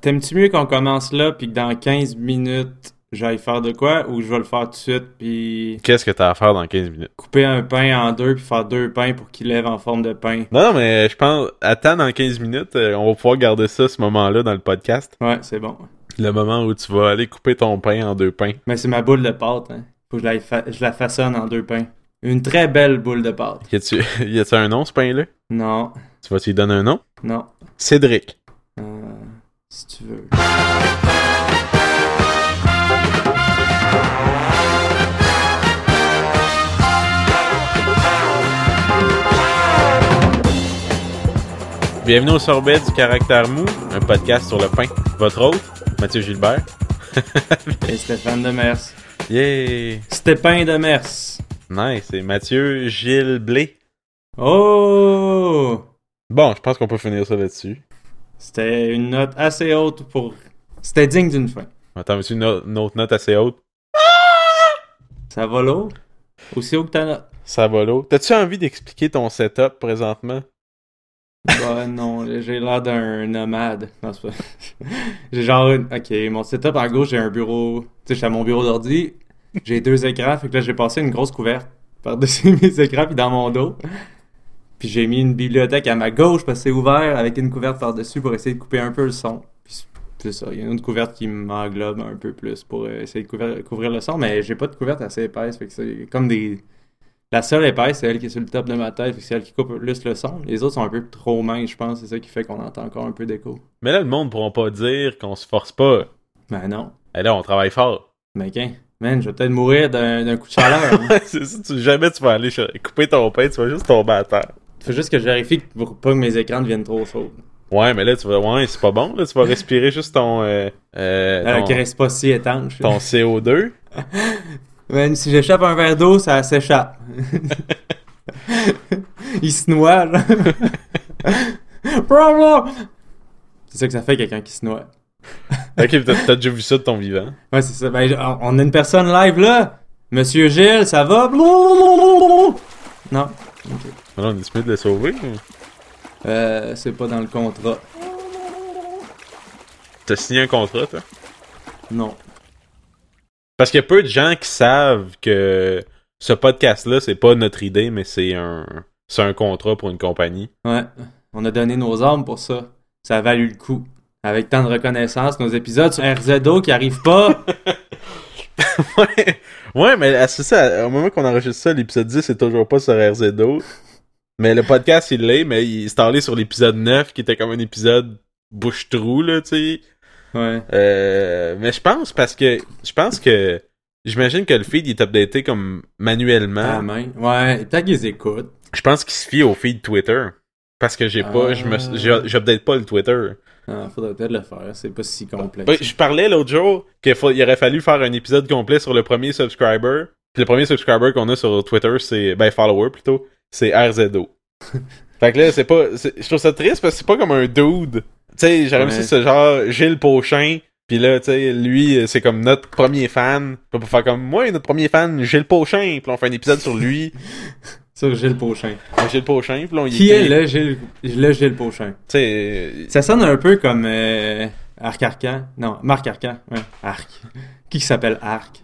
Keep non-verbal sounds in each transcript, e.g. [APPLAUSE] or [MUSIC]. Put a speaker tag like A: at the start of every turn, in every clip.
A: T'aimes-tu mieux qu'on commence là, puis que dans 15 minutes, j'aille faire de quoi, ou je vais le faire tout de suite, puis
B: Qu'est-ce que t'as à faire dans 15 minutes?
A: couper un pain en deux, puis faire deux pains pour qu'il lève en forme de pain?
B: Non, non, mais je pense, attends dans 15 minutes, euh, on va pouvoir garder ça, ce moment-là, dans le podcast.
A: Ouais, c'est bon.
B: Le moment où tu vas aller couper ton pain en deux pains.
A: Mais c'est ma boule de pâte, hein. Faut que je la, fa- je la façonne en deux pains. Une très belle boule de pâte.
B: Y a-tu, [LAUGHS] y a-tu un nom, ce pain-là?
A: Non,
B: Tu vas-tu lui donner un nom?
A: non.
B: Cédric.
A: Euh, si tu veux.
B: Bienvenue au Sorbet du Caractère Mou, un podcast sur le pain. Votre hôte, Mathieu Gilbert.
A: Et Stéphane Demers.
B: Yeah!
A: Stéphane Demers.
B: Nice, c'est Mathieu Gilles Blé.
A: Oh!
B: Bon, je pense qu'on peut finir ça là-dessus.
A: C'était une note assez haute pour. C'était digne d'une fin.
B: Attends, veux-tu une, o- une autre note assez haute?
A: Ça va l'eau? Aussi haut que ta note?
B: Ça va l'eau. T'as-tu envie d'expliquer ton setup présentement?
A: Bah non, là, j'ai l'air d'un nomade. Non, c'est pas. [LAUGHS] j'ai genre une. Ok, mon setup, en gros, j'ai un bureau. Tu sais, j'étais à mon bureau d'ordi. J'ai deux écrans, fait que là, j'ai passé une grosse couverte par-dessus [LAUGHS] mes écrans, puis dans mon dos. Puis j'ai mis une bibliothèque à ma gauche parce que c'est ouvert avec une couverte par-dessus pour essayer de couper un peu le son. Puis c'est- c'est ça, il y a une autre couverte qui m'englobe un peu plus pour euh, essayer de couvrir, couvrir le son, mais j'ai pas de couverte assez épaisse, fait que c'est comme des. La seule épaisse, c'est elle qui est sur le top de ma tête, fait que c'est elle qui coupe le plus le son. Les autres sont un peu trop minces, je pense, c'est ça qui fait qu'on entend encore un peu d'écho.
B: Mais là, le monde ne pourra pas dire qu'on se force pas.
A: Ben non.
B: Et Eh, là, on travaille fort. [LAUGHS]
A: Mais qu'un. Man, je vais peut-être mourir d'un d'un coup de chaleur. hein.
B: c'est ça, tu, jamais tu vas aller ch- couper ton pain, tu vas juste tomber à terre.
A: [LAUGHS] Faut juste que je vérifie que- pour pas que mes écrans deviennent trop chauds.
B: Ouais, mais là, tu vas. Ouais, c'est pas bon, là, tu vas respirer juste ton. euh, euh,
A: Euh,
B: ton,
A: Qui reste pas si étanche.
B: ton CO2.
A: [LAUGHS] Man, si j'échappe un verre d'eau, ça s'échappe. [LAUGHS] Il se noie, [LAUGHS] là. Problem! C'est ça que ça fait quelqu'un qui se noie.
B: Ok, puis t'as t'as déjà vu ça de ton vivant.
A: Ouais, c'est ça. Ben, on- on a une personne live là. Monsieur Gilles, ça va? Non.
B: Mais Là, on est mieux de le sauver. ou?
A: Euh, c'est pas dans le contrat.
B: T'as signé un contrat, toi.
A: Non.
B: Parce qu'il y a peu de gens qui savent que ce podcast-là, c'est pas notre idée, mais c'est un. C'est un contrat pour une compagnie.
A: Ouais. On a donné nos armes pour ça. Ça a valu le coup. Avec tant de reconnaissance, nos épisodes sur RZO qui arrivent pas.
B: [LAUGHS] Ouais, ouais mais à- c'est ça, au moment qu'on enregistre ça, l'épisode 10 est toujours pas sur RZO. Mais le podcast, il l'est, mais il s'est allé sur l'épisode 9, qui était comme un épisode bouche-trou, là, tu sais.
A: [LAUGHS] ouais.
B: Euh, mais je pense, parce que, je pense que, j'imagine que le feed, il est updaté comme
A: Ah,
B: manuellement.
A: main. Ouais. et Peut-être qu'ils écoutent.
B: Je pense qu'il se fie au feed Twitter. Parce que j'ai pas, je me,
A: Ah.
B: j'ai- j'update pas le Twitter.
A: Ah, faudrait peut-être le faire. C'est pas si complexe.
B: Ben, je parlais l'autre jour qu'il faut- il aurait fallu faire un épisode complet sur le premier subscriber. Puis le premier subscriber qu'on a sur Twitter, c'est. Ben, follower plutôt, c'est [LAUGHS] RZO. fait que là, c'est pas. c'est- Je trouve ça triste parce que c'est pas comme un dude. Tu sais, j'aurais aimé ça,
A: Ouais.
B: c'est genre Gilles Pochin. Puis là, tu sais, lui, euh, c'est comme notre premier fan. On peut faire comme moi, notre premier fan, Gilles Pochin. Puis là, on fait un épisode sur [LAUGHS] lui,
A: Sur Gilles Pochin.
B: euh, Gilles Pochin. Puis là, on y
A: Qui est
B: écrit,
A: le Gilles, le Gilles Pochin?
B: Tu sais.
A: Ça sonne un peu comme euh, Arc Arcan. Non, Marc Arcan. Ouais. Arc. Qui qui s'appelle Arc?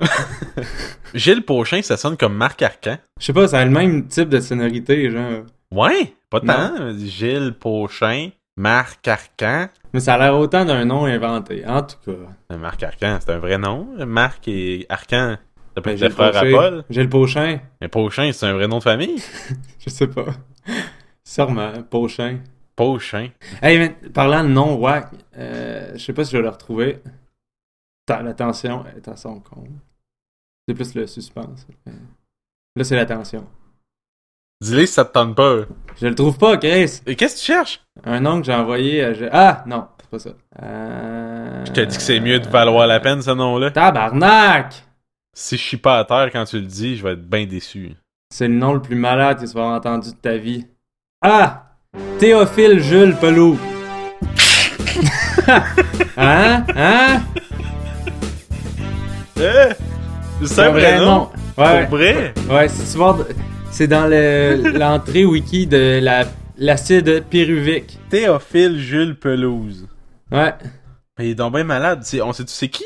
B: Gilles Pochin, ça sonne comme Marc Arcan.
A: Je sais pas, ça a le même type de sonorité, genre.
B: Ouais, pas
A: Non.
B: tant. Gilles Pochin, Marc Arcan.
A: Mais ça a l'air autant d'un nom inventé. En tout cas.
B: Euh, Marc Arcan, c'est un vrai nom. Marc et Arcan, ça peut
A: Ben,
B: être le
A: Gilles
B: frère à
A: Pochin.
B: Paul.
A: Gilles Pochin?
B: Mais Pochin, c'est un vrai nom de famille.
A: [LAUGHS] Je sais pas. Sûrement, Pochin.
B: Pochin.
A: Hey, mais parlant de nom wack, euh, je sais pas si je vais le retrouver. Attends, L'attention est à son compte. C'est plus le suspense. Euh, Là, c'est l'attention.
B: Dis-le si ça te tente pas.
A: Je le trouve pas, Chris.
B: Et qu'est-ce que tu cherches?
A: Un nom que j'ai envoyé à... G- Ah, non, c'est pas ça. Euh,
B: Je te dis que c'est mieux de valoir la peine, ce nom-là.
A: Tabarnak!
B: Si je suis pas à terre quand tu le dis, je vais être bien déçu.
A: C'est le nom le plus malade que tu vas avoir entendu de ta vie. Ah! Théophile Jules Pelou. [LAUGHS] hein? Hein?
B: Eh! C'est un vrai nom?
A: Ouais.
B: Pour vrai?
A: Ouais, si tu vois, c'est dans le- l'entrée wiki de la- l'acide pyruvique.
B: Théophile Jules Pelouse.
A: Ouais.
B: Mais il est donc bien malade. C'est- on sait tu c'est qui?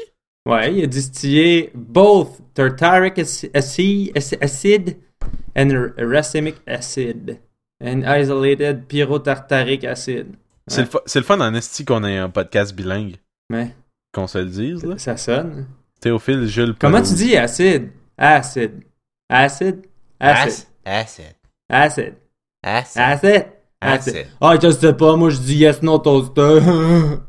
A: Ouais, il a distillé both tartaric ac- aci- ac- acid and r- racemic acid and isolated pyrotartaric acid.
B: C'est le, fu- c'est le fun en esti qu'on ait un podcast bilingue.
A: Mais
B: Qu'on se le dise, là.
A: ça sonne.
B: Théophile, Jules,
A: Comment
B: Paul.
A: tu dis acide? Acid. Acid. Acid.
C: Acid.
A: Acid.
C: Acid.
A: Acid. Acid.
C: Acid.
A: Ah, je sais pas, moi je dis yes, no toaster.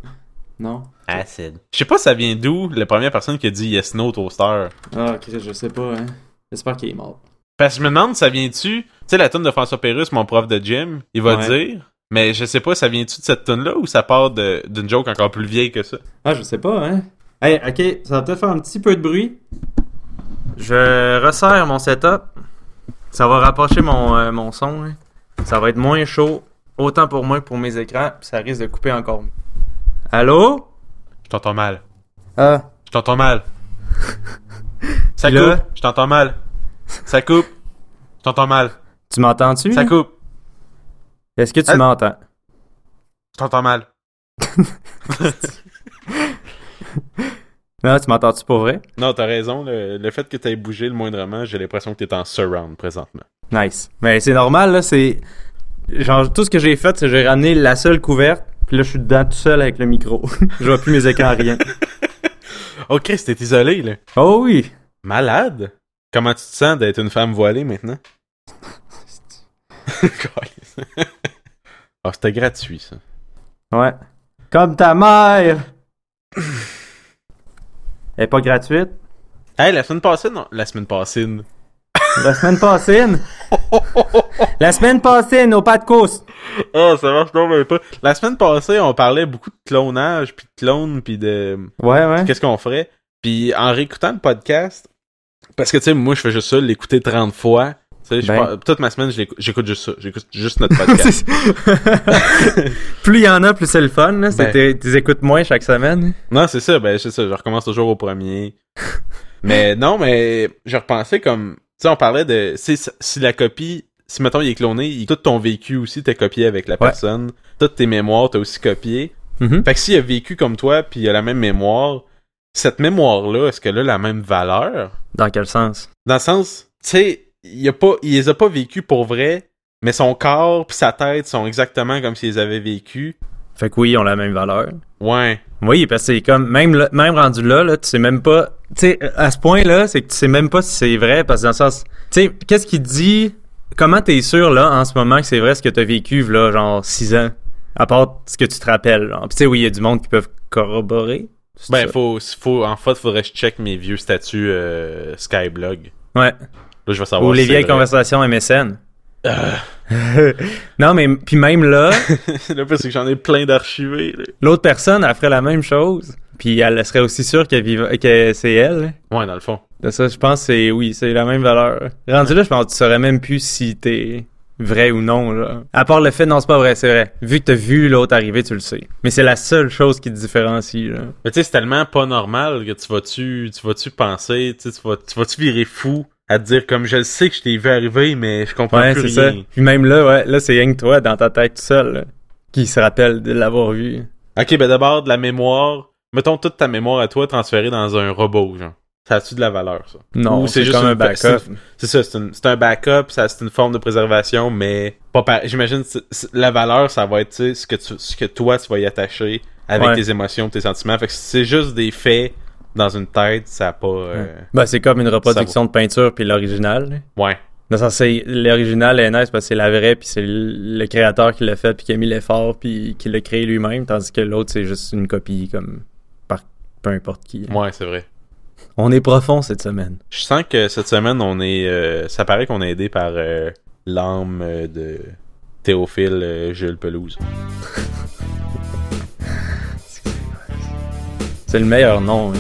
A: [LAUGHS] non.
C: Acid.
B: Je sais pas ça vient d'où, la première personne qui a dit yes no toaster.
A: Ah, Chris, je sais pas, hein. J'espère qu'il est mort.
B: Parce que je me demande, ça vient-tu... Tu sais, la tune de François Pérus, mon prof de gym, il va
A: Ouais.
B: dire... Mais je sais pas, ça vient-tu de cette tune là ou ça part de- d'une joke encore plus vieille que ça?
A: Ah, je sais pas, hein. Hey, ok, ça va peut-être faire un petit peu de bruit. Je resserre mon setup. Ça va rapprocher mon, euh, mon son. hein. Ça va être moins chaud, autant pour moi que pour mes écrans. puis Ça risque de couper encore mieux. Allô?
B: Je t'entends mal.
A: Ah.
B: Je t'entends mal.
A: [LAUGHS]
B: Ça
A: Puis
B: coupe.
A: là?
B: Je t'entends mal. Ça coupe. Je t'entends mal.
A: Tu m'entends-tu?
B: Ça coupe.
A: Est-ce que tu
B: Ah.
A: m'entends?
B: Je t'entends mal.
A: Non, Ah, tu m'entends-tu pour vrai?
B: Non, t'as raison. Le, le fait que t'aies bougé le moindrement, j'ai l'impression que t'es en surround présentement.
A: Nice. Mais c'est normal, là, c'est... Genre, tout ce que j'ai fait, c'est que j'ai ramené la seule couverte, puis là, je suis dedans tout seul avec le micro. [LAUGHS] je vois plus mes écrans, rien.
B: Oh Christ, t'es isolé, là.
A: Oh oui!
B: Malade? Comment tu te sens d'être une femme voilée [LAUGHS] maintenant? Calisse. Ah, c'était gratuit, ça.
A: Ouais. Comme ta mère! Elle est pas gratuite.
B: Hey, la semaine passée, non. La semaine passée. non.
A: La semaine passée, la semaine passée, au pas de course.
B: Ah, ça marche non, mais pas. La semaine passée, on parlait beaucoup de clonage, puis de clones, puis de...
A: Ouais, ouais.
B: qu'est-ce qu'on ferait. Puis en réécoutant le podcast, parce que tu sais, moi je fais juste ça, l'écouter 30 fois. Tu sais, je
A: Ben.
B: pars- toute ma semaine, je l'écoute- j'écoute juste ça. J'écoute juste
A: [LAUGHS]
B: notre podcast.
A: [LAUGHS] plus il y en a, plus c'est le fun. Là. C'est
B: Ben.
A: t'es- t'es écoutes moins chaque semaine.
B: non, c'est ça, ben c'est ça, je recommence toujours au premier. mais non, mais je repensais comme. Tu sais, on parlait de. Si, si la copie. Si mettons il est cloné, il- tout ton vécu aussi t'es copié avec la personne. Toutes tes mémoires t'as aussi copié. Fait que s'il a vécu comme toi, puis il a la même mémoire, cette mémoire-là, est-ce qu'elle a la même valeur?
A: Dans quel sens?
B: Dans le sens, tu sais, il, a pas- il les a pas vécu pour vrai, mais son corps puis sa tête sont exactement comme s'ils les avaient vécu.
A: Fait que oui, ils ont la même valeur.
B: Ouais.
A: Oui, parce que c'est comme, même, là- même rendu là, là, tu sais même pas, tu sais, à ce point-là, c'est que tu sais même pas si c'est vrai, parce que dans le sens, tu sais, qu'est-ce qu'il dit, comment t'es sûr, là, en ce moment, que c'est vrai ce que t'as vécu, là, genre, 6 ans, à part ce que tu te rappelles, genre. Puis tu sais, oui, il y a du monde qui peuvent corroborer. c'est
B: Ben,
A: ça.
B: faut, faut, en fait, faudrait que je check mes vieux statuts euh, Skyblog.
A: Ouais.
B: Là, Euh. je vais savoir
A: Ou les
B: si c'est
A: vieilles
B: vrai.
A: conversations MSN. [LAUGHS] non, mais, puis même là,
B: [LAUGHS] Le plus, c'est que j'en ai plein d'archivés. là.
A: l'autre personne, elle ferait la même chose, puis elle serait aussi sûre qu'elle vive- que c'est elle, hein. là.
B: Ouais, dans le fond.
A: De ça, je pense que c'est oui, c'est la même valeur. Rendu là, je pense que tu saurais même plus si t'es vrai ou non. Là. À part le fait, non, c'est pas vrai, c'est vrai. Vu que t'as vu l'autre arriver, tu le sais. Mais c'est la seule chose qui te différencie. Là.
B: Mais tu sais, c'est tellement pas normal que tu vas-tu, tu vas-tu penser, tu sais, tu vas- tu vas-tu virer fou à te dire comme je le sais que je t'ai vu arriver, mais je comprends
A: Ouais,
B: plus
A: c'est
B: rien.
A: ça. Puis même là, ouais, là, c'est rien que toi dans ta tête tout seul là, qui se rappelle de l'avoir vu.
B: Ok, ben d'abord, de la mémoire. Mettons toute ta mémoire à toi transférée dans un robot, genre. Ça a-tu de la valeur, ça?
A: Non,
B: Ou
A: c'est
B: c'est juste
A: juste comme un
B: une fa-
A: backup.
B: C'est ça, c'est une- c'est un backup, ça c'est une forme de préservation, mais pas par- J'imagine c'est- c'est- la valeur, ça va être tu sais, ce que, tu, ce que toi, tu vas y attacher avec
A: Ouais.
B: tes émotions, tes sentiments. Fait que si c'est juste des faits dans une tête, ça a pas... euh,
A: Ben, c'est comme une reproduction de peinture puis l'original. là.
B: Ouais.
A: Dans le sens, c'est l'original est nice parce que c'est la vraie, puis c'est le le créateur qui l'a fait, puis qui a mis l'effort, puis qui l'a créé lui-même, tandis que l'autre, c'est juste une copie, comme par peu importe qui.
B: Ouais, c'est vrai.
A: On est profond cette semaine.
B: Je sens que cette semaine, on est... euh, ça paraît qu'on est aidé par euh, l'âme euh, de Théophile euh, Jules Pelouse.
A: C'est le meilleur nom. hein.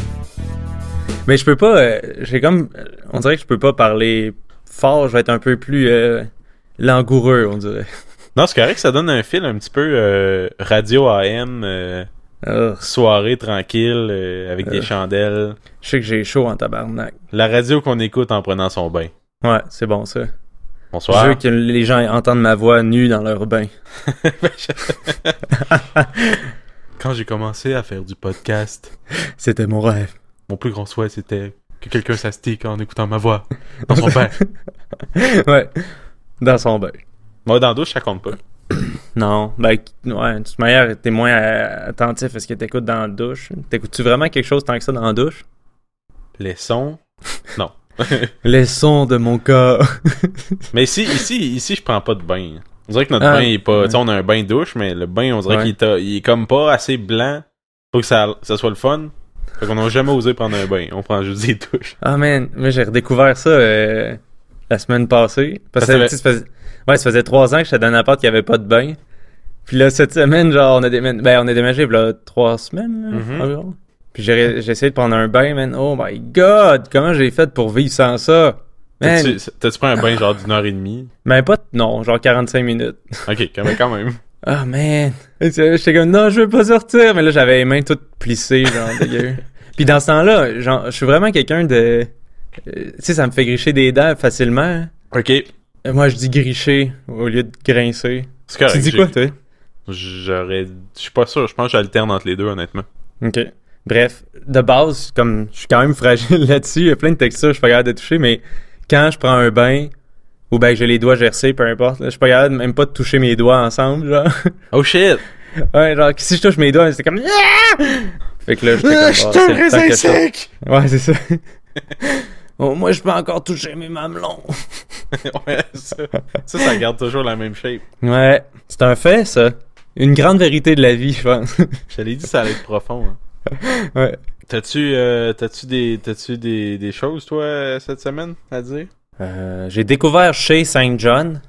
A: Mais je peux pas. euh, J'ai comme. euh, On dirait que je peux pas parler fort, je vais être un peu plus euh, langoureux, on dirait.
B: Non, c'est correct, ça donne un fil un petit peu euh, radio AM, euh,
A: Ugh,
B: soirée tranquille, euh, avec des chandelles.
A: je sais que j'ai chaud en tabarnak.
B: La radio qu'on écoute en prenant son bain.
A: Ouais, c'est bon ça.
B: Bonsoir.
A: Je veux que les gens entendent ma voix nue dans leur bain.
B: [LAUGHS] Quand j'ai commencé à faire du podcast, c'était mon rêve. Mon plus grand souhait, c'était que quelqu'un s'astique en écoutant ma voix dans [LAUGHS] son bain.
A: ouais. Dans son bain.
B: Moi, dans la douche, ça compte pas.
A: Non. Ben, ouais, de toute manière, t'es moins euh, attentif à ce que t'écoutes dans la douche. T'écoutes-tu vraiment quelque chose tant que ça dans la douche?
B: Les sons, non.
A: Les sons de mon [LAUGHS] corps.
B: Mais ici, ici, ici, je prends pas de bain. On dirait que notre
A: Ah,
B: bain est pas.
A: ouais.
B: tu sais, on a un bain douche, mais le bain, on dirait
A: Ouais.
B: qu'il t'a- il est comme pas assez blanc pour que ça, ça soit le fun. Fait qu'on n'a jamais osé prendre un bain. On prend juste des douches.
A: Ah, man. Mais j'ai redécouvert ça euh, la semaine passée. Parce que,
B: Parce que
A: tu sais, ça faisait... Ouais, ça faisait trois ans que j'étais dans un appart qui avait pas de bain. Puis là, cette semaine, genre, on a déménagé. Ben, on a déménagé, là, trois semaines, là,
B: Mhm.
A: environ. Puis j'ai j'ai essayé de prendre un bain, man. Oh my god! Comment j'ai fait pour vivre sans ça? Man,
B: T'as-tu t'as-tu pris un bain genre d'une heure et demie?
A: mais pas... Non, genre 45 minutes.
B: Ok, quand même. Quand même.
A: Ah, man! Et tu- J'étais comme, non, je veux pas sortir! Mais là, j'avais les mains toutes plissées, genre,
B: [LAUGHS]
A: dégueu. Puis dans ce temps-là, genre, je suis vraiment quelqu'un de... euh, Tu sais, ça me fait gricher des dents facilement. hein.
B: Ok,
A: Euh, Moi, je dis gricher au lieu de grincer.
B: c'est correct.
A: tu dis
B: j'ai-
A: quoi, toi?
B: J'aurais. Je suis pas sûr. Je pense que j'alterne entre les deux, honnêtement.
A: OK. Bref, de base, comme je suis quand même fragile [LAUGHS] là-dessus, il y a plein de textures, je suis pas capable de toucher, mais quand je prends un bain, ou ben que j'ai les doigts gercés, peu importe, là, je suis pas capable même pas de toucher mes doigts ensemble, genre.
B: Oh shit!
A: Ouais, genre, si je touche mes doigts, c'est comme... Fait que là, j'étais comme... Ah, c'est le temps que je sorte. Ouais, [LAUGHS] c'est ça. Bon, Oh, moi, je peux encore toucher mes mamelons.
B: [LAUGHS] ouais, ça, ça, ça garde toujours la même shape.
A: Ouais, c'est un fait, ça. Une grande vérité de la vie, je pense. [LAUGHS]
B: Je te l'ai dit, ça allait être profond. hein.
A: ouais.
B: T'as-tu euh, t'as-tu des, t'as-tu des, des choses, toi, euh, cette semaine, à dire?
A: Euh, j'ai découvert chez Saint John.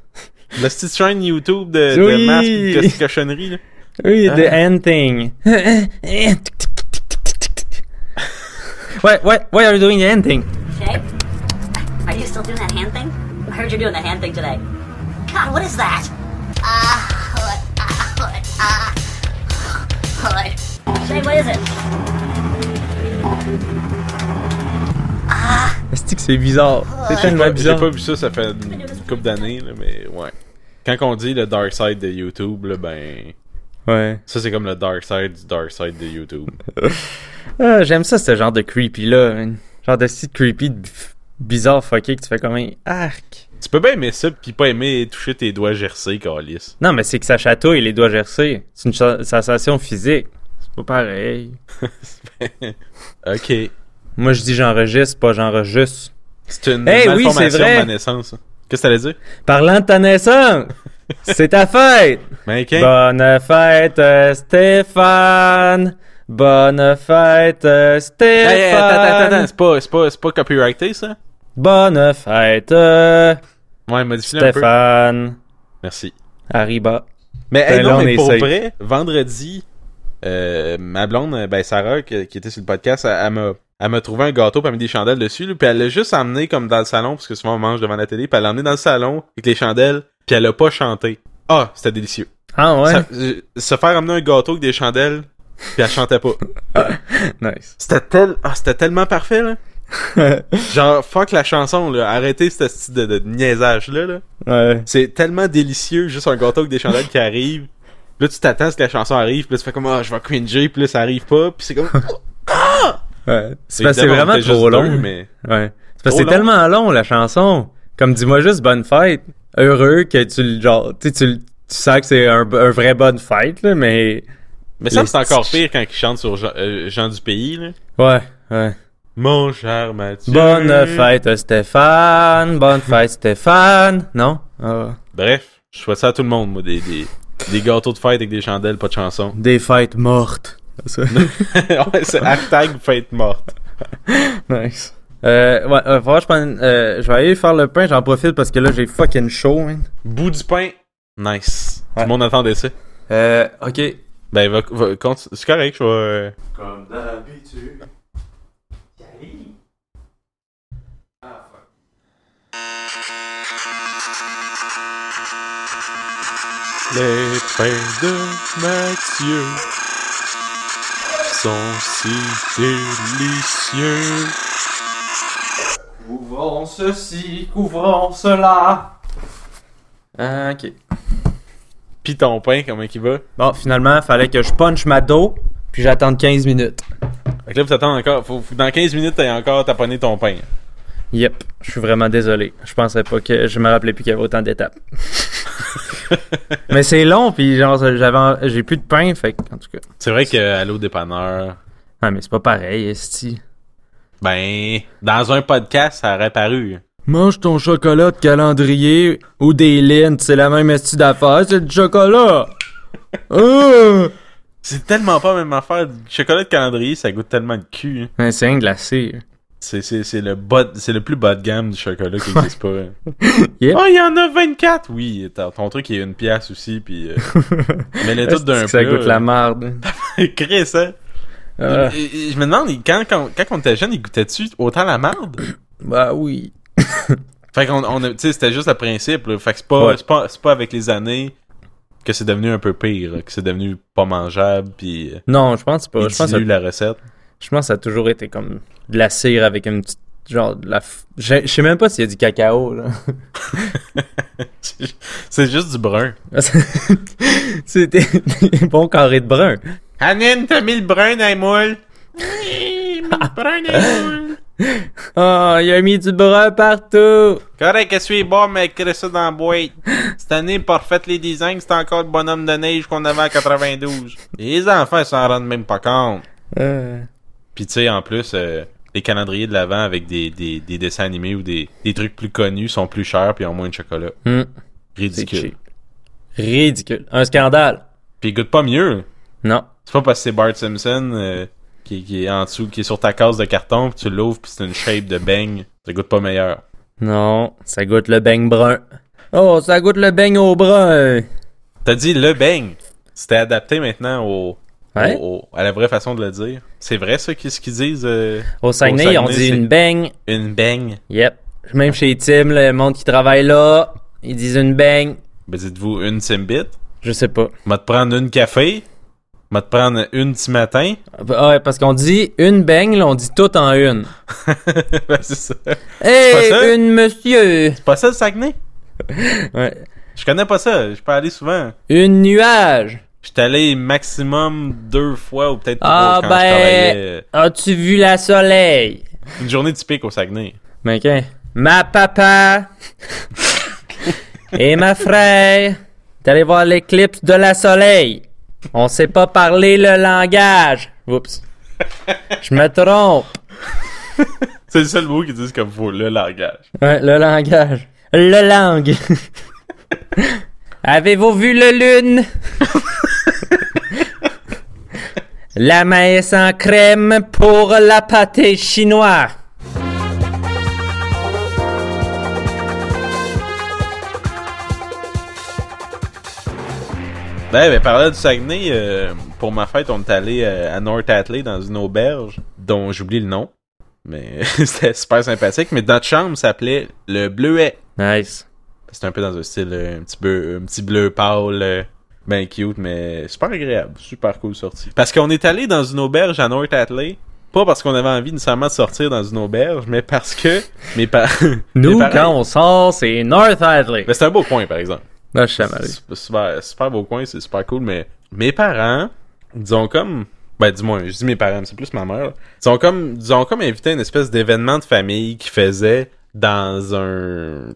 B: La petite chaîne YouTube de, de
A: Oui.
B: masques et de co- cochonneries, là.
A: Oui,
B: Ah.
A: The [LAUGHS] Anting. ouais, ouais, why are you doing the Anting?
D: Jay? Are you still doing that hand thing? I heard you're doing the hand thing today. God, what is that? Ah, hood, ah, hood, ah, hood. Jay, what is it?
A: Est-ce que c'est bizarre? C'est [LAUGHS] tellement
B: J'ai
A: bizarre.
B: pas vu ça, ça fait une une couple d'années, là, mais ouais. Quand on dit le dark side de YouTube, là, ben.
A: Ouais.
B: Ça, c'est comme le dark side du dark side
A: [LAUGHS]
B: de YouTube.
A: Ah, J'aime ça, ce genre de creepy-là. man. Genre de site creepy de f- bizarre fucké que tu fais comme un arc.
B: Tu peux bien aimer ça, pis pas aimer toucher tes doigts
A: [LAUGHS]
B: gercés, Calis.
A: Non, mais c'est que ça chatouille les doigts gercés. C'est une cha- sensation physique. C'est pas pareil.
B: ok.
A: Moi, je dis j'enregistre, pas j'enregistre.
B: C'est une
A: Eh oui,
B: malformation
A: c'est vrai.
B: de ma naissance. ça. Qu'est-ce que t'allais dire?
A: Parlant de ta
B: [LAUGHS]
A: naissance, c'est ta fête!
B: Mannequin?
A: Bonne fête, euh, Stéphane! Bonne fête, euh,
B: Hey,
A: Stéphane!
B: hey, Eh, attends, attends, attends, c'est pas, c'est pas, c'est pas copyrighté, ça?
A: Bonne fête, euh,
B: Ouais, modifie un peu.
A: Stéphane!
B: Merci.
A: Arriba.
B: Mais hey,
A: Ben
B: non,
A: là, on
B: mais pour
A: essaye.
B: vrai, vendredi, euh, ma blonde, ben Sarah, qui, qui était sur le podcast, elle, elle m'a, elle m'a trouvé un gâteau, puis elle m'a mis des chandelles dessus, là, puis elle l'a juste emmené comme dans le salon, parce que souvent on mange devant la télé, puis elle l'a emmené dans le salon avec les chandelles, puis elle a pas chanté. Ah, c'était délicieux.
A: Ah ouais?
B: Ça- euh, se faire emmener un gâteau avec des chandelles, puis elle chantait pas.
A: [LAUGHS] Nice.
B: [LAUGHS] C'était tel... ah, c'était tellement parfait, là. Genre, fuck la chanson, là. Arrêtez ce style de, de niaisage-là, là.
A: ouais.
B: C'est tellement délicieux, juste un gâteau avec des chandelles qui arrivent. Là, tu t'attends à ce que la chanson arrive, puis là, tu fais comme, ah, je vais cringer, puis là, ça arrive pas, puis c'est [LAUGHS] comme...
A: ouais. C'est parce que c'est
B: Évidemment, on
A: vraiment
B: était juste
A: trop long.
B: deux, mais...
A: Ouais. C'est parce que
B: Trop
A: c'est
B: long.
A: tellement long, la chanson. Comme dis-moi juste bonne fête. Heureux que tu le- genre, tu sais, tu le- tu sens que c'est un, un vrai bonne fête, là, mais.
B: Mais ça,
A: Les
B: c'est encore
A: petits-
B: pire quand ils chantent sur Jean, euh, Jean du Pays, là.
A: Ouais, ouais.
B: Mon cher Mathieu.
A: Bonne fête Stéphane, bonne fête Stéphane. Non? Ah.
B: Bref, je souhaite ça à tout le monde, moi, des, des, des gâteaux de fête avec des chandelles, pas de chanson.
A: Des fêtes mortes. Ça.
B: [LAUGHS] ouais, c'est hashtag fête morte.
A: nice. Euh, ouais, euh, faudra que je prenne- euh, je vais aller faire le pain, j'en profite parce que là j'ai fucking chaud, man.
B: Bout du pain. Nice. Tout
A: Ouais.
B: le monde attendait ça.
A: Euh, ok.
B: Ben, va, va, continue. c'est correct, je vais... euh,
E: Comme d'habitude. Cali.
B: Les pains de Mathieu sont si délicieux.
E: Couvrons ceci, couvrons cela.
A: Ah, ok.
B: Pis ton pain, comment il va?
A: Bon, finalement, fallait que je punch ma dos, puis j'attende 15 minutes.
B: Fait que là, vous attendez encore. Faut, faut- dans 15 minutes, t'as encore taponné ton pain.
A: Yep, je suis vraiment désolé. Je pensais pas que je me rappelais plus qu'il y avait autant d'étapes. Mais c'est long, puis genre j'avais j'ai plus de pain, fait que, en tout cas.
B: C'est vrai qu'à l'eau dépanneur,
A: Ah mais c'est pas pareil, esti.
B: ben, dans un podcast, ça aurait paru.
A: Mange ton chocolat de calendrier ou des lentes, c'est la même esti d'affaire, c'est du [LAUGHS] chocolat. Euh!
B: C'est tellement pas la même affaire. Du chocolat de calendrier, ça goûte tellement de cul. hein.
A: Mais c'est un glacé.
B: C'est, c'est, c'est le bas, c'est le plus bas de gamme du chocolat qui existe pas. hein.
A: [LAUGHS] Yep.
B: Oh, il y en a 24! Oui, t'as- ton truc, il y a une pièce aussi, puis
A: [LAUGHS]
B: euh, mais le tout
A: Esti
B: d'un
A: que ça
B: plat,
A: goûte
B: [LAUGHS]
A: la merde.
B: euh, Chris, hein?
A: Ah,
B: Et- et- et Je me demande, il- quand, quand, quand on était jeune, il goûtait-tu autant la merde?
A: bah oui.
B: Fait qu'on, on, a- tu sais, c'était juste le principe, là. Fait que c'est pas,
A: Ouais.
B: c'est pas, c'est pas avec les années que c'est devenu un peu pire, là, que c'est devenu pas mangeable, puis euh,
A: Non, je pense pas.
B: il
A: Je pense que
B: dilue la recette. [LAUGHS]
A: Je pense que ça a toujours été comme de la cire avec une petite. Genre, de la. f- Je je sais même pas s'il y a du cacao, là. [LAUGHS]
B: C'est ju- c'est juste du brun.
A: C'était des bons carrés de brun.
B: Anine, t'as mis le brun dans les moules? Oui, le brun dans les moules.
A: Oh, il a mis du brun partout.
B: Correct, que suis bon, mais crée ça dans la boîte. Cette année, pour refaire les designs, c'était encore le bonhomme de neige qu'on avait en 92. Les enfants ils s'en rendent même pas compte.
A: Euh,
B: Puis tu sais, en plus, euh, les calendriers de l'avant avec des, des, des dessins animés ou des, des trucs plus connus sont plus chers puis ont moins de chocolat.
A: hmm, c'est
B: Ridicule.
A: cheap. Ridicule. Un scandale.
B: Puis ils goûtent pas mieux.
A: Non.
B: C'est pas parce que c'est Bart Simpson euh, qui, qui est en dessous, qui est sur ta case de carton, puis tu l'ouvres puis c'est une shape de beigne. Ça goûte pas meilleur.
A: Non. Ça goûte le beigne brun. Oh, ça goûte le beigne au brun.
B: T'as dit le beigne. C'était adapté maintenant au,
A: Ouais.
B: au- au- à la vraie façon de le dire. C'est vrai ça qu'est-ce qu'ils disent euh,
A: Au Saguenay,
B: Saguenay,
A: on dit
B: c'est-
A: une beigne.
B: une beigne.
A: Yep. Même chez Tim, le monde qui travaille là, ils disent une beigne.
B: Ben dites-vous une timbit.
A: Je sais pas.
B: Va te prendre une café. Va te prendre une petit matin. [LAUGHS]
A: Ah Ouais, parce qu'on dit une beigne, là, on dit tout en une.
B: Ben, c'est ça.
A: Hey,
B: ça?
A: une monsieur!
B: Pas ça le Saguenay?
A: Ouais.
B: Je connais pas ça, je peux aller souvent.
A: Une nuage!
B: J'étais allé maximum deux fois ou peut-être
A: Ah
B: trois Oh, quand je
A: ben,
B: travaillais.
A: as-tu vu la soleil?
B: Une journée typique au Saguenay.
A: Mais qu'un. Ma papa et ma frère d'aller voir l'éclipse de la soleil. On sait pas parler le langage. Oups. Je me trompe.
B: C'est le seul mot qu'ils disent comme faut, le langage.
A: Ouais, le langage. Le [LAUGHS] langue. Avez-vous vu le lune? [LAUGHS] la maïs en crème pour la pâté chinois.
B: Ouais, ben, parlant du Saguenay, euh, pour ma fête, on est allé euh, à North Atlee dans une auberge dont j'oublie le nom. Mais [LAUGHS] c'était super sympathique. Mais notre chambre s'appelait le Bleuet.
A: Nice.
B: C'était un peu dans un style euh, un petit peu un petit bleu pâle, euh, ben cute, mais super agréable, super cool sortie. Parce qu'on est allé dans une auberge à North Atlee, pas parce qu'on avait envie nécessairement de sortir dans une auberge, mais parce que [LAUGHS] mes, par-
A: Nous,
B: mes parents-
A: quand on sort, c'est North Adley.
B: Mais c'est un beau coin, par exemple.
A: Non, je suis jamais allé.
B: C'est Super, super beau coin, c'est super cool, mais mes parents, disons comme. Ben, du moins, je dis mes parents, mais c'est plus ma mère. là. Ils ont comme, ils ont comme invité une espèce d'événement de famille qu'ils faisaient dans un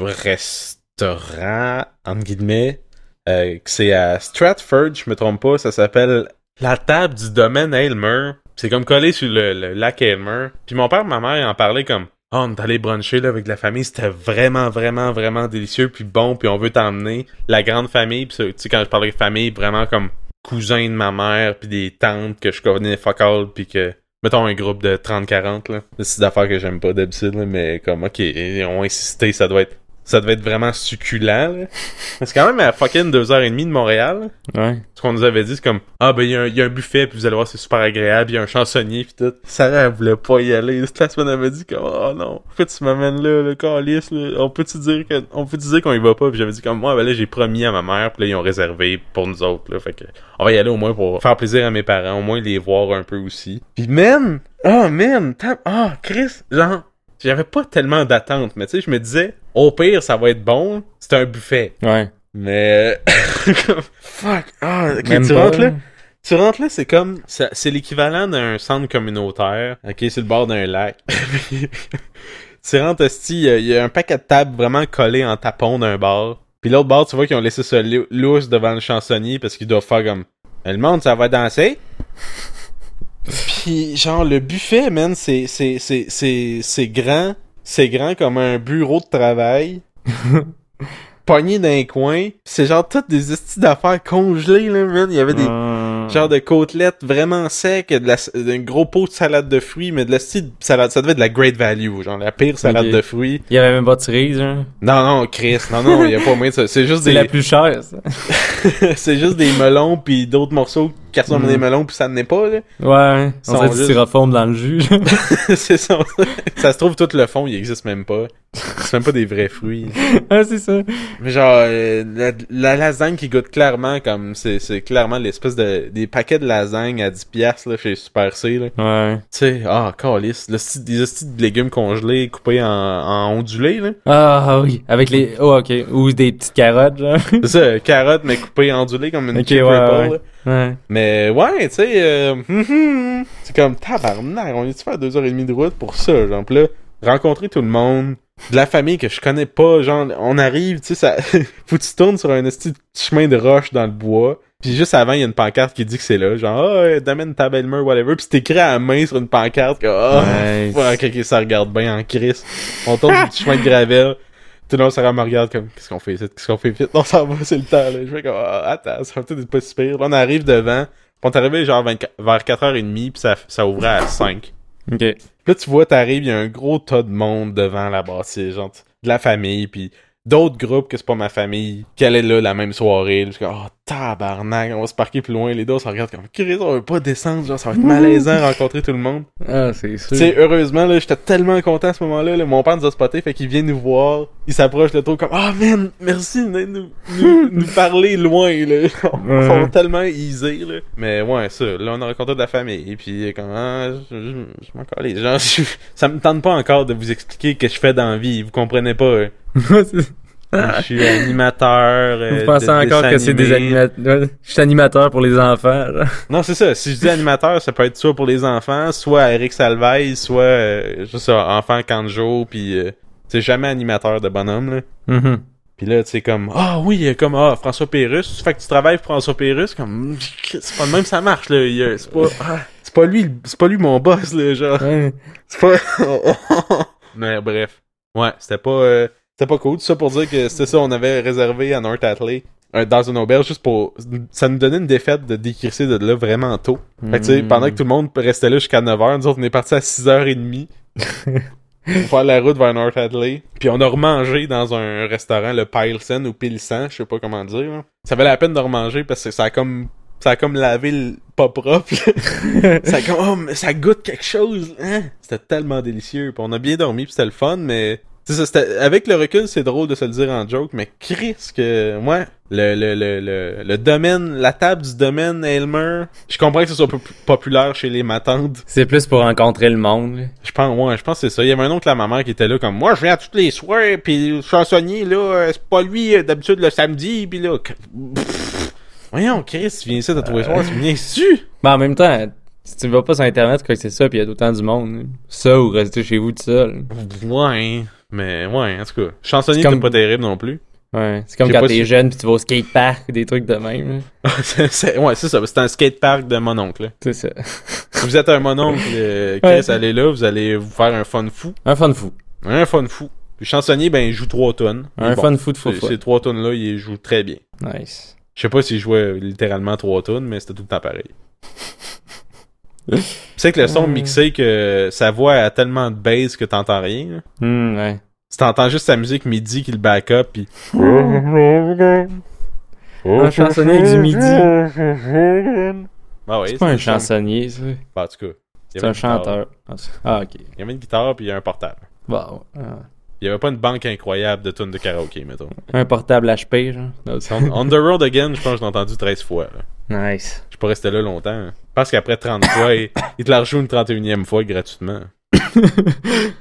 B: restaurant, entre guillemets, euh, que c'est à Stratford, je me trompe pas, ça s'appelle La table du domaine Aylmer. C'est comme collé sur le, le lac Aylmer. Puis mon père et ma mère ils en parlaient comme Oh, on est allé bruncher là, avec la famille, c'était vraiment, vraiment, vraiment délicieux, puis bon, puis on veut t'emmener. La grande famille, puis ça, tu sais, quand je parle de famille, vraiment comme cousin de ma mère, puis des tantes que je connais fuck all, puis que. Mettons un groupe de 30-40, là. C'est des affaires que j'aime pas d'habitude, là, mais comme, ok, ils ont insisté, ça doit être. Ça devait être vraiment succulent, là. C'est quand même à fucking 2h30 de Montréal.
A: Ouais.
B: Ce qu'on nous avait dit, c'est comme Ah, ben, il y, a un- il y a un buffet, puis vous allez voir, c'est super agréable, il y a un chansonnier, puis tout. Sarah, elle voulait pas y aller. [LAUGHS] Toute la semaine, elle m'a dit comme Oh non, pourquoi tu m'amènes là, le calice, là On peut-tu dire que- on peut-tu dire qu'on y va pas Puis j'avais dit comme Moi, ben là, j'ai promis à ma mère, puis là, ils ont réservé pour nous autres, là. Fait que, on va y aller au moins pour faire plaisir à mes parents, au moins les voir un peu aussi. Puis même, oh man, t'as- ah, Chris, genre, j'avais pas tellement d'attente, mais tu sais, je me disais Au pire, ça va être bon, c'est un buffet.
A: Ouais.
B: Mais.
C: [LAUGHS]
B: comme, Fuck. Ah, ok,
C: euh, Même
B: tu
C: pas,
B: rentres là. Tu rentres là, c'est comme. ça- C'est l'équivalent d'un centre communautaire. Ok, sur le bord d'un lac. [LAUGHS] Puis, tu rentres, esti, il y a- il y, a un paquet de tables vraiment collées en tapon d'un bar. Puis l'autre bar, tu vois qu'ils ont laissé ça lou- lousse devant le chansonnier parce qu'ils doivent faire comme. Le monde, ça va danser. Puis, genre, le buffet, man, c'est- c'est- c'est c'est- c'est grand. C'est grand comme un bureau de travail
C: [LAUGHS]
B: pogné dans les coins. C'est genre toutes des estis d'affaires congelées, là, man. Il y avait des
C: Euh,
A: Ah.
B: genres de côtelettes vraiment secs, et de la, d'un gros pot de salade de fruits, mais de la style de salade. Ça devait être de la great value, genre la pire salade
C: Ok.
B: de fruits.
C: Il y avait même pas de cerise, hein.
B: Non, non, Chris, non, non, il y a pas moyen de ça. C'est juste
C: [LAUGHS] C'est
B: des,
C: la plus chère, ça.
B: [LAUGHS] c'est juste des melons puis d'autres morceaux qui ressemblent à
C: Mm.
B: des melons puis ça n'est pas, là.
C: Ouais,
B: sont
C: on dirait du
B: juste-
C: styrofoam dans le jus. là.
A: [LAUGHS]
B: [LAUGHS] c'est ça. Ça se trouve, tout le fond, il existe même pas. C'est même pas des vrais fruits.
C: ah, c'est ça.
B: Mais genre, euh, la, la lasagne qui goûte clairement comme. C'est, c'est clairement l'espèce de. Des paquets de lasagne à 10$ piastres, là, chez Super C. Là. Tu
C: Ouais.
B: sais, ah, calice. Le style- des hosties de légumes congelés coupés en, en ondulés. Là.
C: Ah oui, avec les... Oh, ok. Ou des petites carottes, genre.
B: C'est ça, euh, carottes, mais coupées ondulées comme une
C: Ok,
B: chip
C: ouais,
B: ripple,
C: ouais.
B: là.
C: Ouais.
B: Mais ouais, tu sais. euh, [LAUGHS] hum, hum. c'est comme tabarnak. On est-tu fait à 2h30 de route pour ça? Genre, pis là, rencontrer tout le monde. De la famille que je connais pas, genre, on arrive, tu sais, ça. [LAUGHS] Faut que tu tournes sur un petit chemin de roche dans le bois. Puis juste avant, il y a une pancarte qui dit que c'est là. Genre, ah, euh, Damien ta belle-mère, whatever. Puis c'est écrit à la main sur une pancarte que, ah,
A: Nice.
B: fuck, ok, ça regarde bien en crise. On tourne sur le petit chemin de gravel. Tout le monde, Sarah me regarde comme, qu'est-ce qu'on fait ici? Qu'est-ce qu'on fait vite? On s'en va, c'est le temps, là. Je fais comme, Ah, attends, ça va peut-être être pas si pire. Là, on arrive devant. Puis on est arrivé genre 24 vers 4h30, puis ça, ça ouvrait à 5.
C: Ok.
B: Puis là, tu vois, t'arrives, il y a un gros tas de monde devant la bâtisse, genre de la famille, puis d'autres groupes que c'est pas ma famille, qui allaient là la même soirée. là, puis je suis comme, oh tabarnak, on va se parquer plus loin, les deux, on se regarde comme, Chris, on veut pas descendre, genre, ça va être malaisant rencontrer tout le monde.
C: Ah, c'est sûr.
B: Tu sais, heureusement, là, j'étais tellement content à ce moment-là, là, mon père nous a spoté, fait qu'il vient nous voir, il s'approche le trou comme, ah man, merci de venir nous,
C: [LAUGHS]
B: nous, nous parler loin, là. Ils sont
C: Ouais.
B: tellement easy, là. Mais ouais, ça, là, on a rencontré de la famille, puis comment, Ah, je, je, je m'en calais, genre, je- ça me tente pas encore de vous expliquer que je fais dans la vie, vous comprenez pas, hein.
C: [LAUGHS] Vous
B: Je suis animateur, euh,
C: Ah. pensez
B: de
C: encore
B: dessin
C: que c'est des
B: animé.
C: animateurs... Je suis animateur pour les enfants, genre.
B: Non, c'est ça. Si je dis animateur, ça peut être soit pour les enfants, soit Eric Salvaille, soit euh, je sais pas, enfant Kanjo, puis euh, c'est jamais animateur de bonhomme là. Mm-hmm.
C: Mhm.
B: Puis là, tu sais comme ah oui, euh, comme ah François Pérus, fait que tu travailles pour François Pérus comme [LAUGHS] c'est pas de même ça marche là, il, euh, c'est pas ah, c'est pas lui, le- c'est pas lui mon boss là, genre.
C: Ouais.
B: C'est pas [LAUGHS] Mais bref. Ouais, c'était pas euh, c'était pas cool, Tout ça pour dire que c'était ça on avait réservé à North Atlee euh, dans une auberge juste pour ça nous donnait une défaite de décrisser de là vraiment tôt. Fait que, tu sais, pendant que tout le monde restait là jusqu'à 9h, nous autres, on est partis à 6h30 pour faire la route vers North Hadley. Puis on a remangé dans un restaurant, le Pilsen ou Pilsen, je sais pas comment dire. là. Ça valait la peine de remanger parce que ça a comme ça a comme lavé le pas propre. là. ça a comme oh, mais ça goûte quelque chose. hein. C'était tellement délicieux. Puis on a bien dormi, puis c'était le fun, mais c'est ça, c'était- avec le recul, c'est drôle de se le dire en joke, mais Chris, que moi, le, le, le, le, le domaine, la table du domaine Elmer, je comprends que ce soit pop- populaire chez les matantes.
C: C'est plus pour rencontrer le monde, là.
B: Je pense, ouais, je pense que c'est ça. Il y avait un oncle à ma mère qui était là comme moi, je viens à tous les soirs, puis le chansonnier là, euh, c'est pas lui euh, d'habitude le samedi, puis là. que- Pfff. Voyons, Chris, tu viens ici à tous les soirs, tu viens ici.
C: Mais en même temps, si tu vas pas sur Internet, quoi que c'est ça, puis il y a d'autant du monde. Ça, ou rester chez vous tout seul.
B: Ouais, mais ouais, en tout cas, chansonnier
C: C'est
B: comme... pas
C: comme-
B: terrible non plus. [LAUGHS]
C: Ouais. C'est comme
B: J'ai
C: quand
B: pas
C: t'es
B: su-
C: jeune, puis tu vas au skatepark, des trucs de même, là.
B: C'est- c'est- ouais, c'est ça, c'est un skatepark de mon oncle. là.
C: C'est ça. [LAUGHS]
B: Si vous êtes un mononcle, euh, Chris,
C: Ouais.
B: allez là, vous allez vous faire un fun fou.
C: Un fun fou. Un
B: Un fun fou. Puis chansonnier, ben, il joue 3 tonnes.
C: Un fun fou de fou
B: fou. Ces 3 tonnes-là, il joue très bien.
C: Nice.
B: Je sais pas s'il jouait euh, littéralement 3 tonnes, mais c'était tout le temps
C: [LAUGHS]
B: pareil. Tu sais que le son
C: Euh.
B: mixé que sa voix a tellement de bass que t'entends rien. là.
C: Hum, ouais.
B: Tu t'entends juste sa musique midi qui le back up puis
C: Un chansonnier du midi.
B: Ah ouais,
C: C'est pas un
B: son-
C: chansonnier, ça.
B: Bah, en tout cas, il y
C: C'est
B: avait
C: un
B: une guitare.
C: chanteur. Ah, ok.
B: Il y avait une guitare puis il y a un portable.
C: Wow. Ah.
B: Il y avait pas une banque incroyable de tunes de karaoké, mettons.
C: Un portable HP, genre. Non, c'est-
B: On, on the road again, je pense que je l'ai entendu 13 fois. là.
C: Nice.
B: Je peux rester là longtemps. hein. Parce qu'après 30 fois, il, il te la rejoue une 31e fois gratuitement.
C: [LAUGHS]
B: [LAUGHS]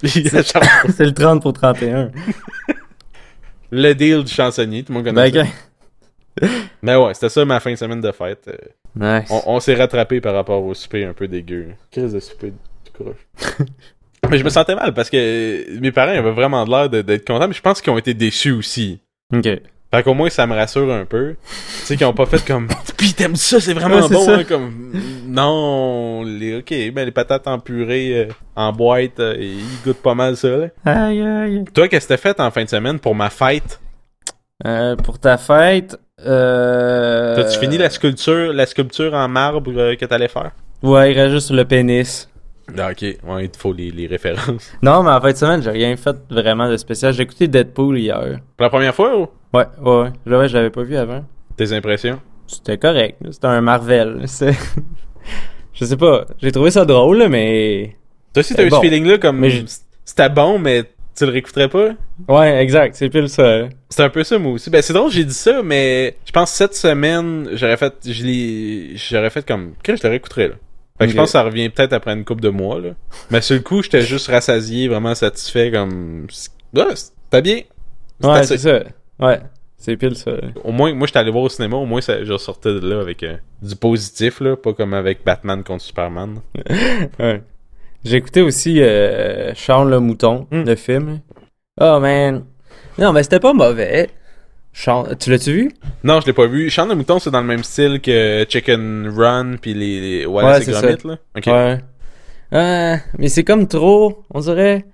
B: Il la charge.
C: C'est le 30 pour 31.
B: le deal du chansonnier, tout le monde connaît
C: Ben,
B: ça.
C: ok.
B: Mais ouais, c'était ça ma fin de semaine de fête. Euh,
C: Ben,
A: Nice.
B: On, on s'est rattrapé par rapport au souper un peu dégueu. Crise de souper du croche. [LAUGHS] mais je me sentais mal parce que euh, mes parents avaient vraiment l'air de- d'être contents, mais je pense qu'ils ont été déçus aussi.
A: Ok.
B: Fait qu'au moins ça me rassure un peu. tu sais, qu'ils ont pas fait [LAUGHS] comme Pis t'aimes ça, c'est vraiment
A: Ouais, c'est
B: bon,
A: ça.
B: hein, comme Non les ok, ben les patates en purée euh, en boîte, euh, ils goûtent pas mal ça là.
A: Aïe, aïe.
B: Toi qu'est-ce que t'as fait en fin de semaine pour ma fête?
A: Euh, pour ta fête, euh...
B: T'as-tu fini la sculpture la sculpture en marbre euh, que t'allais faire?
A: Ouais, il reste juste le pénis.
B: Ah, ok, ouais, il te faut les, les références.
A: Non, mais en fin de semaine, j'ai rien fait vraiment de spécial. J'ai écouté Deadpool hier.
B: Pour la première fois ou?
A: Ouais, ouais, ouais. Je- ouais, je l'avais pas vu avant.
B: Tes impressions?
A: C'était correct. là. C'était un Marvel. [LAUGHS] là. C'est- Je sais pas. J'ai trouvé ça drôle, là, mais...
B: Toi aussi
A: Euh,
B: t'as eu
A: bon.
B: ce feeling là comme
A: Mais je-
B: c'était bon mais tu le réécouterais pas?
A: Ouais, exact. C'est pile ça. là.
B: C'est un peu ça, moi aussi. Ben, c'est drôle, j'ai dit ça, mais je pense que cette semaine, j'aurais fait. Je l'ai- j'aurais fait comme. Qu'est-ce que je le réécouterais, là? Fait que je
A: Ok.
B: pense que ça revient peut-être après une coupe de mois, là. Mais sur le coup, j'étais juste rassasié, vraiment satisfait, comme. Ouais, c'était bien. C'est
A: Ouais,
B: assez.
A: c'est ça. Ouais. C'est pile ça. là.
B: Au moins, moi, j'étais allé voir au cinéma, au moins, ça, je ressortais de là avec euh, du positif, là. Pas comme avec Batman contre Superman.
A: Ouais. J'ai écouté aussi euh, Charles le Mouton,
B: Hmm.
A: le film. Oh man. Non, mais c'était pas mauvais. Charles... Tu l'as-tu vu?
B: Non, je l'ai pas vu. Chant de mouton, c'est dans le même style que Chicken Run, puis les, les Wallace
A: Ouais,
B: et
A: c'est
B: Gromit, là. Ok.
A: Ouais. Euh, mais c'est comme trop, on dirait.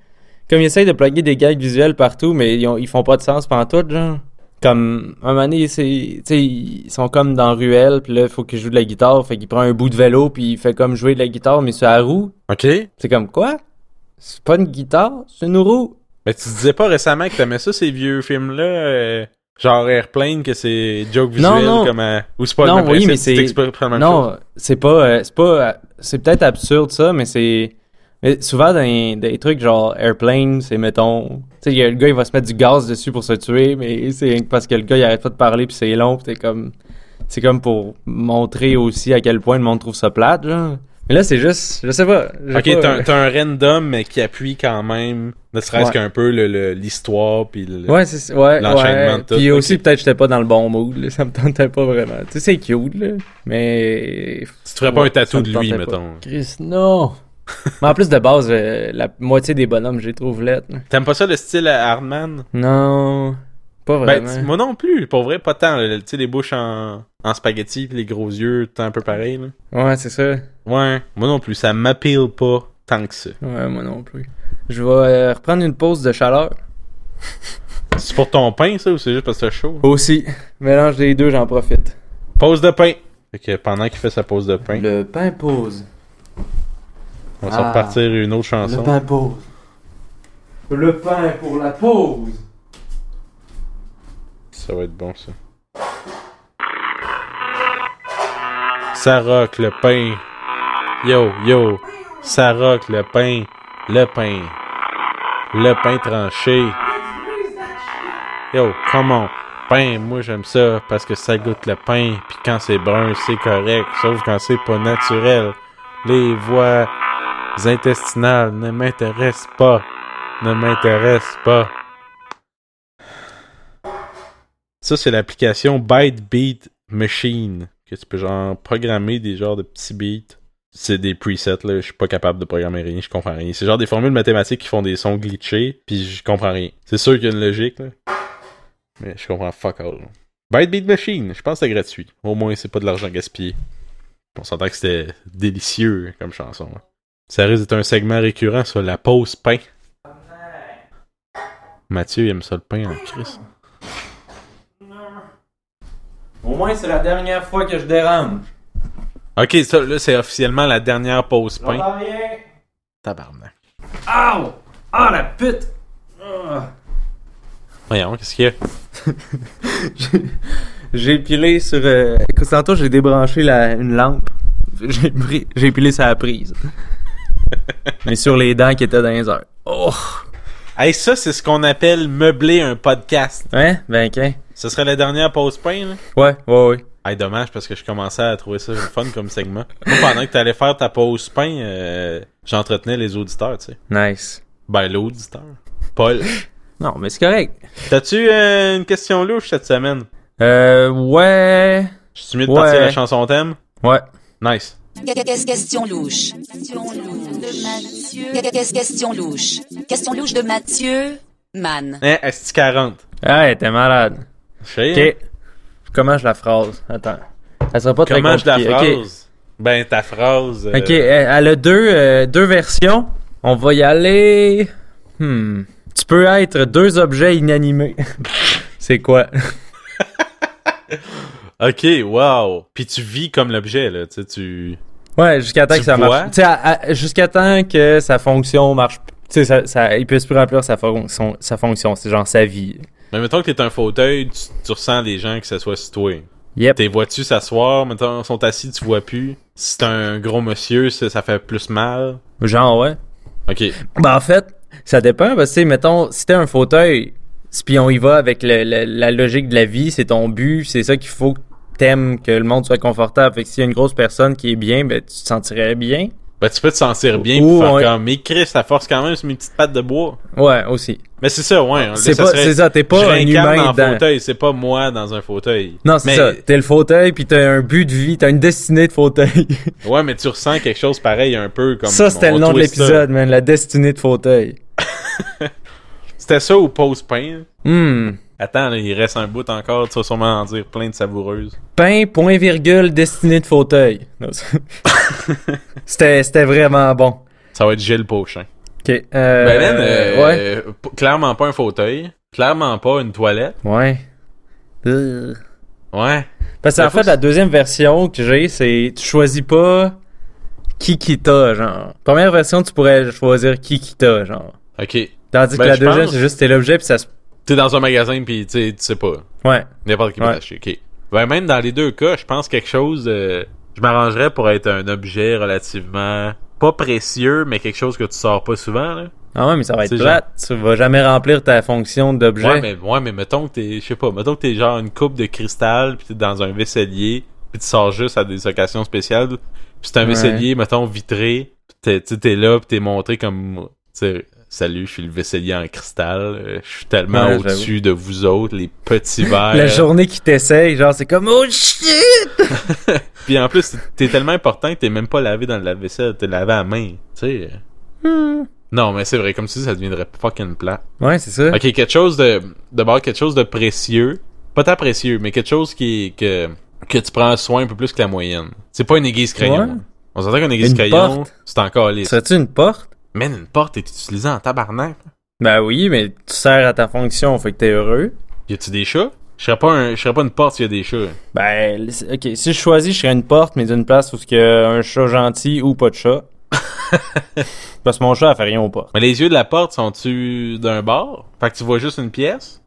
A: Comme ils essayent de plugger des gags visuels partout, mais ils, ont- ils font pas de sens pantoute, genre. Comme, un moment donné, c'est- tu sais, ils sont comme dans Ruelle, puis là, il faut qu'ils jouent de la guitare, fait qu'il prend un bout de vélo, puis il fait comme jouer de la guitare, mais sur la roue.
B: Ok.
A: C'est comme, quoi? C'est pas une guitare, c'est une roue.
B: Mais tu disais pas récemment que t'aimais ça, ces vieux films-là, euh, genre Airplane, que c'est joke visuel,
A: Non, non.
B: comme à- Ou c'est pas
A: Non,
B: le même
A: oui,
B: principe,
A: mais
B: tu
A: c'est-
B: t'exprimes pas la même chose.
A: Non, c'est pas, euh, c'est pas, euh, c'est peut-être absurde ça, mais c'est mais souvent dans les- des trucs genre airplane, c'est mettons, tu sais, il y a le gars il va se mettre du gaz dessus pour se tuer, mais c'est parce que le gars il arrête pas de parler puis c'est long, puis t'es comme, c'est comme pour montrer aussi à quel point le monde trouve ça plate, genre. Mais là c'est juste, je sais pas. j'ai
B: Ok,
A: pas- euh,
B: t'as un- t'as un random, mais qui appuie quand même, ne serait-ce
A: Ouais.
B: qu'un peu le- le- l'histoire, puis le...
A: Ouais, c'est ouais,
B: L'enchaînement
A: ouais.
B: de tout,
A: Puis aussi,
B: ok.
A: peut-être j'étais pas dans le bon mood, là, [LAUGHS] ça me tentait pas vraiment. Tu sais, c'est cute, là, mais
B: Tu te ferais pas
A: Ouais,
B: un tatou
A: ça me
B: de lui,
A: tentait pas.
B: mettons.
A: Chris, non! Mais en plus, de base, euh, la moitié des bonhommes, je les trouve lettres. hein.
B: T'aimes pas ça, le style à Hardman?
A: Non, pas
B: Ben,
A: vraiment.
B: tu- moi non plus, pour vrai, pas tant. là. Tu sais, les bouches en, en spaghetti, puis les gros yeux, t'es un peu pareil, là.
A: ouais, c'est ça.
B: Ouais, moi non plus, ça m'appelle pas tant que ça.
A: Ouais, moi non plus. Je vais euh, reprendre une pause de chaleur.
B: C'est pour ton pain, ça, ou c'est juste parce que c'est chaud?
A: Aussi. Mélange des deux, j'en profite.
B: Pause de pain. Fait que pendant qu'il fait sa pause de pain,
F: Le pain pose.
B: on va
F: Ah.
B: se repartir une autre chanson.
F: pose. Le pain pour la pause.
B: Ça va être bon ça. Ça rock le pain. Yo, yo. Ça rock le pain. Le pain. Le pain tranché. Yo, come on. Pain, moi j'aime ça parce que ça goûte le pain. Puis quand c'est brun, c'est correct. Sauf quand c'est pas naturel. Les voies intestinales ne m'intéressent pas. Ne m'intéressent pas. Ça, c'est l'application ByteBeat Machine, que tu peux genre programmer des genres de petits beats. C'est des presets, là. Je suis pas capable de programmer rien, je comprends rien. C'est genre des formules mathématiques qui font des sons glitchés, puis je comprends rien. C'est sûr qu'il y a une logique, là. Mais je comprends fuck all. ByteBeat Machine, je pense que c'est gratuit. Au moins, c'est pas de l'argent gaspillé. On s'entend que c'était délicieux comme chanson. hein. Ça risque d'être un segment récurrent sur la pause pain. Mathieu, il aime ça le pain en crise.
A: Au moins, c'est la dernière fois que je dérange.
B: Ok, ça, là, c'est officiellement la dernière pause pain. Tabarnak.
A: Ow! Ah, la pute! Ah.
B: Voyons, qu'est-ce qu'il y a?
A: J'ai pilé sur. Euh... écoute, Tantôt, j'ai débranché la, une lampe. J'ai pris- j'ai pilé sa prise. [LAUGHS] Mais sur les dents qui étaient dans les heures. Oh!
B: Hey, ça, c'est ce qu'on appelle meubler un podcast.
A: Hein? Ben, qu'un.
B: Ce serait la dernière pause pain, là?
A: Ouais, ouais, ouais.
B: Hey, dommage, parce que je commençais à trouver ça le fun comme segment. Moi, pendant que t'allais faire ta pause pain, euh, j'entretenais les auditeurs, tu sais.
A: Nice.
B: Ben, l'auditeur. Paul. [LAUGHS]
A: Non, mais c'est correct.
B: T'as-tu euh, une question louche cette semaine?
A: Euh, ouais.
B: Je suis mieux de
A: Ouais.
B: partir à la chanson thème.
A: Ouais.
B: Nice.
G: Question louche. Question louche. Question louche de Mathieu Mann.
B: Hein, est 40?
A: Ah, elle était malade.
B: Chier.
A: Ok. Comment je la phrase? Attends. Elle sera pas très
B: Comment je la
A: compliquée. Ok.
B: phrase? Ben, ta phrase. euh,
A: Ok, elle elle a deux, euh, deux versions. On va y aller. Hmm. Tu peux être deux objets inanimés. [LAUGHS] C'est quoi?
B: Ok, wow. Puis tu vis comme l'objet, là. Tu sais, tu.
A: Ouais, jusqu'à temps
B: Tu
A: que ça
B: vois?
A: marche. Tu sais, à- à- jusqu'à temps que sa fonction marche. Tu sais, ça, ça, il peut plus remplir sa, fon- son- sa fonction. C'est genre sa vie.
B: Mais mettons que t'es un fauteuil, tu, tu ressens les gens qui s'assoient sur toi.
A: Yep.
B: T'es vois-tu s'asseoir, mettons, sont assis, tu vois plus. Si t'es un gros monsieur, ça, ça fait plus mal.
A: Genre, ouais.
B: Ok.
A: Ben, en fait, ça dépend. Parce que, tu sais, mettons, si t'es un fauteuil, c'est- puis on y va avec le- le- la logique de la vie, c'est ton but, c'est ça qu'il faut que t'aimes, que le monde soit confortable. Fait que s'il y a une grosse personne qui est bien, ben, tu te sentirais bien.
B: Ben, tu peux te sentir bien
A: Ouh,
B: pour faire
A: ouais.
B: comme. Mais Chris, ça force quand même sur mes petites pattes de bois.
A: Ouais, aussi.
B: Ah, Mais c'est ça, ouais.
A: C'est
B: ça
A: pas-
B: serait-
A: c'est ça, t'es pas
B: je
A: un
B: réincarne
A: humain
B: dans
A: dedans.
B: un fauteuil, c'est pas moi dans un fauteuil.
A: Non, c'est
B: Mais-
A: ça. T'es le fauteuil, puis t'as un but de vie, t'as une destinée de fauteuil.
B: Ouais, mais tu ressens quelque chose pareil un peu comme.
A: ça, c'était
B: on
A: le nom de
B: twist ça.
A: l'épisode, man. La destinée de fauteuil.
B: C'était ça ou pose pain.
A: Hmm.
B: Attends, là, il reste un bout encore, tu vas sûrement en dire plein de savoureuses.
A: Pain, point, virgule, destinée de fauteuil. Non, c'est- [LAUGHS] c'était, c'était vraiment bon.
B: Ça va être Gilles Pochin.
A: Ok. euh,
B: ben, man, euh,
A: ouais.
B: euh, p- clairement pas un fauteuil, clairement pas une toilette.
A: Ouais. Euh.
B: Ouais.
A: Parce que,
B: Mais
A: en
B: faut
A: fait,
B: que-
A: la deuxième version que j'ai, c'est tu choisis pas qui qui t'a, genre. Première version, tu pourrais choisir qui qui t'a, genre.
B: Ok. T'es
A: Tandis
B: Ben,
A: que la
B: je
A: deuxième,
B: pense-
A: c'est juste t'es l'objet, puis ça se.
B: dans un magasin pis tu sais- tu sais pas.
A: Ouais.
B: N'importe qui peut
A: Ouais.
B: l'acheter. Ok. Ben, même dans les deux cas, je pense quelque chose. euh, je m'arrangerais pour être un objet relativement pas précieux, mais quelque chose que tu sors pas souvent. Là.
A: Ah ouais, mais ça va
B: C'est
A: être plate. Tu vas jamais remplir ta fonction d'objet.
B: Ouais, mais, ouais, mais mettons que t'es, je sais pas, mettons que t'es genre une coupe de cristal, puis t'es dans un vaisselier, puis tu sors juste à des occasions spéciales, puis c'est un
A: Ouais.
B: vaisselier, mettons, vitré, puis t'es, tu sais, t'es là, puis t'es montré comme, tu sais, salut, je suis le vaisselier en cristal, euh, je suis tellement
A: Ouais,
B: au-dessus de vous autres, les
A: [LAUGHS]
B: petits verres.
A: La journée qui t'essaye, genre, c'est comme Oh shit!
B: Puis en plus, t'es tellement important que t'es même pas lavé dans le lave-vaisselle, t'es lavé à main, tu sais.
A: Hmm.
B: Non, mais c'est vrai, comme si ça deviendrait fucking plat.
A: Ouais, c'est [LAUGHS] ça.
B: Ok, quelque chose de. D'abord, quelque chose de précieux. Pas tant précieux, mais quelque chose qui que, que tu prends soin un peu plus que la moyenne. C'est pas une aiguise crayon.
A: Ouais.
B: On s'entend qu'une aiguise
A: Une
B: crayon,
A: porte.
B: c'est encore lisse.
A: Serais-tu une porte?
B: Man, une porte est utilisée en tabarnak.
A: Ben oui, mais tu sers à ta fonction, fait que t'es heureux.
B: Y a-tu des chats? Je serais pas, un, je serais pas une porte s'il y a des chats.
A: Ben, laisse- ok, si je choisis, je serais une porte, mais d'une place où il y a un chat gentil ou pas de chat. Parce que mon chat, elle fait rien aux portes.
B: Mais les yeux de la porte sont-tu d'un bord? Fait que tu vois juste une pièce?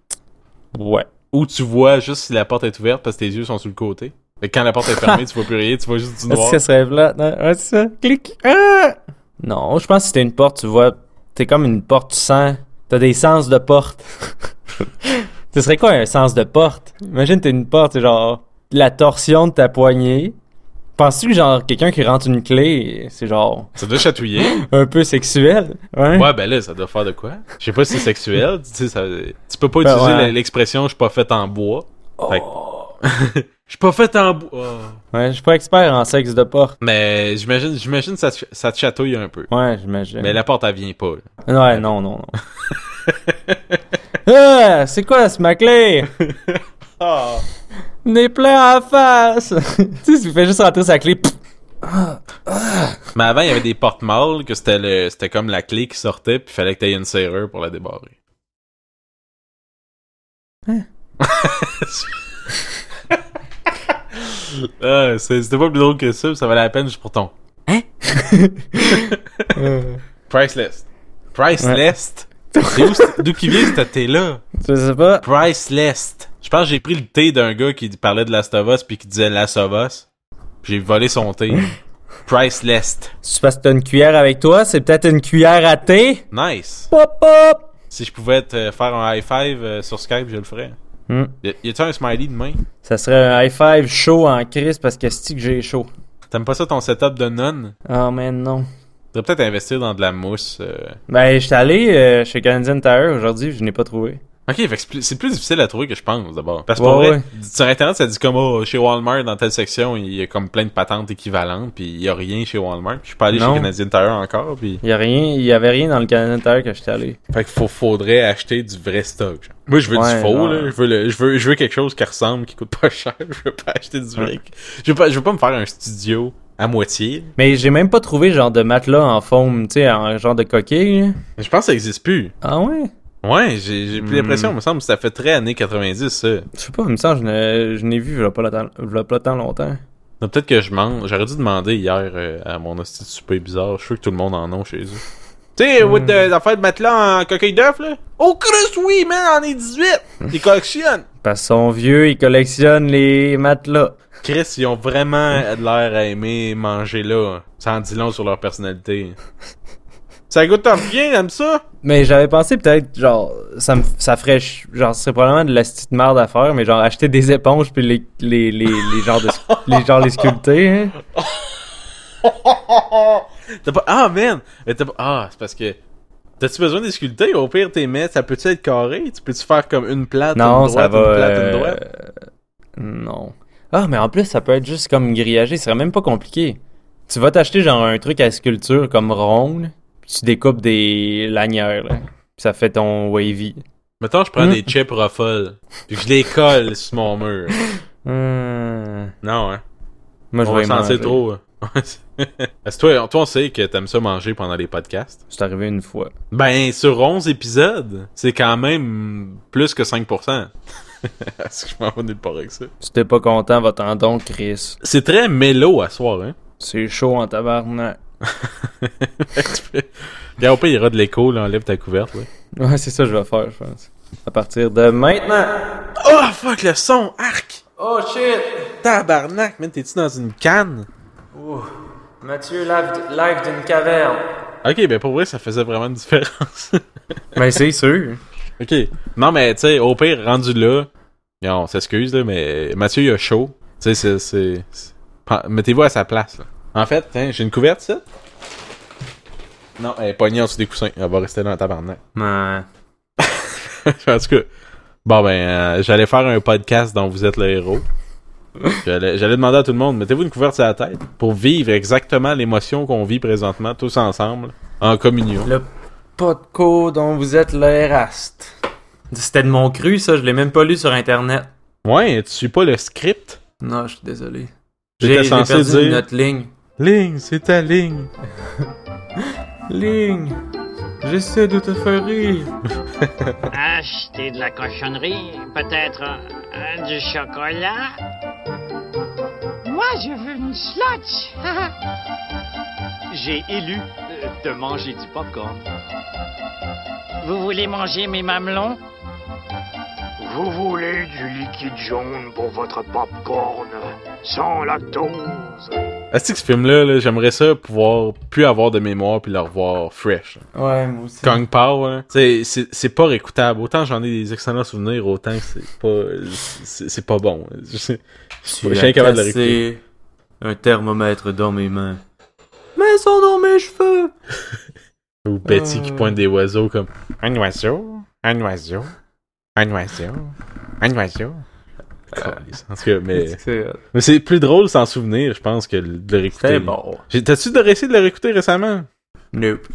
A: Ouais.
B: Ou tu vois juste si la porte est ouverte parce que tes yeux sont sur le côté? Fait que quand la porte est
A: [LAUGHS]
B: fermée, tu vois plus rien, tu vois juste du
A: Est-ce
B: noir.
A: que ça serait là? Ouais, c'est ça. Clic. Ah! Non, je pense que si t'es une porte, tu vois. T'es comme une porte, tu sens. T'as des sens de porte. Ce serait quoi un sens de porte? Imagine t'es une porte, c'est genre la torsion de ta poignée. Penses-tu que genre quelqu'un qui rentre une clé, c'est genre
B: Ça doit chatouiller.
A: un peu sexuel? Hein?
B: Ouais, ben là, ça doit faire de quoi? Je sais pas si c'est sexuel. Tu, sais, ça- tu peux pas
A: Ben
B: utiliser
A: ouais. Oh.
B: la- l'expression je suis pas fait en bois. Fait que- [LAUGHS] Je suis pas fait en bois. Oh.
A: Ouais, je suis pas expert en sexe de porte.
B: Mais j'imagine j'imagine ça, te- ça te chatouille un peu.
A: Ouais, j'imagine.
B: Mais la porte, elle vient pas. là.
A: Ouais, non, non, non. Ah, c'est quoi ce ma clé? N'est plein à la face! tu sais, tu fais juste rentrer sa clé. pff.
B: Mais avant, il y avait des portes mâles que c'était le- c'était comme la clé qui sortait, puis fallait que t'aies une serrure pour la débarrer. Hein? [LAUGHS] Ah, c'est- c'était pas plus drôle que ça, mais ça valait la peine juste pour ton. [LAUGHS] Priceless. Priceless. C'est où c'est- d'où qui vient ce thé-là?
A: Je sais pas.
B: Priceless. Je pense que j'ai pris le thé d'un gars qui parlait de l'Astovos puis qui disait l'Astovos. J'ai volé son thé. Priceless.
A: Si tu passes t'as une cuillère avec toi, c'est peut-être une cuillère à thé.
B: Nice.
A: Pop, pop!
B: Si je pouvais te faire un high five euh, sur Skype, je le ferais.
A: Hmm.
B: Y a- Y a-tu un smiley demain?
A: Ça serait un high five chaud en crise parce que c'est que j'ai chaud.
B: T'aimes pas ça ton setup de nonne?
A: Oh man, non.
B: T'aurais peut-être investir dans de la mousse. euh.
A: Ben, j'étais allé euh, chez Canadian Tire aujourd'hui, je n'ai pas trouvé.
B: Ok, fait que c'est plus, c'est plus difficile à trouver que je pense d'abord. Parce que
C: Ouais,
B: pour vrai,
C: ouais.
B: sur Internet, ça dit comme oh, chez Walmart, dans telle section, il y a comme plein de patentes équivalentes, puis il y a rien chez Walmart. Je suis pas allé
C: Non.
B: chez Canadian Tire encore, puis.
C: Il y a rien, il y avait rien dans le Canada que j'étais allé.
B: Fait qu'il faut, faudrait acheter du vrai stock. genre. Moi, je veux
C: Ouais,
B: du faux,
C: ouais.
B: là. Je veux, le- je, veux, je veux quelque chose qui ressemble, qui coûte pas [LAUGHS] cher. Je veux pas acheter du vrai. Je, veux pas, je veux pas me faire un studio à moitié.
C: Mais j'ai même pas trouvé genre de matelas en forme, tu sais, en genre de coquille. là.
B: Je pense que ça existe plus.
C: Ah ouais?
B: Ouais, j'ai j'ai
C: Hmm.
B: plus l'impression, il me semble, que ça fait très années 90, ça.
C: Je sais pas, il me semble, je n'ai- je n'ai vu il y a pas, longtemps- il y a pas tant longtemps.
B: Donc, Peut-être que je mange. J'aurais dû demander hier euh, à mon hostie de souper bizarre. Je suis sûr que tout le monde en a chez eux. Tu
C: Hmm.
B: sais, with the- l'affaire de matelas en coquille d'œuf, là. Oh, Chris, oui, man, en est 18. Ils collectionnent.
C: Parce son vieux, il collectionne les matelas.
B: Chris, ils ont vraiment de l'air à aimer manger là. Ça en dit long sur leur personnalité. Ça goûte en rien, aime ça?
C: Mais j'avais pensé peut-être, genre, ça me ça ferait, ch- genre, ce serait probablement de la petite merde à faire, mais genre, acheter des éponges puis les, les, les, les genres de, les genres les sculpter, hein.
B: T'as pas. Ah, man! Mais t'as pas- Ah, c'est parce que. T'as-tu besoin des sculpter? Au pire, t'es mets, ça peut-tu être carré? Tu peux-tu faire comme une plate,
C: Non,
B: une droite,
C: ça va.
B: une plate, une
C: euh,
B: droite?
C: Non. Ah, mais en plus, ça peut être juste comme grillagé. Ce serait même pas compliqué. Tu vas t'acheter genre un truc à sculpture comme ronde, puis tu découpes des lanières, là. Puis ça fait ton wavy.
B: Mettons, je prends
C: Hmm.
B: des chips ruffles, puis je les colle sur mon mur.
C: Hum,
B: Non, hein.
C: Moi, je
B: on va
C: vais y
B: sentir
C: manger.
B: trop. hein. [LAUGHS] Parce que toi, toi, on sait que t'aimes ça manger pendant les podcasts.
C: C'est arrivé une fois.
B: Ben, sur 11 épisodes, c'est quand même plus que 5%. [LAUGHS] Est-ce que je m'en vais nulle part avec ça?
C: Si t'es pas content, va-t'en donc, Chris.
B: C'est très mélo à soir, [LAUGHS] hein?
C: C'est chaud en tabarnak. [LAUGHS]
B: Bien, au pire, il y aura de l'écho, là, enlève ta couverte, là.
C: Ouais, c'est ça que je vais faire, je pense. À partir de maintenant.
B: Oh, fuck, le son, arc! Oh, shit! Tabarnak, man, t'es-tu dans une canne?
C: Mathieu live d'une caverne.
B: Ok, ben pour vrai, ça faisait vraiment une différence. [LAUGHS]
C: Mais c'est sûr.
B: Ok. Non, mais tu sais, au pire, rendu là, non, on s'excuse, là, mais Mathieu, il a chaud. Tu sais, c'est- c'est. c'est- Pen- Mettez-vous à sa place, là. En fait, hein, j'ai une couverte, ça? Non, elle est pognée en dessous des coussins. Elle va rester dans le tabarnak. [LAUGHS]
C: Ouais.
B: en tout cas, bon, ben, euh, j'allais faire un podcast dont vous êtes le héros. J'allais j'allais demander à tout le monde, mettez-vous une couverte sur la tête pour vivre exactement l'émotion qu'on vit présentement, tous ensemble, en communion.
C: Le pas de code dont vous êtes le raste. C'était de mon cru, ça, je l'ai même pas lu sur internet.
B: Ouais, tu suis pas le script?
C: Non, je suis désolé.
B: J'étais
C: J'ai j'ai
B: censé
C: perdu
B: dire-
C: notre ligne.
B: Ligne, c'est ta ligne. [LAUGHS]
C: Ligne, j'essaie de te faire rire.
H: Acheter de la cochonnerie, peut-être euh, euh, du chocolat.
I: Moi, je veux une slotch.
H: [LAUGHS] J'ai élu euh, de manger du popcorn.
I: Vous voulez manger mes mamelons
J: Vous voulez du liquide jaune pour votre popcorn sans lactose
B: Est-ce Ah, que ce film-là, là, j'aimerais ça pouvoir plus avoir de mémoire puis le revoir fresh. là.
C: Ouais, moi aussi.
B: Kung Pao, là, t'sais, c'est c'est pas réécoutable. Autant j'en ai des excellents souvenirs, autant que c'est pas c'est c'est pas bon. Je sais-
C: Tu
B: je
C: as
B: suis incapable de le
C: cassé
B: réécouter.
C: Un thermomètre dans mes mains. Mais sont dans mes cheveux.
B: Ou Betty qui
C: Euh.
B: pointe des oiseaux comme un oiseau, un oiseau, un oiseau, un oiseau. Calisse. En tout cas, mais,
C: C'est-
B: mais c'est plus drôle s'en souvenir, je pense, que de le réécouter.
C: C'était bon.
B: J'ai- T'as-tu de- essayé de le réécouter récemment?
C: Nope.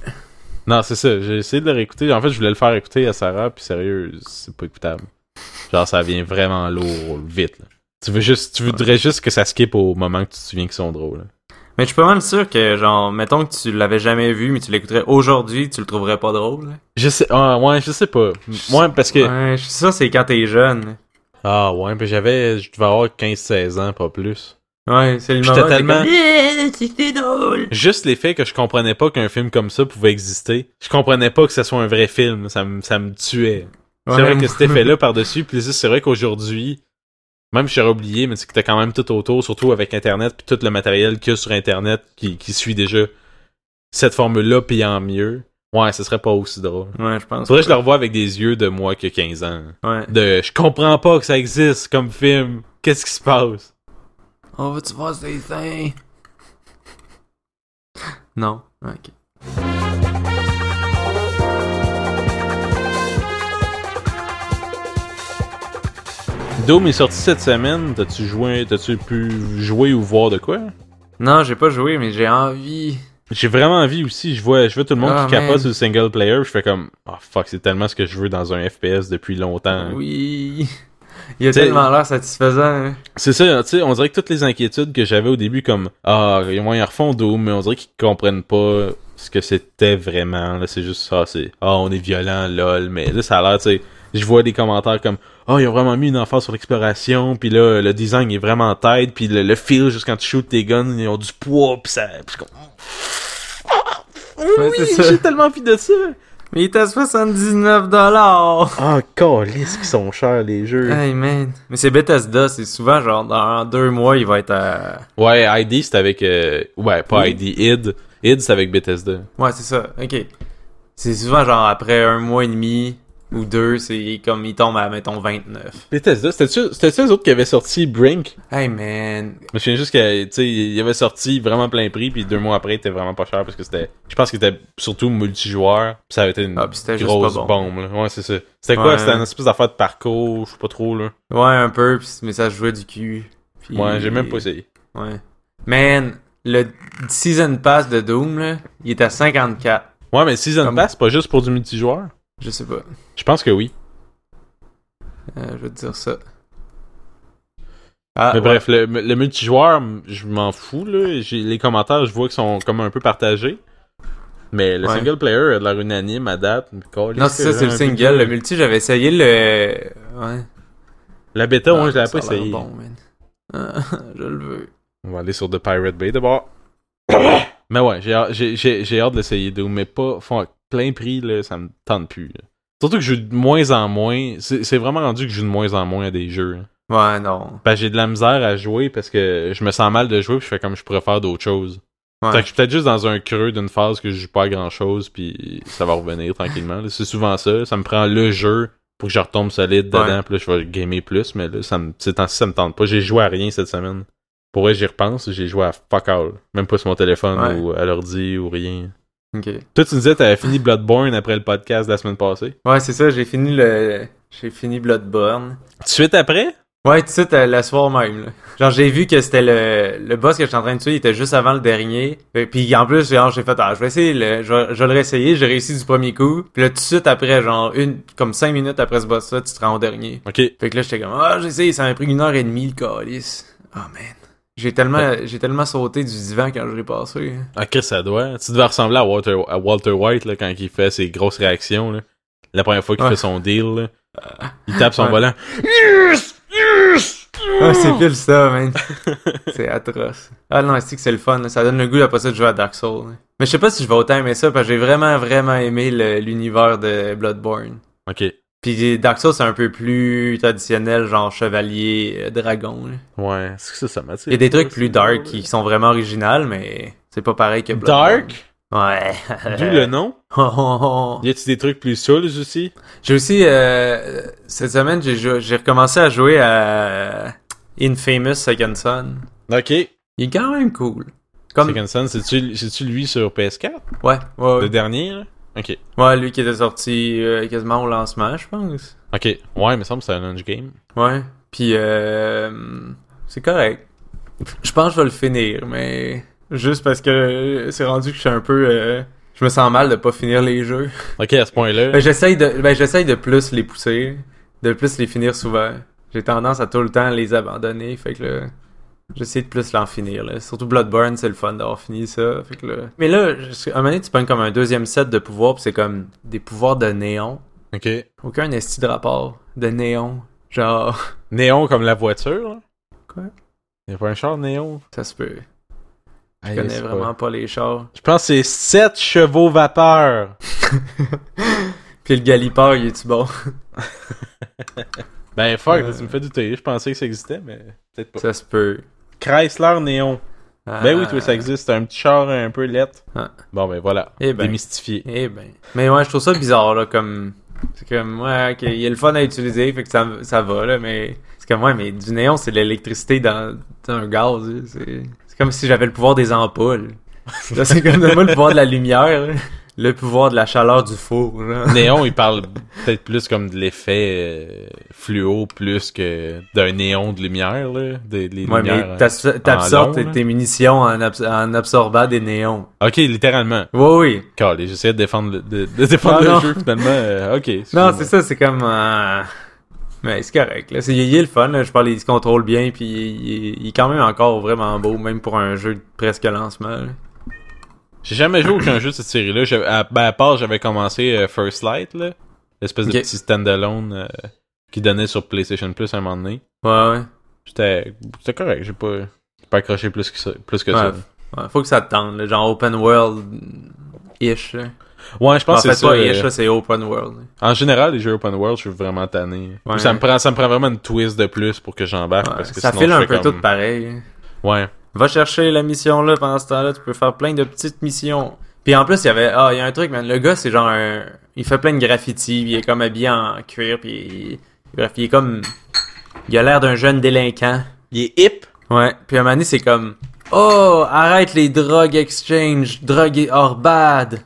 B: Non, c'est ça. J'ai essayé de le réécouter. En fait, je voulais le faire écouter à Sarah, puis sérieux, c'est pas écoutable. Genre, ça vient vraiment lourd, vite. là. Tu veux juste, tu voudrais juste que ça skip au moment que tu te souviens qu'ils sont drôles. là.
C: Mais je suis pas mal sûr que, genre, mettons que tu l'avais jamais vu, mais tu l'écouterais aujourd'hui, tu le trouverais pas drôle. hein. là.
B: Je sais, ah, ouais, je sais pas. Ouais, parce que,
C: Ouais, je- ça, c'est quand t'es jeune.
B: ah, ouais, puis j'avais, je devais avoir 15-16 ans, pas plus.
C: Ouais, c'est le
B: J'étais
C: moment. où t'es
B: tellement-
C: comme, Eh, C'était drôle.
B: Juste l'effet que je comprenais pas qu'un film comme ça pouvait exister. Je comprenais pas que ce soit un vrai film. Ça me, ça me tuait. C'est
C: Ouais,
B: vrai
C: moi-
B: que cet effet-là par-dessus, puis c'est vrai qu'aujourd'hui, même si j'aurais oublié, mais c'est que t'as quand même tout autour, surtout avec Internet, puis tout le matériel qu'il y a sur Internet qui, qui suit déjà cette formule-là, puis en mieux. Ouais, ce serait pas aussi drôle.
C: Ouais, je pense.
B: Faudrait que je le revoie avec des yeux de moi que 15 ans.
C: Ouais.
B: De je comprends pas que ça existe comme film. Qu'est-ce qui se passe?
C: On va-tu voir ses seins? Non. Ok.
B: Doom est sorti cette semaine. T'as-tu joué, t'as-tu pu jouer ou voir de quoi?
C: Non, j'ai pas joué, mais j'ai envie.
B: J'ai vraiment envie aussi. Je vois, je vois tout le monde
C: Ah,
B: qui capote
C: man.
B: sur le single player. Je fais comme, oh fuck, c'est tellement ce que je veux dans un FPS depuis longtemps.
C: Oui. Il a
B: T'sais-
C: tellement l'air satisfaisant. hein.
B: C'est ça, tu sais, on dirait que toutes les inquiétudes que j'avais au début, comme, ah, ils vont- ils refont Doom, mais on dirait qu'ils comprennent pas ce que c'était vraiment. Là, c'est juste ça, c'est, ah, on est violent, lol, mais là, ça a l'air, tu sais, je vois des commentaires comme, ah, ils ont vraiment mis une enfance sur l'exploration, puis là, le design est vraiment tête, puis le, le feel, juste quand tu shoots tes guns, ils ont du poids, puis ça, puis je suis comme, Ah,
C: Ouais,
B: oui,
C: c'est ça.
B: j'ai tellement envie de ça.
C: Mais il est à 79 dollars.
B: [LAUGHS] Ah, calisse qui sont chers, les jeux.
C: Hey man. Mais c'est Bethesda, c'est souvent genre dans deux mois il va être à.
B: Ouais, ID, c'est avec, euh, ouais, pas
C: Oui.
B: ID, id. Id, c'est avec Bethesda.
C: Ouais, c'est ça, ok. C'est souvent genre après un mois et demi ou deux, c'est comme il tombe à mettons 29.
B: Bethesda, c'était-tu c'était-tu eux autres qui avaient sorti Brink?
C: Hey man.
B: Je me souviens juste qu'il avait sorti vraiment plein prix, puis deux mois après, il était vraiment pas cher, parce que c'était... Je pense qu'il était surtout multijoueur, puis ça avait été une
C: Ah, puis c'était juste
B: grosse
C: pas bon.
B: bombe, là. Ouais, c'est ça. C'était quoi?
C: Ouais.
B: C'était une espèce d'affaire de parcours, je sais pas trop, là.
C: Ouais, un peu, pis- mais ça se jouait du cul. Puis-
B: Ouais, j'ai même pas essayé.
C: Ouais. Man, le Season Pass de Doom, là, il est à 54.
B: Ouais, mais Season
C: Comme-
B: Pass, c'est pas juste pour du multijoueur?
C: Je sais pas.
B: Je pense que oui.
C: Euh, je vais te dire ça. Ah,
B: mais
C: ouais.
B: bref, le, le multijoueur, je m'en fous, là. J'ai- Les commentaires, je vois qu'ils sont comme un peu partagés. Mais le
C: Ouais.
B: single player a l'air unanime à date. Calisse
C: Non, c'est
B: que
C: ça, c'est le
B: j'ai un
C: single.
B: peu-
C: Le multi, j'avais essayé le. Ouais.
B: La bêta,
C: Ah,
B: ouais, je l'avais
C: ça
B: pas
C: a l'air
B: essayé.
C: Bon, man. [LAUGHS] Ah, je le veux.
B: On va aller sur The Pirate Bay
C: [LAUGHS]
B: d'abord. mais ouais, j'ai hâte- j'ai- j'ai j'ai hâte de l'essayer, Doom, mais pas fuck, plein prix, là, ça me tente plus. là. Surtout que je joue de moins en moins. C'est c'est vraiment rendu que je joue de moins en moins à des jeux. hein.
C: Ouais, non.
B: Parce que j'ai de la misère à jouer parce que je me sens mal de jouer puis je fais comme je pourrais faire d'autres choses.
C: Ouais.
B: Fait que je suis peut-être juste dans un creux d'une phase que je joue pas à grand chose puis ça va revenir tranquillement. là. C'est souvent ça. Ça me prend le jeu pour que je retombe solide dedans
C: Ouais.
B: puis là, je vais gamer plus. Mais là, ça me, ces temps-ci, ça me tente pas. J'ai joué à rien cette semaine. Pour vrai, j'y repense, j'ai joué à fuck all. Même pas sur mon téléphone
C: Ouais.
B: ou à l'ordi ou rien.
C: Ok.
B: Toi, tu nous disais t'avais fini Bloodborne après le podcast de la semaine passée.
C: Ouais, c'est ça, j'ai fini le. J'ai fini Bloodborne.
B: Tout de suite après?
C: Ouais, tout de suite, euh, la soir même, là. Genre, j'ai vu que c'était le, le boss que j'étais en train de tuer, il était juste avant le dernier. Euh, Puis en plus, genre, j'ai fait, ah, je vais essayer, le, je, vais- je vais le réessayer, j'ai réussi du premier coup. Puis là, tout de suite après, genre, une, comme cinq minutes après ce boss-là, tu te rends au dernier.
B: Ok.
C: Fait que là, j'étais comme, ah, j'ai essayé, ça m'a pris une heure et demie, le calice. Ah, man. J'ai tellement, j'ai tellement sauté du divan quand je l'ai passé.
B: Ah, Chris, ça doit. Tu devais ressembler à Walter, à Walter White là, quand il fait ses grosses réactions. Là. La première fois qu'il
C: Ouais.
B: fait son deal, là, il tape son
C: Ouais.
B: volant.
C: Ah, c'est pile ça, man. c'est atroce. Ah non, c'est que c'est le fun. là. Ça donne le goût après ça de jouer à Dark Souls. là. Mais je sais pas si je vais autant aimer ça parce que j'ai vraiment, vraiment aimé le- l'univers de Bloodborne.
B: Ok.
C: Puis Dark Souls, c'est un peu plus traditionnel, genre chevalier, euh, dragon. là.
B: Ouais, c'est que ça, ça m'attire.
C: Il y a des trucs plus dark qui sont vraiment originales, mais c'est pas pareil que Bloodborne.
B: Euh, Dark,
C: Ouais.
B: d'où le nom.
C: [LAUGHS] Oh, oh, oh.
B: Y a-t-il des trucs plus souls aussi
C: J'ai aussi, euh, cette semaine, j'ai joué- j'ai recommencé à jouer à Infamous Second Son.
B: Ok.
C: Il est quand même cool. Comme...
B: Second Son, c'est-tu c'est-tu lui sur PS4
C: Ouais, ouais,
B: Le
C: ouais.
B: dernier là? Ok.
C: Ouais, lui qui était sorti euh, quasiment au lancement, je pense.
B: Ok. Ouais, il me semble que c'est un launch game.
C: Ouais. Puis, euh, c'est correct. Je pense que je vais le finir, mais juste parce que euh, c'est rendu que je suis un peu... euh, Je me sens mal de pas finir les jeux.
B: Ok, à ce point-là.
C: Ben, j'essaye de, ben, j'essaye de plus les pousser, de plus les finir souvent. J'ai tendance à tout le temps les abandonner, fait que là, j'essaie de plus l'en finir. Là. Surtout Bloodburn, c'est le fun d'avoir fini ça, fait que là. Mais là, je- à un moment donné, tu pognes comme un deuxième set de pouvoirs, puis c'est comme des pouvoirs de néon.
B: Ok.
C: Aucun esti de rapport de néon. Genre, [LAUGHS]
B: Néon comme la voiture. Là.
C: Quoi?
B: Y a pas un char néon.
C: ça se peut.
B: Ah,
C: Je
B: yes,
C: connais
B: c'est pas-
C: vraiment Eh, pas les chars.
B: Je pense que c'est 7 chevaux vapeur.
C: Puis le galipard, il est-tu bon?
B: Ben fuck,
C: Euh.
B: tu me fais douter. Je pensais que ça existait, mais peut-être pas.
C: Ça se peut.
B: Chrysler Néon. Ben oui, toi, ça
C: Ah.
B: existe. C'est un petit char un peu lettre.
C: Ah.
B: Bon, ben voilà.
C: Eh ben.
B: Démystifié.
C: Eh ben. Mais ouais, je trouve ça bizarre, là, comme... C'est comme, ouais, ok, il y a le fun à utiliser, fait que ça, ça va, là, mais... C'est comme, ouais, mais du néon, c'est de l'électricité dans, dans un
B: [LAUGHS]
C: gaz, là, c'est... C'est comme si j'avais le pouvoir des ampoules. Là, c'est comme, donne-moi le pouvoir de la lumière, là. le pouvoir de la chaleur du four. là.
B: Néon, il parle peut-être plus comme de l'effet euh, fluo plus que d'un néon de lumière, là. Des, des lumières,
C: Ouais, mais
B: hein.
C: t'as- t'absorbes
B: en
C: tes,
B: long,
C: tes munitions en, abs- en absorbant des néons.
B: euh. Ok, littéralement.
C: Oui, oui.
B: Calé, j'essayais de défendre le, de, de défendre
C: Ah,
B: le
C: non.
B: jeu, finalement. Euh, ok. excuse-moi.
C: Non, c'est ça, c'est comme... euh, Mais c'est correct. Là. C'est, il, il est le fun, là. je parle, il se contrôle bien, puis il, il- il est quand même encore vraiment beau, même pour un jeu de presque lancement. là.
B: J'ai jamais joué aucun jeu de cette série-là. J'avais- À, ben, à part, j'avais commencé euh, First Light, là. L'espèce de
C: Ok.
B: petit standalone euh, qui donnait sur PlayStation Plus à un moment donné.
C: Ouais, ouais.
B: J'étais c'était correct, j'ai pas, j'ai pas accroché plus que ça. Plus que ça.
C: Ouais, Ouais, faut que ça te tente, là, genre open world-ish. là.
B: Ouais, je
C: En
B: pense que
C: fait,
B: c'est ça.
C: pas ish,
B: euh,
C: là, c'est open world. là.
B: En général, les jeux open world, je suis vraiment tanné.
C: Ouais.
B: Ça, me prend, ça me prend vraiment une twist de plus pour que j'embarque.
C: Ouais,
B: parce que
C: ça
B: sinon,
C: file
B: je
C: un
B: fais
C: peu
B: comme-
C: tout pareil. hein.
B: Ouais.
C: Va chercher la mission là pendant ce temps-là, tu peux faire plein de petites missions. Puis en plus, il y avait ah, il y a un truc man, le gars c'est genre un- il fait plein de graffitis, puis il est comme habillé en cuir puis il- bref, il est comme il a l'air d'un jeune délinquant.
B: Il est hip.
C: Ouais, puis à un moment donné, c'est comme "Oh, arrête les drogues exchange, drogue hors bad."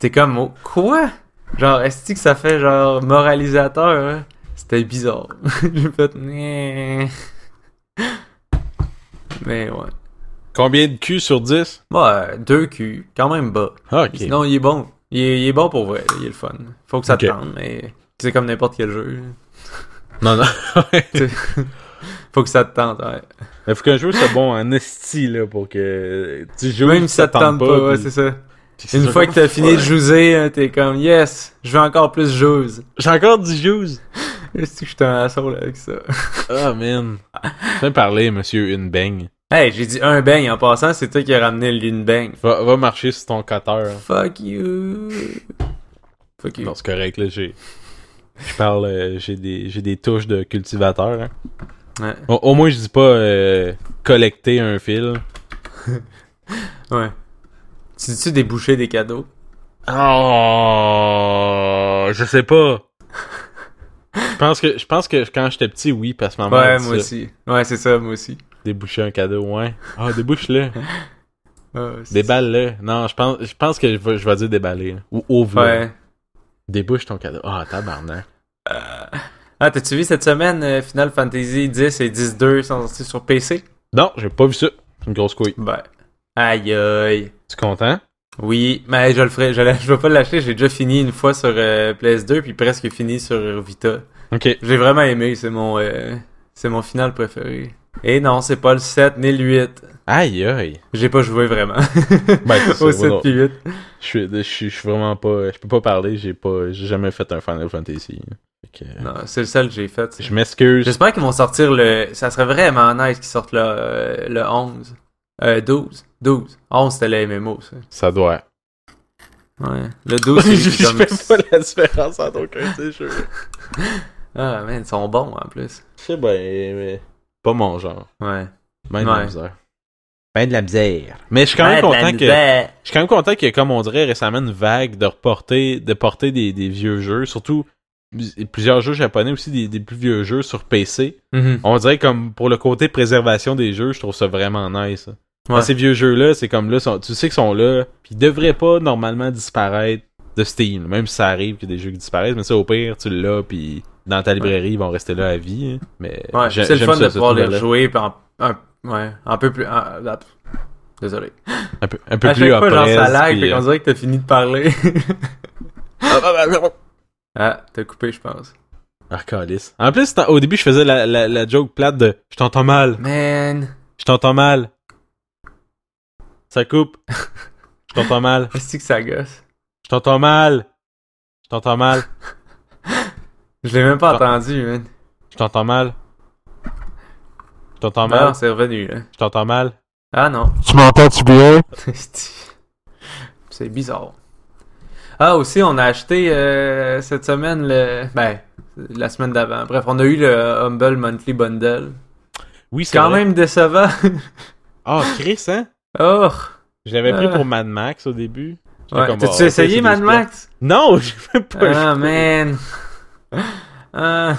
C: T'es comme oh, quoi Genre est-ce que ça fait genre moralisateur hein? C'était bizarre. [LAUGHS] J'ai fait Nyeh. Mais ouais.
B: Combien de Q sur 10
C: Ouais, euh, deux culs, quand même bas.
B: Ah, ok.
C: Sinon, il est bon. Il est, il est bon pour vrai, il est le fun. Faut que ça te
B: Ok.
C: tente, mais c'est comme n'importe quel jeu.
B: Non, [LAUGHS] non.
C: Tu sais, Faut que ça te tente, ouais.
B: Il faut qu'un jeu soit bon en esti, là, pour que tu joues.
C: Même si ça te tente pas, ouais,
B: puis-
C: c'est ça.
B: puis
C: Une
B: ça
C: fois que
B: comme- [LAUGHS]
C: t'as fini de
B: Ouais.
C: jouer, hein, t'es comme yes, je veux encore plus jouer. [LAUGHS]
B: J'ai encore du juice.
C: Est-ce que je suis un asshole avec ça?
B: Ah, man. Fais parler, monsieur une beigne.
C: Hey, j'ai dit un bang en passant, c'est toi qui as ramené l'une bang.
B: Va, va marcher sur ton cutter.
C: Fuck you. Fuck you.
B: Non, c'est correct, là, j'ai... Je parle, euh, j'ai des, j'ai des touches de cultivateur, hein.
C: Ouais.
B: Au, au moins, je dis pas euh, collecter un fil.
C: ouais. Tu dis-tu déboucher des cadeaux?
B: Oh, je sais pas. Je pense que je pense que quand j'étais petit, oui, parce que ma mère
C: Ouais,
B: dit
C: moi
B: ça.
C: aussi. Ouais, c'est ça, moi aussi.
B: Déboucher un cadeau, ouais. Ah, débouche-le.
C: Ah, c'est-
B: [LAUGHS] Déballe-le. Non, je pense, je pense que je vais, je vais dire déballer. là. Ou ouvre.
C: Ouais.
B: Débouche ton cadeau. Ah, tabarnak.
C: Ah, t'as-tu vu cette semaine euh, Final Fantasy X et X-2 sont sortis sur PC?
B: Non, j'ai pas vu ça. C'est une grosse couille.
C: Ben. Aïe aïe.
B: Tu es content?
C: Oui, mais je le ferai, je, l'ai- je vais pas l'acheter, j'ai déjà fini une fois sur euh, PS2 puis presque fini sur Vita.
B: Ok.
C: J'ai vraiment aimé, c'est mon euh, c'est mon final préféré. Et non, c'est pas le 7 ni le 8.
B: Aïe aïe.
C: J'ai pas joué vraiment.
B: [LAUGHS] Ben,
C: [LAUGHS]
B: c'est ça,
C: Au
B: ouais,
C: 7
B: non.
C: puis 8.
B: Je suis, je suis- je suis vraiment pas. Je peux pas parler, j'ai pas. J'ai jamais fait un Final Fantasy. Fait que-
C: Non, c'est le seul que j'ai fait.
B: je m'excuse.
C: J'espère qu'ils vont sortir le. Ça serait vraiment nice qu'ils sortent le, euh, le 11. Euh, 12. 12. 11, c'était le MMO, ça.
B: Ça doit.
C: Ouais. Le 12, c'est
B: [LAUGHS] je
C: comme...
B: fais pas la différence entre aucun de ces jeux.
C: Ah, man, ils sont bons, en plus.
B: Je sais bien, mais. Pas mon genre.
C: Ouais.
B: Ben de la
C: Ouais.
B: misère. Ben de la misère. Ben Mais je suis quand même content que. Je suis quand même content qu'il y ait, comme on dirait récemment, une vague de reporter, de porter des, des vieux jeux, surtout plus- plusieurs jeux japonais aussi, des, des plus vieux jeux sur PC.
C: Mhm.
B: On dirait comme pour le côté préservation des jeux, je trouve ça vraiment nice. Dans
C: Ouais.
B: Ces vieux jeux-là, c'est comme là, sont- tu sais qu'ils sont là, puis ils devraient pas normalement disparaître de Steam. Même si ça arrive que des jeux qui disparaissent, mais ça au pire, tu l'as, puis dans ta librairie, ils vont rester là à vie. hein. Mais
C: Ouais,
B: j'ai-
C: c'est le
B: j'aime
C: fun
B: ça,
C: de
B: ce
C: pouvoir les
B: truc-là.
C: rejouer, puis en... un- Ouais, un peu plus... en- ah, Désolé.
B: Un peu, un peu
C: à
B: plus
C: chaque fois, genre, ça
B: après,
C: lag,
B: puis,
C: puis on
B: euh,
C: dirait que t'as fini de parler. [LAUGHS] bah, ah, t'as coupé, je pense.
B: Ah, calice. En plus, t'en- au début, je faisais la, la, la joke plate de « Je t'entends mal,
C: Man,
B: je t'entends mal. » Ça coupe. « Je t'entends mal,
C: est-ce que ça gosse?
B: je t'entends mal, je t'entends mal,
C: Je l'ai même
B: Ah.
C: pas entendu, man.
B: je t'entends mal. Je t'entends
C: Ah,
B: mal,
C: c'est revenu, là.
B: je t'entends mal.
C: Ah non.
J: Tu m'entends-tu bien?
C: Esti. C'est bizarre. Ah, aussi, on a acheté euh, cette semaine le. Ben, la semaine d'avant. Bref, on a eu le Humble Monthly Bundle. »
B: Oui, c'est
C: Quand
B: vrai. [LAUGHS]
C: même décevant.
B: Ah, Chris, hein?
C: oh!
B: Je l'avais pris
C: Euh.
B: pour Mad Max au début. J'étais
C: Ouais.
B: comme,
C: T'as-tu
B: oh, ok, c'est
C: essayé, Mad
B: des
C: Max?
B: plans. Non, [LAUGHS] j'ai même pas.
C: Ah, man! Ah,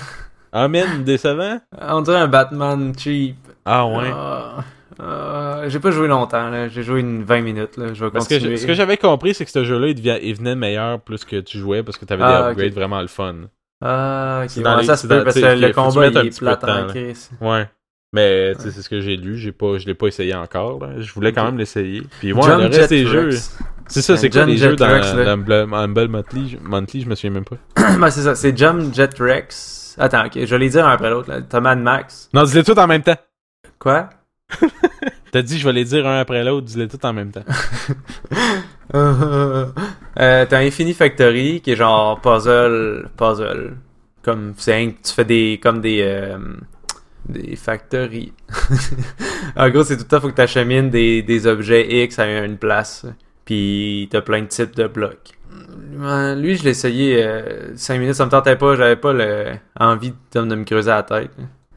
B: Ah, man, décevant?
C: on dirait un Batman cheap.
B: Ah, ouais.
C: Ah, Euh, j'ai pas joué longtemps, là. j'ai joué une 20 minutes. Là. Je vais
B: Parce que
C: continuer.
B: je- ce que j'avais compris, c'est que ce jeu-là, il, devient- il venait meilleur plus que tu jouais parce que t'avais des
C: Ah, ok.
B: upgrades vraiment le fun.
C: Ah,
B: C'est
C: ok,
B: dans
C: ouais,
B: les-
C: ça se
B: c'est
C: peut
B: dans-
C: parce
B: tu
C: que
B: sais,
C: le
B: faut se
C: combat
B: mettre un
C: il
B: petit
C: est
B: peu de
C: plate en
B: temps, là.
C: crise.
B: Ouais. Mais tu sais, c'est ce que j'ai lu, j'ai pas, je l'ai pas essayé encore. là. Je voulais quand
C: Ok.
B: même l'essayer. Puis ouais, le reste des jeux. C'est ça,
C: Un
B: c'est quoi
C: John
B: les jeux
C: Jet
B: dans
C: Rex, là.
B: dans Humble Humble Monthly je- Monthly, je me souviens même pas.
C: [COUGHS] Ben, c'est ça, c'est Jump Jet Rex. Attends, ok, je vais les dire un après l'autre. là. T'as Mad Max.
B: Non, dis-les tout en même temps.
C: Quoi?
B: T'as dit, je vais les dire un après l'autre, dis-les tout en même temps.
C: [LAUGHS] Euh, T'as Infini Factory qui est genre puzzle, puzzle. Comme c'est un- tu fais des comme des euh, des factories. [LAUGHS] en gros, c'est tout le temps faut que t'achemines des des objets X à une place. Puis t'as plein de types de blocs. Euh, Lui, je l'ai essayé 5 minutes, ça me tentait pas, j'avais pas le... envie de, de me creuser la tête.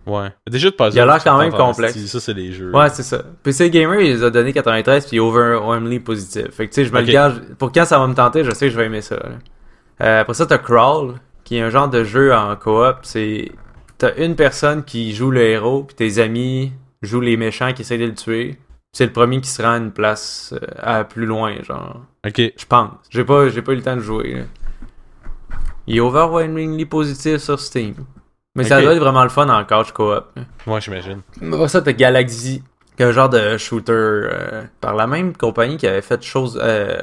B: Ouais. Des jeux de puzzle.
C: Il a l'air
B: tu
C: quand même
B: t'entends,
C: complexe.
B: c'est- Ça, c'est les jeux.
C: Ouais, c'est ça. PC Gamer, il les a donné 93 puis overwhelmingly positif. Fait que tu sais, je me
B: Ok.
C: le garde. Pour quand ça va me tenter, je sais que je vais aimer ça. là. Euh, après ça, t'as Crawl, qui est un genre de jeu en coop. C'est. T'as une personne qui joue le héros, puis tes amis jouent les méchants qui essayent de le tuer. Puis C'est le premier qui se rend à une place euh, à plus loin, genre.
B: Ok.
C: Je pense. J'ai pas, j'ai pas eu le temps de jouer. là. Il est overwhelmingly positif sur Steam. Mais ça
B: Ok.
C: doit être vraiment le fun en couch coop. là.
B: Moi, j'imagine.
C: Après ça, t'as Galaxy, qui est un genre de shooter euh, par la même compagnie qui avait fait chose. euh,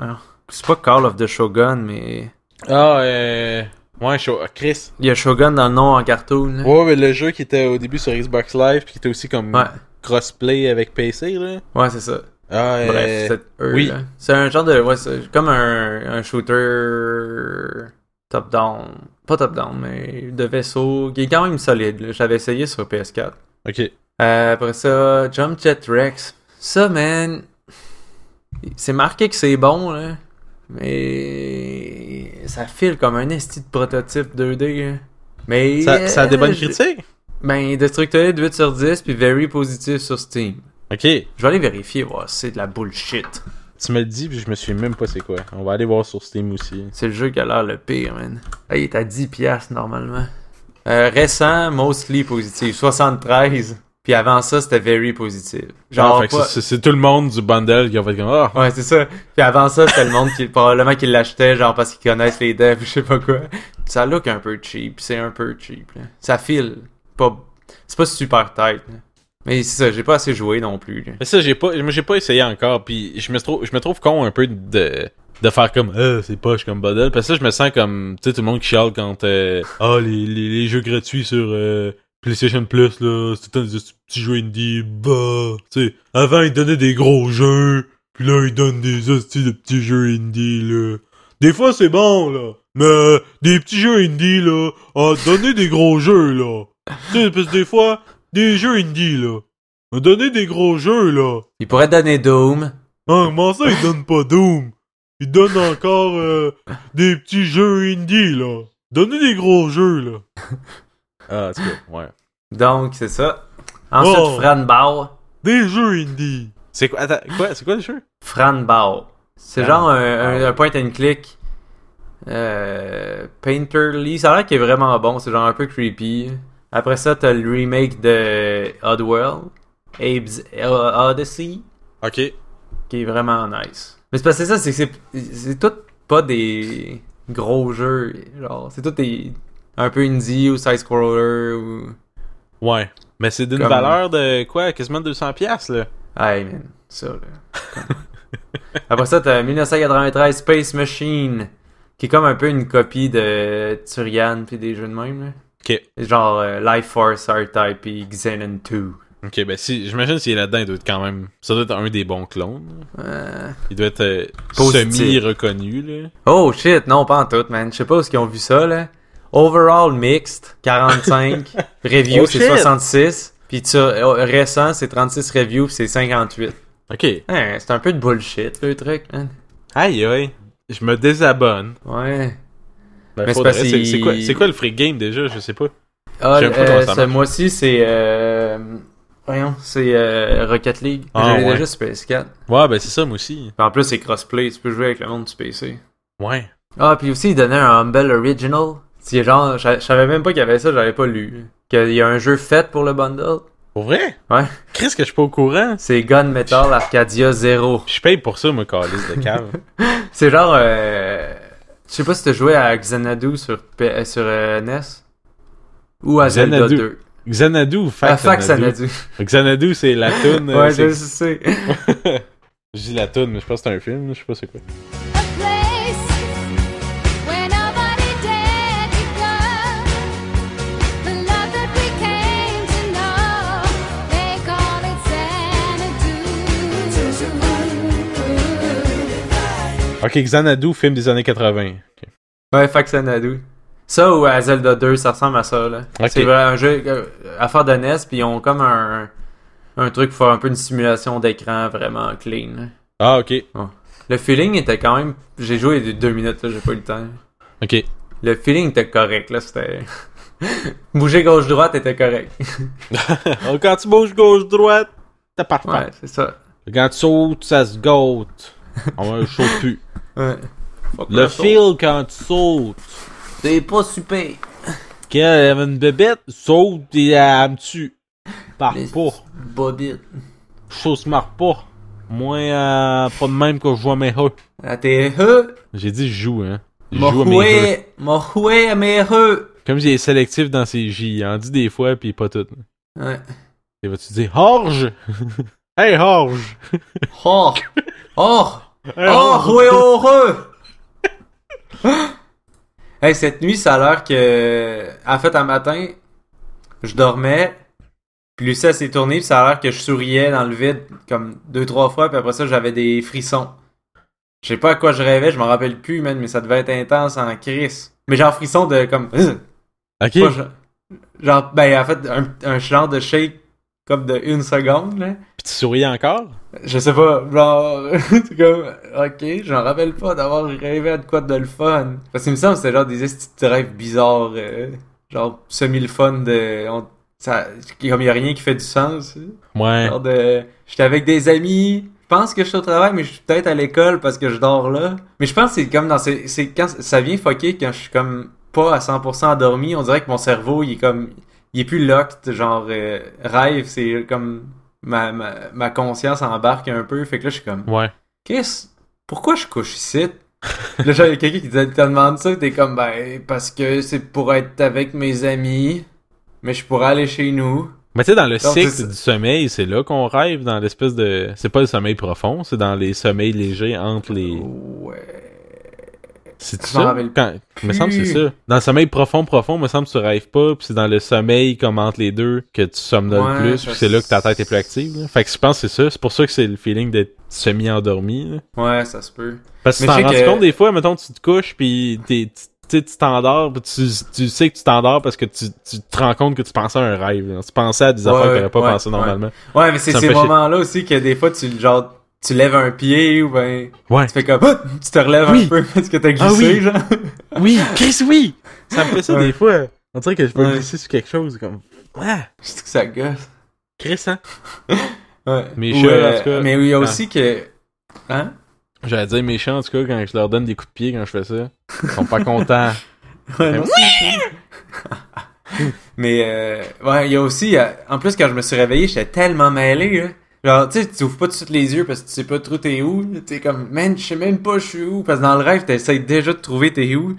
C: ah, c'est pas Call of the Shogun, mais.
B: Ah, euh. Ouais, je- Chris.
C: Il y a Shogun dans le nom en cartoon. là.
B: Ouais, mais le jeu qui était au début sur Xbox Live, puis qui était aussi comme
C: Ouais,
B: crossplay avec PC, là.
C: ouais, c'est ça.
B: Ah,
C: Bref,
B: euh,
C: c'est eux.
B: oui.
C: là. C'est un genre de. Ouais, c'est comme un, un shooter. Top-down. Pas top-down, mais de vaisseau. Qui est quand même solide. là. J'avais essayé sur PS4.
B: Ok.
C: Euh, après ça, Jump Jet Rex. Ça, man. C'est marqué que c'est bon, là. Mais. Ça file comme un esti de prototype 2D, là. Mais.
B: Ça, ça a des bonnes
C: euh, je-
B: critiques?
C: Ben, Destructoid 8 sur 10, puis Very Positif sur Steam.
B: Ok. Tu
C: Je vais aller vérifier, voir si c'est de la bullshit.
B: me le dis, puis je me souviens même pas c'est quoi. On va aller voir sur Steam aussi.
C: C'est le jeu qui a l'air le pire, man. Ah, il est à 10$ piastres, normalement. Euh, récent, mostly positif, 73. Puis avant ça, c'était very positif.
B: Ah, fait que
C: pas-
B: c'est- c'est c'est tout le monde du bundle qui a fait comme Ah,
C: Ouais, c'est ça. Puis avant ça, c'était le monde qui probablement qui l'achetait genre parce qu'ils connaissent les devs, je sais pas quoi. Ça look un peu cheap, c'est un peu cheap. là. Ça file pas c'est pas super tight. là. Mais c'est ça, j'ai pas assez joué non plus. là.
B: Mais ça, j'ai pas, moi, j'ai pas essayé encore, puis je me trouve, je me trouve con un peu de, de faire comme, euh, c'est poche comme bordel, parce que ça, je me sens comme, tu sais, tout le monde qui chiale quand, euh, ah, les, les, les jeux gratuits sur, euh, PlayStation Plus, là, c'est tout le temps des petits jeux indie, bah, tu sais, avant, ils donnaient des gros jeux, puis là, ils donnent des hosties de petits jeux indie, là. Des fois, c'est bon, là, mais, euh, des petits jeux indie, là, ah, donnez des gros jeux, là. Tu sais, parce que des fois, des jeux indie, là. Donnez des gros jeux, là.
C: Il pourrait donner Doom.
B: Ah, comment ça, ils donnent pas Doom? Ils donnent encore euh, des petits jeux indie, là. Donnez des gros jeux, là. Ah, c'est quoi, ouais.
C: Donc c'est ça. Ensuite
B: Oh.
C: Franbao.
B: Des jeux indie. C'est quoi, attends, quoi, c'est quoi le jeu?
C: Franbao. C'est genre un, un- un point and click. Euh, Painterly, ça a l'air qu'il est vraiment bon, c'est genre un peu creepy. Après ça, t'as le remake de Oddworld, Abe's euh, Odyssey,
B: Ok.
C: qui est vraiment nice. Mais c'est parce que c'est ça, c'est que c'est- c'est tout pas des gros jeux, genre, c'est tout des un peu indie ou side-scroller ou...
B: Ouais. Mais c'est d'une
C: Comme-
B: valeur de quoi? Quasiment 200$, piastres, là.
C: Hey man, ça là. Après ça, t'as 1993 Space Machine, qui est comme un peu une copie de Turian puis des jeux de même.
B: Ok.
C: là. Genre euh, Life Force, R-Type puis Xenon 2.
B: Ok, ben si, j'imagine s'il est là-dedans, il doit être quand même. Ça doit être un des bons clones.
C: Euh,
B: Il doit être euh,
C: Positif.
B: semi-reconnu, là.
C: Oh shit, non, pas en tout, man. Je sais pas où ils ont vu ça, là. Overall Mixed, 45.
B: [LAUGHS]
C: Review,
B: Oh,
C: c'est
B: shit.
C: 66. Puis tu- euh, récent, c'est 36 reviews, puis c'est 58.
B: Ok.
C: Hein, c'est un peu de bullshit, le truc, man.
B: Aïe, aïe. Je me désabonne.
C: Ouais.
B: Ben, faudrait-
C: Mais c'est parce
B: c'est c'est
C: qu'il-
B: quoi, c'est quoi le free game déjà? Je sais pas.
C: Ah,
B: J'aime pas
C: euh,
B: comment ça
C: ce
B: marche.
C: mois-ci, c'est. Euh... Voyons, c'est euh, Rocket League.
B: Ah,
C: J'ai
B: ouais.
C: déjà sur PS4.
B: Ouais, ben c'est ça, moi aussi.
C: Puis en plus, c'est crossplay. Tu peux jouer avec le monde du PC.
B: Ouais.
C: Ah, puis aussi, il donnait un Humble Original. C'est genre, je je savais même pas qu'il y avait ça, j'avais pas lu. Qu'il y a un jeu fait pour le bundle.
B: Pour vrai?
C: Ouais.
B: Chris, que je suis pas au courant.
C: C'est Gunmetal Arcadia 0.
B: Je paye pour ça, moi, calice de cave.
C: C'est genre. Euh... Je sais pas si t'as joué à Xanadu sur, P- euh, sur euh, NES ou à Zelda
B: Xanadu.
C: 2.
B: [LAUGHS] Xanadu ou
C: À
B: Fax
C: Fax
B: Ah, Xanadu?
C: Xanadu.
B: Xanadu, c'est la toune. euh,
C: Ouais,
B: c'est-
C: je sais.
B: Je dis la toune, mais je pense que c'est un film, je sais pas c'est quoi. Ok, Xanadu, film des années 80. Ok.
C: [LAUGHS] Ouais, Fax Xanadu. Ça ou à Zelda 2, ça ressemble à ça. là.
B: Ok.
C: C'est vraiment un jeu euh, à faire de NES, puis ils ont comme un, un truc pour faire un peu une simulation d'écran vraiment clean. là.
B: Ah, ok.
C: Le feeling était quand même. J'ai joué de- deux minutes, là, j'ai pas eu le temps.
B: [LAUGHS] Ok.
C: Le feeling était correct, là, c'était. [LAUGHS] Bouger gauche-droite était correct.
B: Oh, Quand tu bouges gauche-droite, t'es parfait.
C: Ouais, c'est ça.
B: Quand tu sautes, ça se gâte. On ne saute plus.
C: Ouais.
B: Le fil quand tu sautes.
C: C'est pas super.
B: Quand elle avait une bébête, saute et elle me tue. Par pas.
C: Bobit.
B: Chose se marque pas. Moi, euh, pas de même que je joue à mes jeux.
C: Ah, t'es heu.
B: J'ai dit je joue, hein. Je
C: M'a
B: joue à mes jeux.
C: joué. M'a joué à mes heu.
B: Comme j'ai sélectif dans ces J, il en dit des fois, puis pas tout.
C: Ouais.
B: Et vas-tu dire Horge [LAUGHS] Hey Horge
C: Oh. Oh.
B: Hey,
C: Oh,
B: Horge!
C: joué heureux. [LAUGHS] hey, cette nuit, ça a l'air que. En fait, un matin, je dormais. Puis Lucie, elle s'est tournée, puis ça a l'air que je souriais dans le vide, comme deux, trois fois, puis après ça, j'avais des frissons. Je sais pas à quoi je rêvais, je m'en rappelle plus, man, mais ça devait être intense en crise. Mais genre frisson de comme. [LAUGHS]
B: Ok,
C: Pas genre, genre, ben en fait, un, un genre de shake comme de une seconde, là.
B: puis tu souris encore
C: Je sais pas, genre, [LAUGHS] c'est comme, ok, j'en rappelle pas d'avoir rêvé à de quoi de le fun. Parce qu'il me semble que c'était genre des petits rêves bizarres, euh, genre semi le fun de. on- ça, comme y a rien qui fait du sens. hein.
B: Ouais.
C: Genre de. J'étais avec des amis, je pense que je suis au travail, mais je suis peut-être à l'école parce que je dors là. Mais je pense que c'est comme dans ces. c'est quand ça vient fucker quand je suis comme pas à 100% endormi, on dirait que mon cerveau, il est comme. Il est plus locked, genre euh, rêve, c'est comme. Ma, ma, ma conscience embarque un peu, fait que là je suis comme.
B: Ouais.
C: Qu'est-ce. Pourquoi je couche ici? là, genre, il y a quelqu'un qui te te demande ça, t'es comme, ben, parce que c'est pour être avec mes amis, mais je pourrais aller chez nous.
B: Mais tu sais, dans le
C: Non, c'est
B: cycle
C: ça.
B: du sommeil, c'est là qu'on rêve, dans l'espèce de. C'est pas le sommeil profond, c'est dans les sommeils légers entre les.
C: Ouais.
B: C'est
C: Je m'en
B: ça?
C: rappelle
B: Quand... Il me semble que c'est
C: plus.
B: ça. Dans le sommeil profond, profond, il me semble que tu rêves pas, puis c'est dans le sommeil comme entre les deux que tu somnoles
C: Ouais,
B: le plus, puis
C: parce-
B: c'est là que ta tête est plus active. là. Fait que je pense que c'est ça. C'est pour ça que c'est le feeling d'être semi-endormi. là.
C: Ouais, ça se peut.
B: Parce que tu
C: Mais
B: t'en
C: je
B: rends
C: sais que-
B: compte des fois, mettons, tu te couches, puis t'es- tu tu sais, tu t'endors, puis tu, tu sais que tu t'endors parce que tu, tu te rends compte que tu pensais à un rêve. là. Tu pensais à des
C: Ouais,
B: affaires que t'aurais pas
C: ouais,
B: pensé
C: ouais.
B: normalement.
C: Ouais, mais c'est
B: Ça me
C: ces
B: fait chier.
C: moments-là aussi que des fois, tu, genre, tu lèves un pied ou ben,
B: Ouais.
C: tu fais comme, Ah! tu te relèves
B: Oui.
C: un peu parce que t'as glissé,
B: Ah oui.
C: genre. [LAUGHS]
B: Oui, Chris, oui! Ça me fait ça
C: Ouais.
B: des fois. On dirait que je peux
C: Ouais.
B: glisser sur quelque chose, comme. Ouais!
C: Je trouve que ça gosse.
B: Chris, hein?
C: Ouais.
B: Mais
C: Ou,
B: je-
C: euh,
B: en tout cas-
C: mais il y a
B: Ah.
C: aussi que, hein?
B: J'allais dire méchant, en tout cas, quand je leur donne des coups de pied quand je fais ça. Ils sont pas contents.
C: Ouais,
B: Mais
C: non, c'est- Mais euh, ouais, il y a aussi, euh, en plus quand je me suis réveillé, j'étais tellement mêlé. là. Genre, tu sais, tu ouvres pas tout de suite les yeux parce que tu sais pas trop t'es où. là. T'es comme, man, je sais même pas je suis où. Parce que dans le rêve, t'essayes déjà de trouver t'es où.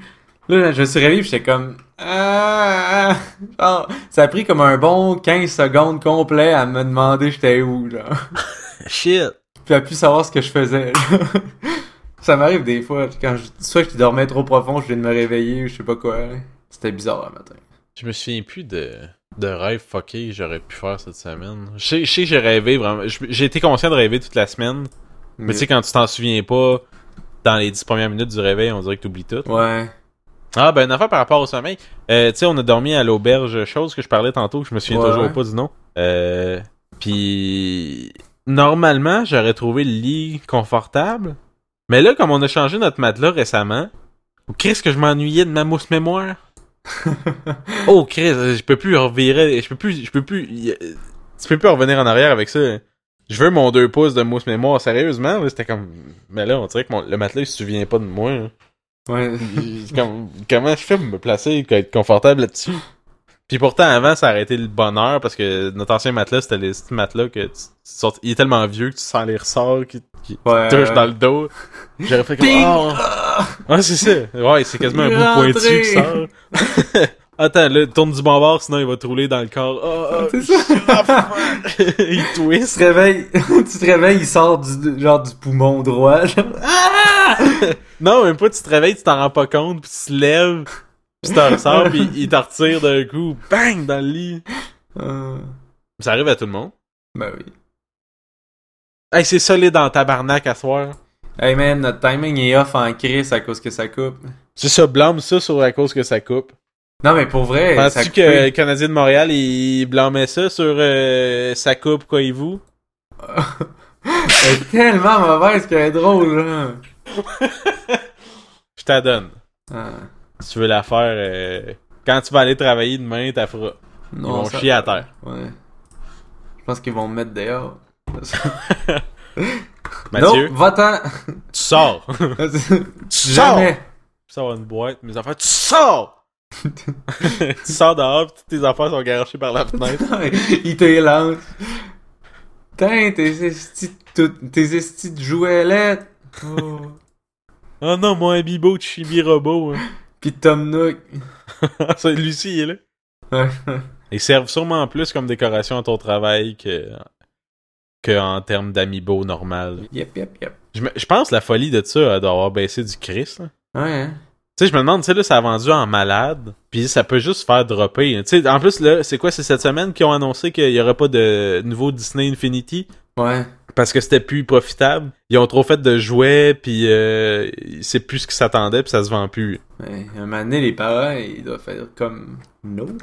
C: Là, je me suis réveillé pis j'étais comme, ah, genre, ça a pris comme un bon 15 secondes complet à me demander j'étais où, genre. [LAUGHS]
B: Shit!
C: Puis à plus savoir ce que je faisais, genre. [LAUGHS] Ça m'arrive des fois, quand je, soit je dormais trop profond, je viens de me réveiller ou je sais pas quoi. là. C'était bizarre le matin.
B: Je me souviens plus de, de rêve fucké que j'aurais pu faire cette semaine. Je sais- je sais que j'ai rêvé vraiment. je- J'ai été conscient de rêver toute la semaine. Mais tu sais, quand tu t'en souviens pas, dans les dix premières minutes du réveil, on dirait que t'oublies tout.
C: Ouais.
B: Ah, ben, une affaire par rapport au sommeil. Euh, tu sais, on a dormi à l'auberge, chose que je parlais tantôt, que je me souviens
C: Ouais.
B: toujours pas du nom. Euh, puis, normalement, j'aurais trouvé le lit confortable. Mais là, comme on a changé notre matelas récemment, oh, Chris, que je m'ennuyais de ma mousse mémoire. oh, Chris, euh, je peux plus revirer, je peux plus, je peux plus, y- euh, tu peux plus revenir en arrière avec ça. Je veux mon deux pouces de mousse mémoire, sérieusement, là, c'était comme, mais là, on dirait que mon- le matelas, il se souvient pas de moi, là.
C: Ouais.
B: Comme- comment je fais pour me placer et être confortable là-dessus? Puis pourtant, avant, ça aurait été le bonheur parce que notre ancien matelas, c'était les petits matelas que tu, tu sortes- il est tellement vieux que tu sens les ressorts qui, qui te
C: Ouais.
B: touchent dans le dos. J'aurais fait comme. Oh. Ouais, c'est ça. Ouais, c'est quasiment un
C: Il est
B: bout
C: rentré.
B: pointu qui sort. [LAUGHS] Attends, là, tourne du bon bord, sinon il va te rouler dans le corps. Oh, oh,
C: C'est ça.
B: [LAUGHS] il
C: Tu
B: twist.
C: te réveilles, [LAUGHS] tu te réveilles, il sort du, genre du poumon droit. genre.
B: Ah! Non, même pas, tu te réveilles, tu t'en rends pas compte, puis tu te lèves, puis tu t'en
C: [LAUGHS]
B: ressors, puis il t'en retire d'un coup, bang, dans le lit.
C: Euh,
B: Ça arrive à tout le monde.
C: ben oui.
B: Hey, c'est solide en tabarnak à soir.
C: Hey man, notre timing est off en crise à cause que ça coupe.
B: Tu se blâmes ça sur la cause que ça coupe.
C: Non mais pour vrai, ça
B: Penses-tu
C: coupe.
B: que le Canadien de Montréal, il blâmait ça sur euh, sa coupe, quoi, et vous?
C: Elle est [LAUGHS] tellement mauvaise qu'elle est drôle là.
B: Je t'adonne.
C: Ah,
B: Si tu veux la faire, euh, quand tu vas aller travailler demain, t'as fera. Ils
C: non,
B: vont
C: ça-
B: chier à terre.
C: Ouais. Je pense qu'ils vont me mettre dehors.
B: Mathieu, [LAUGHS]
C: Non, va-t'en.
B: tu sors. [LAUGHS] tu
C: [LAUGHS]
B: sors.
C: Jamais.
B: Tu sors une boîte, mes affaires, tu [LAUGHS] sors! tu sors dehors, pis toutes tes affaires sont garachées par la fenêtre.
C: Il t'élance. Tain, tes estis de- tes estis de jouelettes. Oh.
B: Oh non, mon bibo de chibi robot. hein.
C: Pis Tom Nook.
B: [LAUGHS] Ça, Lucie, il est là.
C: Ouais.
B: Ils servent sûrement plus comme décoration à ton travail que, que en termes d'amiibo normal.
C: yep, yep, yep.
B: Je, me- je pense que la folie de ça elle doit avoir baissé du Chris. là.
C: Ouais, hein.
B: Tu sais, je me demande, tu sais, là, ça a vendu en malade, puis ça peut juste faire dropper. hein. Tu sais, en plus, là, c'est quoi, c'est cette semaine qu'ils ont annoncé qu'il y aurait pas de nouveau Disney Infinity
C: Ouais.
B: parce que c'était plus profitable. Ils ont trop fait de jouets, puis euh, c'est plus ce qu'ils s'attendaient, puis ça se vend plus.
C: Ouais, un moment donné, les parents, ils doivent faire comme. No. [LAUGHS]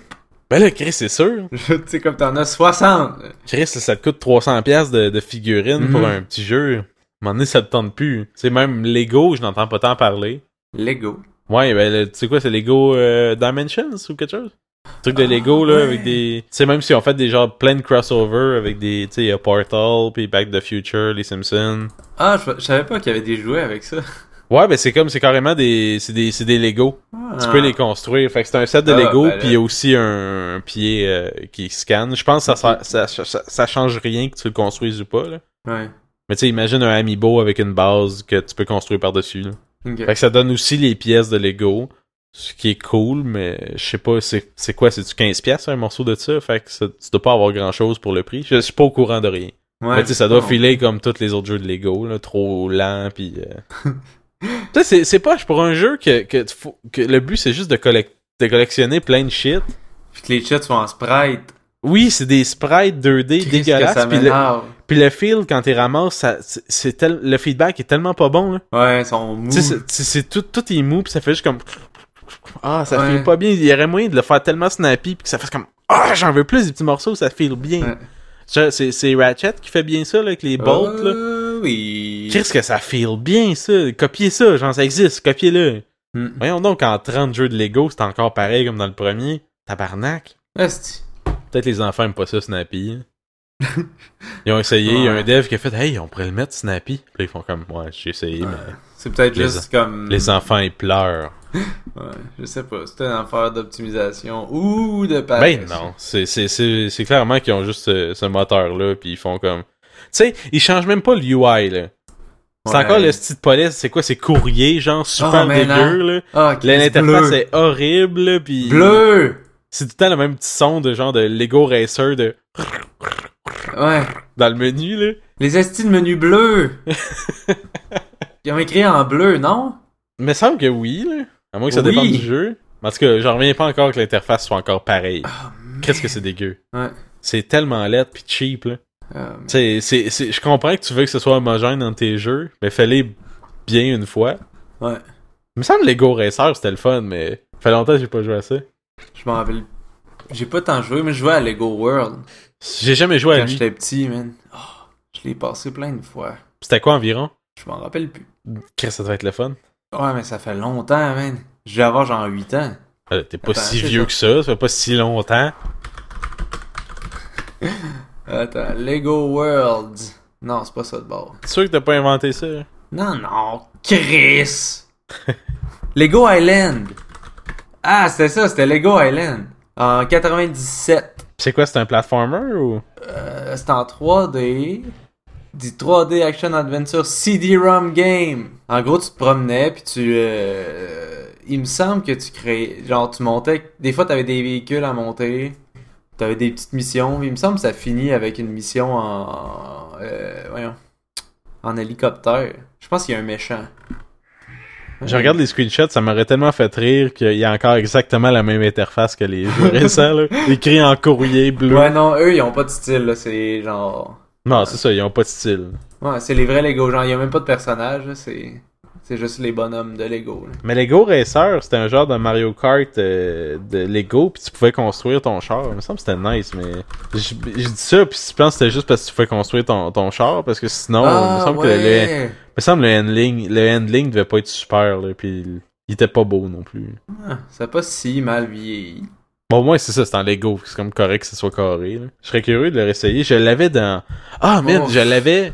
B: Ben là, Chris, c'est sûr.
C: tu sais, comme t'en as 60.
B: Chris, ça te coûte 300$ piastres de, de figurines pour
C: Mhm.
B: un petit jeu. À un moment donné, ça te tente plus. C'est même Lego, je n'entends pas tant parler.
C: Lego.
B: Ouais, ben, le- tu sais quoi, c'est Lego euh, Dimensions ou quelque chose? Le truc de Lego, là,
C: Ah, ouais.
B: avec des... Tu sais, même si on fait des genres plein de crossover avec des, tu sais, il y a Portal, puis Back to the Future, les Simpsons.
C: Ah, je, je savais pas qu'il y avait des jouets avec ça. [LAUGHS]
B: Ouais, ben c'est comme, c'est carrément des... C'est des, c'est des Lego. Tu peux les construire. Fait que c'est un set de
C: Ah,
B: Lego,
C: ben là.
B: puis il y a aussi un, un pied euh, qui scanne. Je pense que ça, ça, ça, ça- ça change rien que tu le construises ou pas, là.
C: Ouais.
B: Mais tu sais, imagine un amiibo avec une base que tu peux construire par-dessus. là.
C: Ok.
B: Fait que ça donne aussi les pièces de Lego, ce qui est cool, mais je sais pas, c'est c'est quoi, c'est-tu 15 pièces un morceau de ça? Fait que ça- tu dois pas avoir grand-chose pour le prix. Je, je suis pas au courant de rien.
C: Ouais.
B: mais tu sais, ça doit
C: bon.
B: filer comme tous les autres jeux de Lego, là, trop lent, puis... euh. [LAUGHS] tu sais, c'est- c'est pas pour un jeu que, que, tu faut- que le but, c'est juste de, collec- de collectionner plein de shit.
C: Puis que les chats sont en sprite.
B: Oui, c'est des sprites 2D
C: Qu'est-ce que
B: dégueulasses,
C: ça
B: puis le,
C: m'énerve.
B: puis le feel, quand t'es ramasses, ça- c'est- c'est tel- le feedback est tellement pas bon, là.
C: Ouais, ils sont mous. Euh,
B: Tu sais, c'est- c'est c'est tout, tout est mou, puis ça fait juste comme. Ah, ça
C: Ouais.
B: file pas bien. Il y aurait moyen de le faire tellement snappy, puis que ça fasse comme. Ah, j'en veux plus des petits morceaux, ça file bien.
C: Ouais.
B: Ça, C'est c'est Ratchet qui fait bien ça, là, avec les bolts, là.
C: Euh, oui.
B: Qu'est-ce que ça file bien, ça? Copiez ça, genre, ça existe, copiez-le.
C: Hmm.
B: Voyons donc, en 30 jeux de Lego, c'est encore pareil comme dans le premier. Tabarnak.
C: Esti.
B: Peut-être les enfants aiment pas ça, Snappy.
C: [LAUGHS]
B: hein. Ils ont essayé, il y a un
C: Ouais.
B: dev qui a fait Hey, on pourrait le mettre, Snappy. Puis là, ils font comme Ouais, j'ai essayé, mais
C: C'est peut-être
B: Les-
C: juste comme.
B: les enfants, ils pleurent.
C: Ouais, je sais pas. C'est une affaire d'optimisation ou de paresse.
B: Ben non, c'est- c'est c'est- c'est clairement qu'ils ont juste euh, ce, ce moteur-là, puis ils font comme... Tu sais, ils changent même pas le UI, là. C'est
C: Ouais.
B: encore le style de police, c'est quoi, c'est courrier, genre, super
C: Oh, mais
B: dégueu, là.
C: Ah, Chris,
B: L'interface
C: bleu.
B: est horrible, là, puis...
C: Bleu!
B: C'est tout le temps le même petit son de genre de Lego Racer de...
C: Ouais.
B: dans le menu, là.
C: Les estis de
B: [LAUGHS]
C: menu bleu! Ils ont écrit en bleu, non?
B: Il me semble que oui, là. À moins que ça
C: Oui.
B: dépende du jeu. En tout cas, j'en reviens pas encore que l'interface soit encore pareille. Qu'est-ce que c'est dégueu.
C: Oh, Ouais.
B: C'est tellement laid puis cheap, là.
C: Euh,
B: Tu sais, c'est- c'est- je comprends que tu veux que ce soit homogène dans tes jeux, mais fallait bien une fois.
C: ouais.
B: Il me semble Lego Racer, c'était le fun, mais fait longtemps que j'ai pas joué à ça.
C: Je m'en rappelle. J'ai pas tant joué, mais je jouais à Lego World
B: J'ai jamais joué à
C: quand
B: lui.
C: j'étais petit, man. Oh, je l'ai passé plein de fois.
B: C'était quoi environ?
C: Je m'en rappelle plus.
B: Chris, ça devait être le fun.
C: Ouais, mais ça fait longtemps, man. Je vais avoir genre 8 ans.
B: Euh, T'es pas
C: Attends,
B: si
C: c'est
B: vieux
C: ça.
B: que ça, ça fait pas si longtemps.
C: Attends, Lego World. Non, c'est pas ça de bord.
B: T'es sûr que t'as pas inventé ça? hein?
C: Non, non, Chris! Lego Island! Ah, c'était ça, c'était Lego Island. En 97,
B: C'est quoi, c'est un platformer ou.
C: euh, c'est en 3D. Du 3D Action Adventure CD-ROM Game. En gros, tu te promenais, puis tu... euh, il me semble que tu créais... Genre, tu montais... Des fois, t'avais des véhicules à monter. T'avais des petites missions. Il me semble que ça finit avec une mission en... euh, voyons. En hélicoptère. Je pense qu'il y a un méchant.
B: Je regarde les screenshots, ça m'aurait tellement fait rire qu'il y a encore exactement la même interface que les
C: [LAUGHS]
B: jeux récents, là. Écrit en courrier bleu.
C: Ouais, non, eux, ils ont pas de style, là. C'est genre...
B: Non, c'est ça, ils ont pas de style.
C: Ouais, c'est les vrais Lego. Genre, il a même pas de personnage, là, c'est... C'est juste les bonhommes de Lego, là.
B: Mais Lego Racer, c'était un genre de Mario Kart euh, de Lego, puis tu pouvais construire ton char. Il me semble que c'était nice, mais je, je dis ça, puis je pense que c'était juste parce que tu pouvais construire ton, ton char, parce que sinon, il me semble que le,
C: Ah, ouais.
B: il me semble le handling, le handling devait pas être super, là, puis il- il était pas beau non plus.
C: Ah, ça a pas si mal vieilli.
B: Bon, au moins, c'est ça, c'est en Lego. C'est comme correct que ce soit carré. là. Je serais curieux de le réessayer. Je l'avais dans. Ah, man,
C: Oh.
B: je l'avais.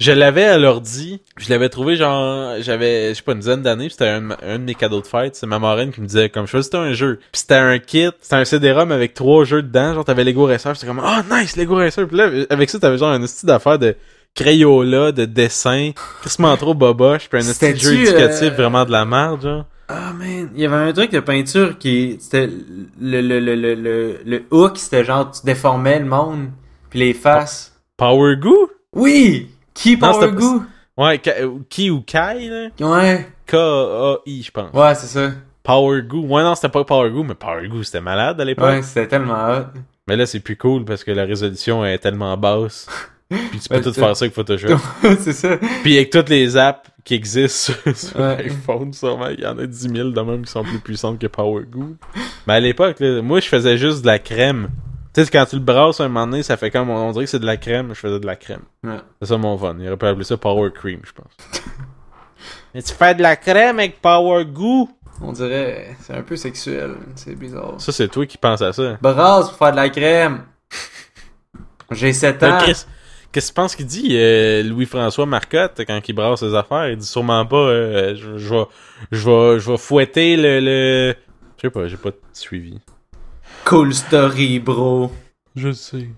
B: Je l'avais à l'ordi. Je l'avais trouvé, genre. J'avais, je sais pas, une dizaine d'années. puis C'était un, de ma- un de mes cadeaux de fête. C'est ma marraine qui me disait, comme, choisis-toi un jeu. Puis c'était un kit. C'était un CD-ROM avec trois jeux dedans. Genre, t'avais Lego Racer. puis C'était comme, ah, nice, Lego Racer. Puis là, avec ça, t'avais genre un style d'affaires de Crayola, de dessin. Crissement trop boboche. Puis un style de jeu
C: C'était-tu, euh,
B: éducatif vraiment de la merde, genre.
C: Ah, man. Il y avait un truc de peinture qui. C'était. Le, le, le, le, le, le hook, c'était genre, tu déformais le monde. Puis les faces.
B: Power Goo?
C: Oui! Qui
B: Non,
C: Power
B: c'était-
C: Goo?
B: Ouais, Ka- qui ou Kai, là?
C: Ouais.
B: K-A-I, je pense.
C: Ouais, c'est ça.
B: Power Goo. Ouais, non, c'était pas Power Goo, mais Power Goo, c'était malade à l'époque.
C: Ouais, c'était tellement hot. [LAUGHS]
B: Mais là, c'est plus cool parce que la résolution est tellement basse. Puis tu peux
C: Ouais,
B: tout
C: c'est-
B: faire ça avec Photoshop.
C: c'est ça.
B: Puis avec toutes les apps qui existent sur, [LAUGHS] sur
C: Ouais.
B: iPhone, sûrement, il y en a 10 000 de même qui sont plus puissantes que Power Goo. Mais à l'époque, là, moi, je faisais juste de la crème. Tu sais, quand tu le brasses un moment donné, ça fait comme on dirait que c'est de la crème. Je faisais de la crème.
C: Ouais.
B: C'est ça mon fun. Il aurait pu appeler ça Power Cream, je pense.
C: [LAUGHS]
B: Mais tu fais de la crème avec Power Goo?
C: On dirait. C'est un peu sexuel. C'est bizarre.
B: Ça, c'est toi qui penses à ça.
C: Brasse pour faire de la crème! J'ai 7
B: Là,
C: ans.
B: Ben, Chris, Qu'est-ce que tu penses qu'il dit, euh, Louis-François Marcotte, quand il brasse ses affaires? Il dit sûrement pas, euh, je je vais je vais- je vais fouetter le... le... Je sais pas, j'ai pas suivi.
C: Cool story, bro.
B: Je sais.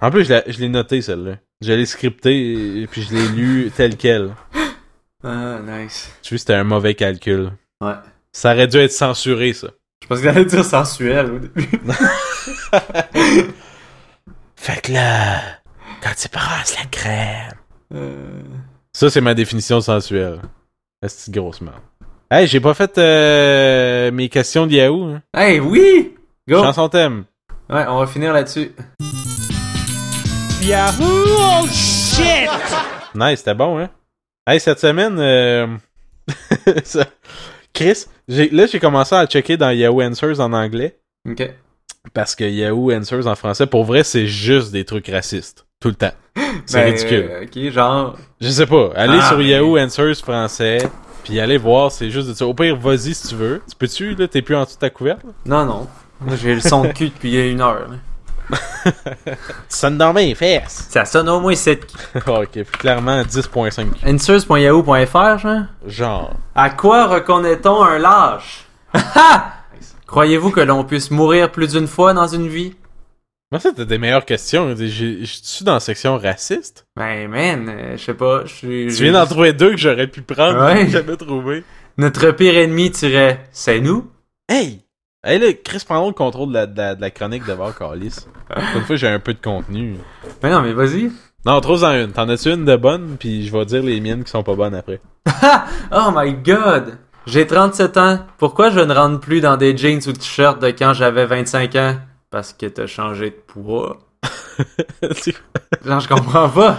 B: En plus, je l'ai- je l'ai noté, celle-là. Je l'ai scripté, et puis je l'ai lu tel quel.
C: Ah, nice.
B: Tu vois, c'était un mauvais calcul.
C: Ouais.
B: Ça aurait dû être censuré, ça.
C: Je pense que t'allais dire sensuel au début.
B: Fait que là, quand tu brasses la crème...
C: Euh,
B: Ça, c'est ma définition sensuelle. Est-ce grosse merde. Hey, j'ai pas fait euh, mes questions de Yahoo. hein.
C: Hey, oui! Go!
B: Chanson thème.
C: Ouais, on va finir là-dessus.
B: Nice, c'était bon, hein? Hey, cette semaine, euh, [LAUGHS] ça- Chris, j'ai- là, j'ai commencé à checker dans Yahoo Answers en anglais.
C: Ok.
B: Parce que Yahoo Answers en français, pour vrai, c'est juste des trucs racistes. Tout le temps. C'est
C: Ben,
B: ridicule.
C: euh, ok, genre.
B: Je sais pas. Allez
C: Ah,
B: sur
C: mais-
B: Yahoo Answers français. Puis allez voir, c'est juste de ça. Au pire, vas-y si tu veux. Tu peux-tu, là? T'es plus en dessous de ta couverte? là?
C: Non, non. Moi, J'ai le son de cul depuis une heure. là.
B: Tu sonnes dans mes fesses.
C: Ça sonne au moins 7.
B: Ah, ok, clairement 10.5.
C: Answers.yahoo.fr, genre.
B: Genre.
C: À quoi reconnaît-on un lâche? Ha! Croyez-vous que l'on puisse mourir plus d'une fois dans une vie?
B: Moi, c'était des meilleures questions. J'ai- Je suis dans la section raciste.
C: Ben, man, euh, je sais pas. Je suis.
B: Tu
C: j'ai-
B: viens d'en trouver deux que j'aurais pu prendre,
C: Ouais.
B: mais que j'ai jamais trouvé.
C: Notre pire ennemi, tirait, c'est nous?
B: Hey! Hey là, Chris, prends le contrôle de la, de la- de la chronique d'abord, Carlis. Une fois, j'ai un peu de contenu.
C: Ben non, mais vas-y.
B: Non, trouve-en une. T'en as-tu une de bonne, puis je vais dire les miennes qui sont pas bonnes après. [LAUGHS]
C: Oh my god! J'ai 37 ans. Pourquoi je ne rentre plus dans des jeans ou t-shirts de quand j'avais 25 ans? Parce que t'as changé de poids. Genre, je comprends pas.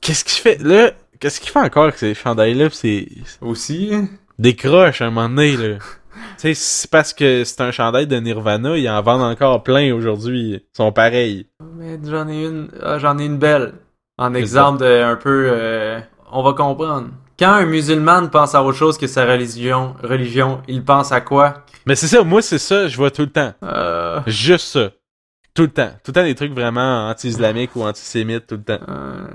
B: Qu'est-ce qu'il fait, là? Qu'est-ce qu'il fait encore avec ces chandails-là, pis c'est...
C: Aussi, hein?
B: décroche à un moment donné, là. [LAUGHS] Tu sais, c'est parce que c'est un chandail de Nirvana, ils en vendent encore plein aujourd'hui. Ils sont pareils.
C: Mais j'en ai une, ah, j'en ai une belle. En exemple de un peu, euh, on va comprendre. Quand un musulman ne pense à autre chose que sa religion, religion, il pense à quoi
B: Mais c'est ça, moi, c'est ça, je vois tout le temps.
C: Euh,
B: Juste ça. Tout le temps. Tout le temps des trucs vraiment anti-islamiques ou antisémites, tout le temps.
C: euh,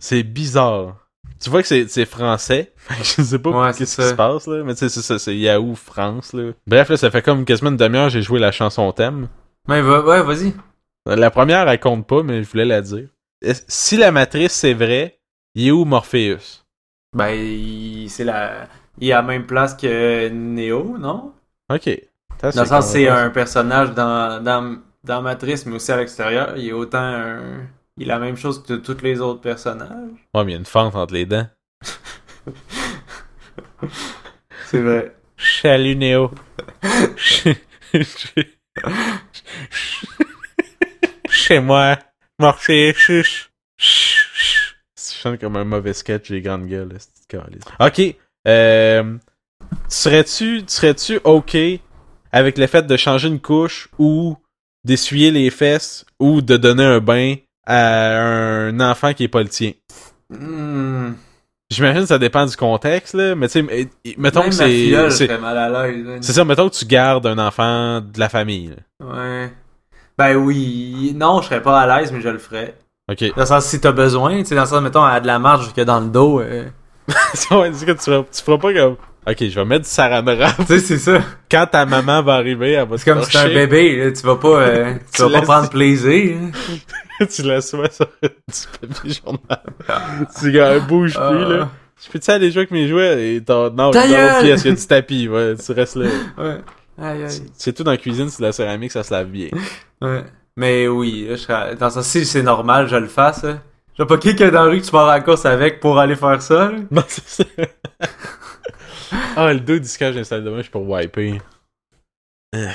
B: C'est bizarre. Tu vois que c'est c'est français. [LAUGHS] Fait que je sais pas
C: Ouais, c'est
B: qu'est-ce qui
C: ça.
B: se passe, là. Mais tu sais, c'est ça, c'est Yahoo France, là. Bref, là, ça fait comme quasiment une demi-heure j'ai joué la chanson thème.
C: Mais Ben, va- ouais, vas-y.
B: La première, elle compte pas, mais je voulais la dire. Est-ce- Si la matrice, c'est vrai, il est où Morpheus?
C: Ben, il- c'est la. Il est à la même place que Neo, non?
B: Ok. Ça,
C: Dans le sens, c'est
B: quand même-
C: un personnage dans, dans, dans Matrice, mais aussi à l'extérieur. Il est autant un- Il est la même chose que tous les autres personnages.
B: Ouais, mais il y a une fente entre les dents.
C: C'est vrai.
B: Salut Néo. Chez moi, marché chuche. Je chante comme un mauvais sketch, j'ai grande gueule, là, cette calice. Ok, euh, serais-tu, serais-tu ok avec le fait de changer une couche ou d'essuyer les fesses ou de donner un bain à un enfant qui est pas le tien?
C: Hmm.
B: J'imagine que ça dépend du contexte, là, mais tu sais, mais- mettons
C: Même
B: que
C: ma fiole
B: c'est- c'est,
C: serait mal à l'aise. là.
B: c'est ça, mettons que tu gardes un enfant de la famille. là.
C: Ouais. Ben oui. Non, je serais pas à l'aise, mais je le ferais.
B: Ok. [LAUGHS]
C: Dans le sens, si t'as besoin, tu sais, dans le sens, mettons, à de la marge que dans le dos. euh,
B: Ouais, c'est que tu, feras- tu feras pas comme. Ok, je vais mettre du saran wrap.
C: Tu sais, c'est ça.
B: [LAUGHS] Quand ta maman va arriver, elle va se
C: C'est comme si t'es un
B: torcher.
C: bébé, là, tu vas
B: [LAUGHS]
C: pas, euh, tu
B: Oh, Tu
C: vas pas
B: laisses-
C: prendre plaisir. hein.
B: [LAUGHS] tu l'assois sur du papier journal. tu dis, Ah, bouge plus,
C: Euh.
B: là. Je peux-tu aller jouer avec mes jouets? Et ton... Non,
C: Ta
B: dans l'autre
C: gueule!
B: pièce, il y a du tapis. Ouais, tu restes là.
C: [LAUGHS] Ouais. Aïe, aïe.
B: C'est- C'est tout dans la cuisine, c'est de la céramique, ça se lave bien.
C: Ouais. Mais oui, je serais... dans le sens, si c'est normal, je le fasse. hein. Je vais pas quelqu'un dans la rue que tu pars à la course avec pour aller faire ça. là.
B: Non, c'est ça. ah, le dos du scotch installé demain, je suis pour wiper. Euh,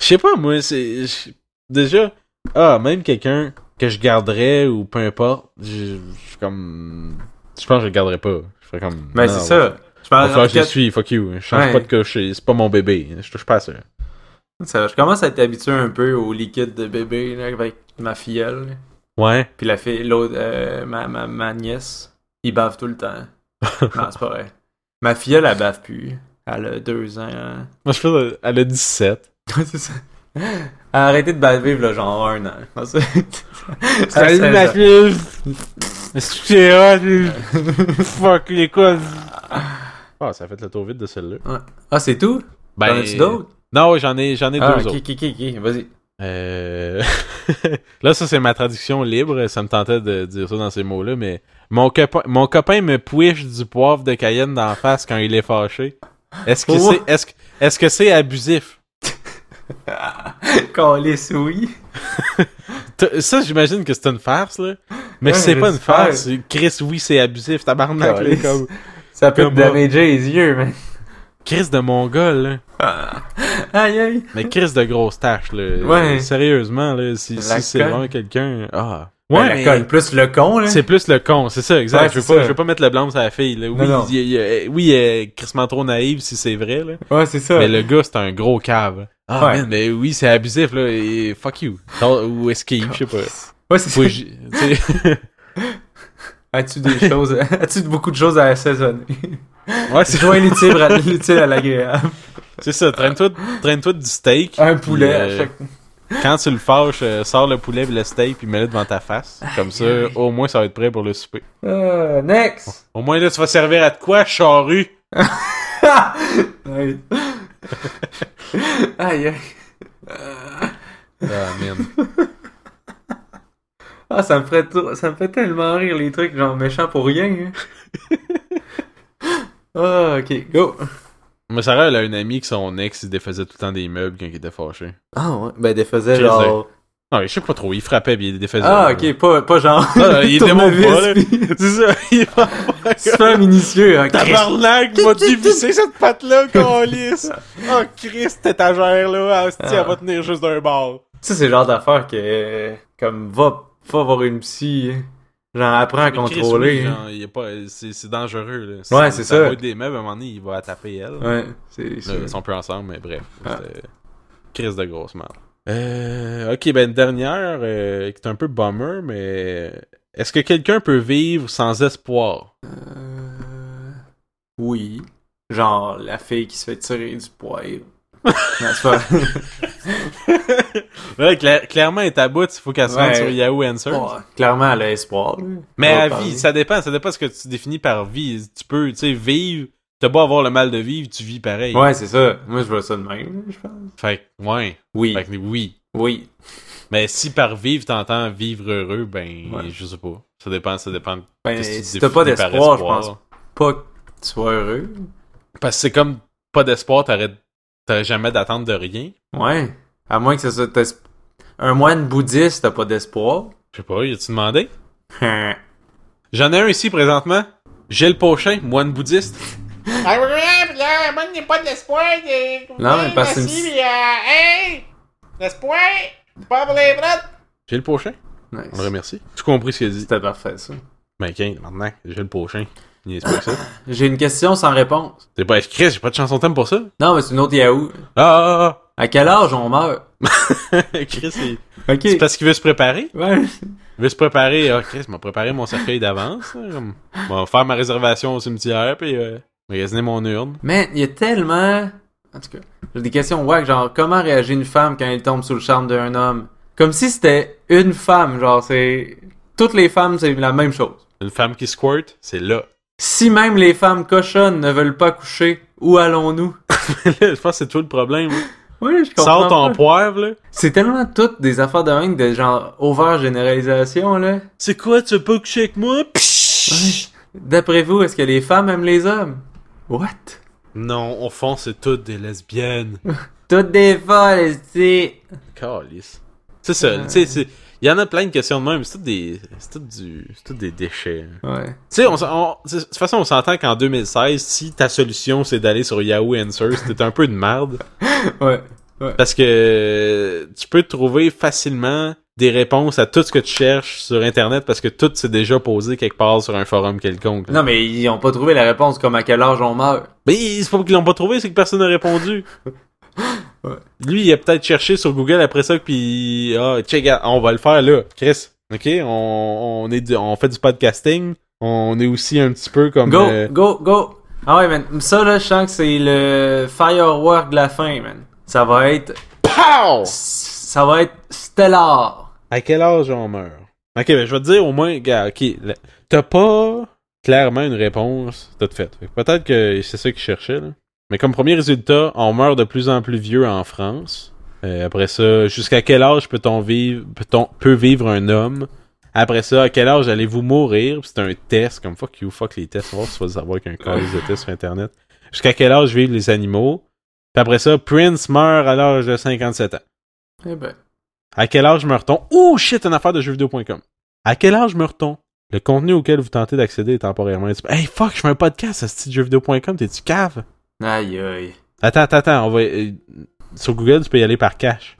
B: Je sais pas, moi, c'est. je- Déjà, ah, même quelqu'un que je garderais ou peu importe, je je suis comme. Je pense que je le garderais pas. Je ferais comme.
C: Mais
B: non,
C: Ben, c'est ça. Je
B: Mon
C: parle
B: flash, je
C: en
B: le
C: tout cas,
B: suis, fuck you. Je change
C: Ouais.
B: pas de couche, c'est c'est pas mon bébé. Je touche pas à ça.
C: ça- Je commence à être habitué un peu au liquide de bébé là, avec ma filleule. là.
B: Ouais.
C: Puis la fille, l'autre, euh, ma, ma, ma nièce, ils bavent tout le temps.
B: [LAUGHS]
C: non, c'est pas vrai. Ma filleule, elle bave plus. Elle a deux ans. hein. [LAUGHS]
B: Moi, je pense qu'elle a 17.
C: c'est ça. Elle a arrêté de baver, là, genre un an.
B: [LAUGHS]
C: Non, c'est-
B: Salut
C: Elle a
B: ma
C: 16 ans.
B: fille! C'est hot! [LAUGHS] Fuck l'école! Ah, ça a fait le tour vite de celle-là.
C: Ah, c'est tout? T'en
B: Ben,
C: as-tu d'autres?
B: Non, j'en ai, j'en ai
C: Ah,
B: deux
C: ok,
B: autres.
C: ok, ok, ok, vas-y.
B: Euh, [LAUGHS] là, ça, c'est ma traduction libre. Ça me tentait de dire ça dans ces mots-là, mais mon, copain- mon copain me puiche du poivre de Cayenne d'en face quand il est fâché. Est-ce que
C: Oh!
B: c'est est-ce que- est-ce que c'est abusif?
C: Quand les souris.
B: T- Ça, j'imagine que c'est une farce, là. Mais
C: Ouais,
B: si c'est pas une
C: j'espère.
B: farce. Chris, oui, c'est abusif. Tabarnak, là,
C: Calice.
B: comme-
C: Ça peut te
B: Comme moi.
C: damager les yeux, man.
B: Chris de Mongol, là.
C: Aïe, aïe.
B: Mais Chris de grosse tâche, là.
C: Ouais.
B: Sérieusement, là, si,
C: La
B: si c'est
C: colle.
B: vraiment quelqu'un... Ah.
C: Ouais, Ben, la colle plus le con, là.
B: C'est plus le con, c'est ça, exact.
C: Ouais,
B: je, veux
C: c'est
B: pas,
C: ça.
B: je veux pas mettre le blâme sur la fille. là. Oui,
C: Non, non.
B: il- il- euh, oui, euh, crissement trop naïve si c'est vrai. Là.
C: Ouais, c'est ça.
B: Mais le gars, c'est un gros cave. Ah,
C: Ouais.
B: man, mais oui, c'est abusif, là. Et fuck you. Non, ou esquive, je sais pas. [LAUGHS]
C: Ouais, c'est ça.
B: Faut que j'y- tu sais.
C: [LAUGHS] As-tu des choses, [LAUGHS] as-tu beaucoup de choses à assaisonner?
B: [LAUGHS] [LAUGHS] ouais, [LAUGHS] c'est
C: Joins l'utile à l'utile à l'agréable.
B: c'est ça. Traîne-toi traîne du steak.
C: Un
B: puis,
C: poulet à
B: euh,
C: chaque
B: Quand tu le fâches, euh, sors le poulet, puis le steak, puis mets-le devant ta face. Comme ça, au moins, ça va être prêt pour le souper.
C: Euh, [LAUGHS] next!
B: Au moins, là, tu vas servir à de quoi, charrue?
C: Aïe. aïe, aïe.
B: Ah, man.
C: Ah, ça me ferait tout- ça me fait tellement rire les trucs genre méchants pour rien. [LAUGHS] hein. Ah, ok, go.
B: Ma Sarah, elle a une amie qui son ex, il défaisait tout le temps des meubles quand il était fâché.
C: Ah ouais, ben défaisait
B: Chris,
C: genre.
B: Non, je sais pas trop, il frappait puis il défaisait.
C: Ah, ok, pas, pas genre.
B: Non, non,
C: [LAUGHS]
B: il démonte
C: tournevis,
B: pas, là.
C: puis-
B: [LAUGHS] C'est ça, il va
C: [LAUGHS] Super minutieux, hein, Chris.
B: Tabarnak,
C: [LAUGHS]
B: vas-tu visser cette patte-là, câlisse? Oh, Christ, cette étagère-là, hostie, Ah,
C: Ah.
B: elle va tenir juste d'un bord.
C: Ça, c'est le genre d'affaire que. euh, Comme, va, va voir une psy. hein. Genre, apprends à
B: Mais Chris,
C: contrôler.
B: oui,
C: hein.
B: genre, il est pas- C'est c'est dangereux, là. Si
C: Ouais, c'est ça.
B: va être des meubles, à un moment donné, il va attaquer elle.
C: Ouais, c'est
B: Là,
C: ça.
B: ils sont plus ensemble, mais bref.
C: Ah.
B: c'était Crise de grosse merde. Euh, ok, ben une dernière euh, qui est un peu bummer, mais est-ce que quelqu'un peut vivre sans [LAUGHS] espoir?
C: Euh, Oui. Genre, la fille qui se fait tirer du poil. non, c'est pas...
B: Ouais, cla- clairement, elle est à bout, il faut qu'elle se rende
C: Ouais.
B: sur Yahoo Answers.
C: [LAUGHS] Ouais, clairement, elle a espoir. là.
B: Mais
C: On va
B: à
C: parler.
B: vie, ça dépend, ça dépend ce que tu définis par vie. Tu peux, tu sais, vivre, t'as beau avoir le mal de vivre, tu vis pareil.
C: Ouais, c'est ça. Moi, je vois ça de même, je pense.
B: Fait que, ouais.
C: Oui.
B: Fait que oui.
C: Oui.
B: Mais si par vivre, t'entends vivre heureux, ben, je sais pas. Ça dépend, ça dépend. de
C: Ben,
B: qu'est-ce que tu
C: si t'as
B: définis
C: pas
B: par
C: d'espoir, je
B: espoir.
C: pense pas que tu sois heureux.
B: Parce que c'est comme pas d'espoir, t'arrêtes t'aurais jamais d'attente de rien.
C: Ouais. À moins que ce soit t'es- un moine bouddhiste, t'as pas d'espoir. [LAUGHS]
B: Je sais pas, y a-tu demandé?
C: Hein.
B: J'en ai un ici présentement. Gilles Pochin, moine bouddhiste.
C: non, mais parce que c'est une-
B: Gilles Pochin?
C: Nice.
B: On le remercie. Tu compris ce qu'il a dit?
C: C'était parfait, ça.
B: Ben, quinze, maintenant, Gilles Pochin. Il pas que ça.
C: J'ai une question sans réponse.
B: C'est pas Chris, j'ai pas de chanson thème pour ça.
C: Non, mais c'est une autre Yahoo.
B: Ah, [LAUGHS]
C: À quel âge on meurt?
B: ah, ah. Chris, il-
C: Ok.
B: c'est parce qu'il veut se préparer.
C: Ouais.
B: Il veut se préparer. Ah, Chris m'a préparé mon cercueil d'avance. hein, comme... Bon, faire ma réservation au cimetière, puis euh, magasiner mon urne.
C: Man, il y a tellement. En tout cas, j'ai des questions wack, genre comment réagit une femme quand elle tombe sous le charme d'un homme Comme si c'était une femme, genre c'est. Toutes les femmes, c'est la même chose.
B: Une femme qui squirt, c'est là. [LAUGHS]
C: Si même les femmes cochonnes ne veulent pas coucher, où allons-nous
B: Là, je pense que c'est tout le problème. là.
C: Oui, je comprends.
B: Sors ton
C: pas.
B: poivre, là.
C: C'est tellement toutes des affaires de même, de genre over-généralisation, là.
B: C'est quoi, tu veux pas coucher avec moi?
C: D'après vous, est-ce que les femmes aiment les hommes What
B: Non, au fond, c'est toutes des
C: [LAUGHS]
B: lesbiennes.
C: Toutes des folles, c'est.
B: Calice. C'est
C: Euh.
B: ça, tu sais, c'est- il y en a plein de questions de même, c'est tout des, c'est tout du, c'est tout des déchets. hein.
C: Ouais.
B: Tu sais, on, s'en- on- de toute façon, on s'entend qu'en 2016, si ta solution c'est d'aller sur Yahoo Answers, t'es un peu de merde.
C: Ouais.
B: Parce que tu peux trouver facilement des réponses à tout ce que tu cherches sur Internet parce que tout s'est déjà posé quelque part sur un forum quelconque.
C: Non, mais ils ont pas trouvé la réponse comme à quel âge on meurt.
B: Mais c'est pas qu'ils l'ont pas trouvé, c'est que personne n'a répondu.
C: [LAUGHS] Ouais.
B: Lui, il a peut-être cherché sur Google après ça, puis ah, check, out, on va le faire là, Chris. Ok, on, on est, du- on fait du podcasting, on est aussi un petit peu comme.
C: Go,
B: euh,
C: go, go. Ah ouais, man. Ça, là, je sens que c'est le firework de la fin, man. Ça va être.
B: Pow!
C: Ça va être stellar.
B: À quel âge on meurt Ok, ben je vais te dire au moins, gars, ok, là, t'as pas clairement une réponse toute faite. Fait que Peut-être que c'est ça qu'il cherchait, là. Mais comme premier résultat, on meurt de plus en plus vieux en France. Euh, après ça, jusqu'à quel âge peut-on vivre, peut-on, peut vivre un homme Après ça, à quel âge allez-vous mourir Puis C'est un test, comme fuck you, fuck les tests. On va voir si tu vas savoir qu'il y a un calice de test sur Internet. Jusqu'à quel âge vivent les animaux Puis après ça, Prince meurt à l'âge de 57 ans.
C: Eh ben.
B: À quel âge meurt-on? Ouh, shit, une affaire de jeuxvideo.com. À quel âge meurt-on? Le contenu auquel vous tentez d'accéder est temporairement disponible. Hey, fuck, je fais un podcast à ce site jeuxvideo.com, t'es-tu cave?
C: Aïe, aïe.
B: Attends, attends, attends, on va... euh, sur Google, tu peux y aller par cache.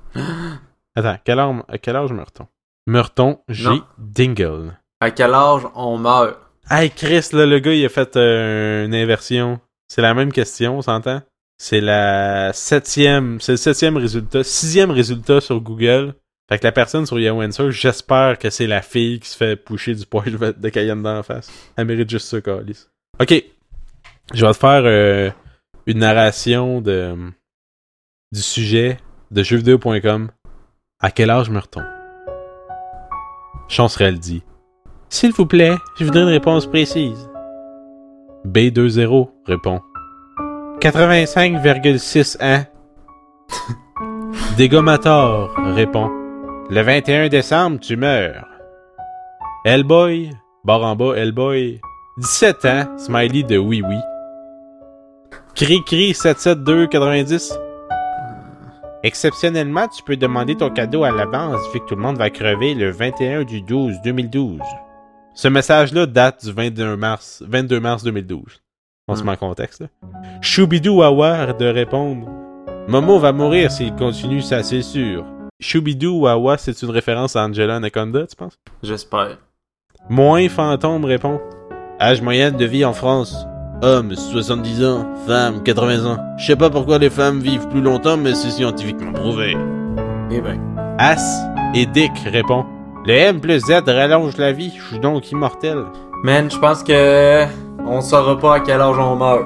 B: attends, quel âge- à quel âge meurt-on? Meurt-on J.
C: Non.
B: Dingle.
C: À quel âge on meurt
B: Hey, Chris, là, le gars, il a fait euh, une inversion. C'est la même question, on s'entend? C'est la septième, c'est le septième résultat, sixième résultat sur Google. Fait que la personne sur Yahoo Answers, j'espère que c'est la fille qui se fait pousser du poil de de cayenne dans la face. Elle mérite juste ça, Calis. Ok. Je vais te faire euh, une narration de, du sujet de jeuxvideo.com. À quel âge meurt-on? Chancerelle dit. S'il vous plaît, je voudrais une réponse précise. B20 répond. 85,6 ans. Dégommator répond. Le 21 décembre, tu meurs. Hellboy, barre en bas, Hellboy. 17 ans, hein? smiley de oui oui. Cri cri 77290. Exceptionnellement, tu peux demander ton cadeau à l'avance vu que tout le monde va crever le 21 du 12 2012. Ce message-là date du 22 mars, 22 mars 2012. On se
C: Hmm.
B: met en contexte. là. Choubidou Wawa de répondre Momo va mourir s'il continue, ça c'est sûr. Choubidou Wawa, c'est une référence à Angela Anaconda, tu penses
C: J'espère.
B: Moins fantôme répond. Âge moyen de vie en France. Hommes, 70 ans. Femmes, 80 ans. Je sais pas pourquoi les femmes vivent plus longtemps, mais c'est scientifiquement prouvé.
C: Eh ben.
B: As et Dick répond. Le M plus Z rallonge la vie, je suis donc immortel.
C: Man, je pense que. On saura pas à quel âge on meurt.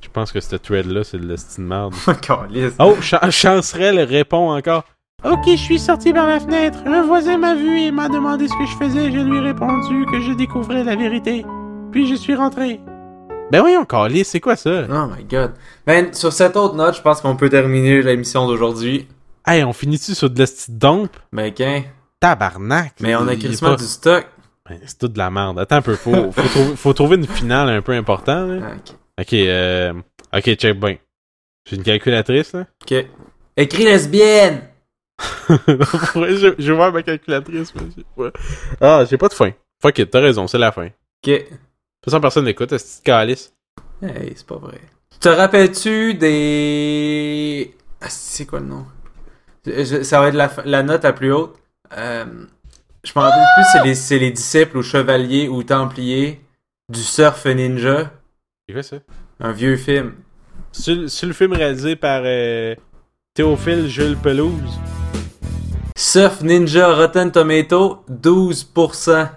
B: Je pense que ce thread-là, c'est de l'estime de merde.
C: Calisse.
B: [LAUGHS] Oh, Chan- Chancerelle répond encore. Ok, je suis sorti par la fenêtre. Un voisin m'a vu et m'a demandé ce que je faisais. Je lui ai répondu que je découvrais la vérité. Puis je suis rentré. Ben voyons, Carlis, c'est quoi ça?
C: Oh my god. Man, sur cette autre note, je pense qu'on peut terminer l'émission d'aujourd'hui.
B: Hey, on finit-tu sur de la petite dump?
K: Mais Ben, qu'un.
B: Tabarnak!
K: Mais on a
B: Il est
K: quasiment
B: pas-
K: du stock.
B: Ben, c'est tout de la merde. Attends un peu, faut, faut, trouver, faut trouver une finale un peu importante. là.
K: Ah, Ok.
B: Ok, euh, ok, check bien. J'ai une calculatrice, là.
K: Ok. Écris lesbienne!
B: Ouais, j'ai j'ai ouvert ma calculatrice. mais j'ai- ouais. Ah, j'ai pas de fin. Fuck it, t'as raison, c'est la fin. De toute
K: Ok.
B: façon, personne n'écoute, est-ce que calice?
K: Hey, c'est pas vrai. Te rappelles-tu des. Ah, c'est quoi le nom Je- je- Ça va être la, f- la note la plus haute. Euh, je m'en rappelle plus, c'est les, c'est les disciples ou chevaliers ou templiers du surf ninja. [LAUGHS]
B: C'est quoi ça?
K: Un vieux film.
B: Sur, sur le film réalisé par euh, Théophile Jules Pelouse.
K: Surf Ninja Rotten Tomato, 12%.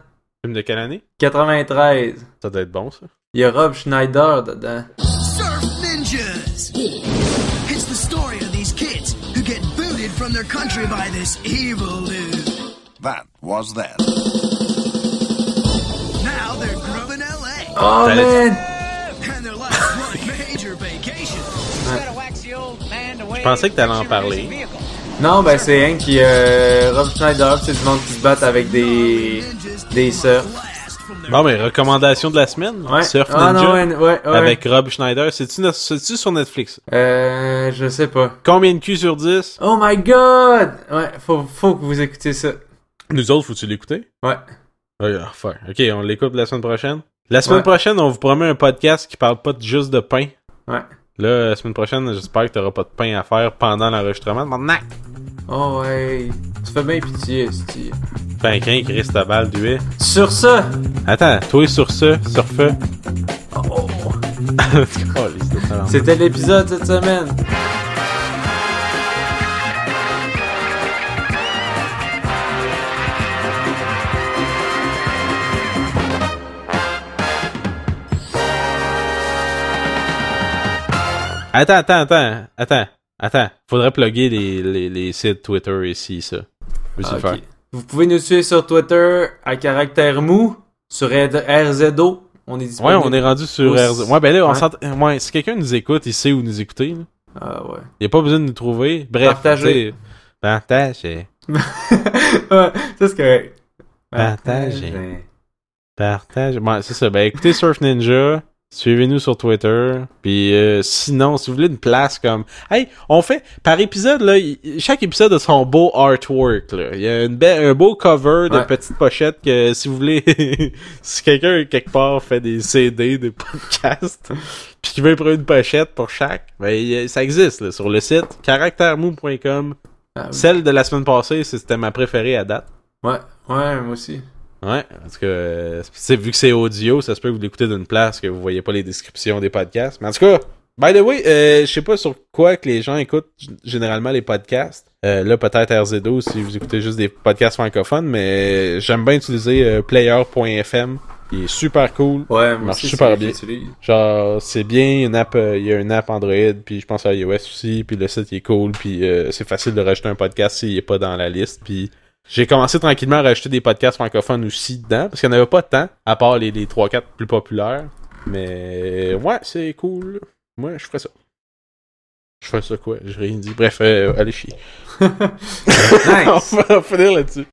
B: Film de quelle année?
K: 93.
B: Ça doit être bon, ça.
K: Il y a Rob Schneider dedans.
L: Surf Ninjas! It's the story of these kids who get booted from their country by this evil dude. That was then. Now they're grown in LA,
K: Oh
B: T'allais-
K: man!
L: and their life's one major vacation.
B: Je pensais que t'allais en parler.
K: Non, ben c'est Hank qui. euh, Rob Schneider, c'est du monde qui se bat avec des. des surfs.
L: Blast from their
B: Bon, mais recommandation de la semaine.
K: Ouais.
B: Surf
K: Ah,
B: Ninja.
K: non, ouais, ouais, ouais.
B: Avec Rob Schneider. C'est-tu no- c'est-tu sur Netflix?
K: Euh, je sais pas.
B: Combien de Q sur 10?
K: Oh my god! Ouais, faut, faut que vous écoutez ça.
B: Nous autres, faut-tu l'écouter?
K: Ouais.
B: Ouais, ah, fuck. Ok, on l'écoute la semaine prochaine. La semaine
K: Ouais.
B: prochaine, on vous promet un podcast qui parle pas de- juste de pain.
K: Ouais.
B: Là, la semaine prochaine, j'espère que t'auras pas de pain à faire pendant l'enregistrement. Maintenant!
K: Oh ouais. Tu fais bien pitié, c'ti.
B: Ben, qu'un Chris, ta balle d'huile.
K: Sur ça!
B: Attends, toi sur ça, sur feu.
K: oh,
B: [LAUGHS] oh, les talents.
K: C'était l'épisode cette semaine.
B: Attends, attends, attends, attends, attends. Faudrait plugger les, les, les sites Twitter ici, ça. Veux-tu
K: Ah,
B: le
K: ok.
B: faire?
K: Vous pouvez nous suivre sur Twitter à caractère mou, sur RZO. On est
B: Ouais,
K: disponible.
B: on est rendu sur
K: Aussi.
B: RZ. Ouais, ben là, on
K: Ouais.
B: s'entend- ouais, si quelqu'un nous écoute, il sait où nous écouter. là.
K: Ah ouais.
B: Il a pas besoin de nous trouver. Bref,
K: Partagez.
B: tu sais, Partagez.
K: ouais, ça c'est correct. Ben,
B: Partagez. Partagez. Ouais, c'est ça. Ben écoutez Surf Ninja. Suivez-nous sur Twitter. Puis euh, sinon, si vous voulez une place comme. Hey, on fait. Par épisode, là, il- chaque épisode a son beau artwork. Là. Il y a une belle- un beau cover de
K: Ouais.
B: petite pochette que si vous voulez. [LAUGHS] si quelqu'un quelque part fait des CD, des podcasts, [LAUGHS] puis qu'il veut prendre une pochette pour chaque, ben il- ça existe là, sur le site caractèremou.com.
K: Ah oui.
B: Celle de la semaine passée, c'était ma préférée à date.
K: Ouais, ouais, moi aussi.
B: Ouais, en tout cas, euh, c'est- vu que c'est audio, ça se peut que vous l'écoutez d'une place que vous voyez pas les descriptions des podcasts. Mais en tout cas, by the way, euh, je sais pas sur quoi que les gens écoutent g- généralement les podcasts. Euh, là, peut-être RZO si vous écoutez juste des podcasts francophones, mais j'aime bien utiliser euh, player.fm. Il est super cool.
K: Ouais, moi
B: Marche
K: aussi,
B: super
K: c'est- je
B: bien.
K: l'utilise.
B: Genre, c'est bien, une app, euh, il y a une app Android, puis je pense à iOS aussi, puis le site il est cool, puis euh, c'est facile de rajouter un podcast s'il n'est pas dans la liste, puis j'ai commencé tranquillement à rajouter des podcasts francophones aussi dedans, parce qu'il n'y en avait pas tant, à part les, les 3-4 plus populaires, mais ouais, c'est cool. Moi, je ferais ça. Je ferais ça quoi? J'ai rien dit. Bref, euh, allez chier. [LAUGHS]
K: nice!
B: on va finir là-dessus.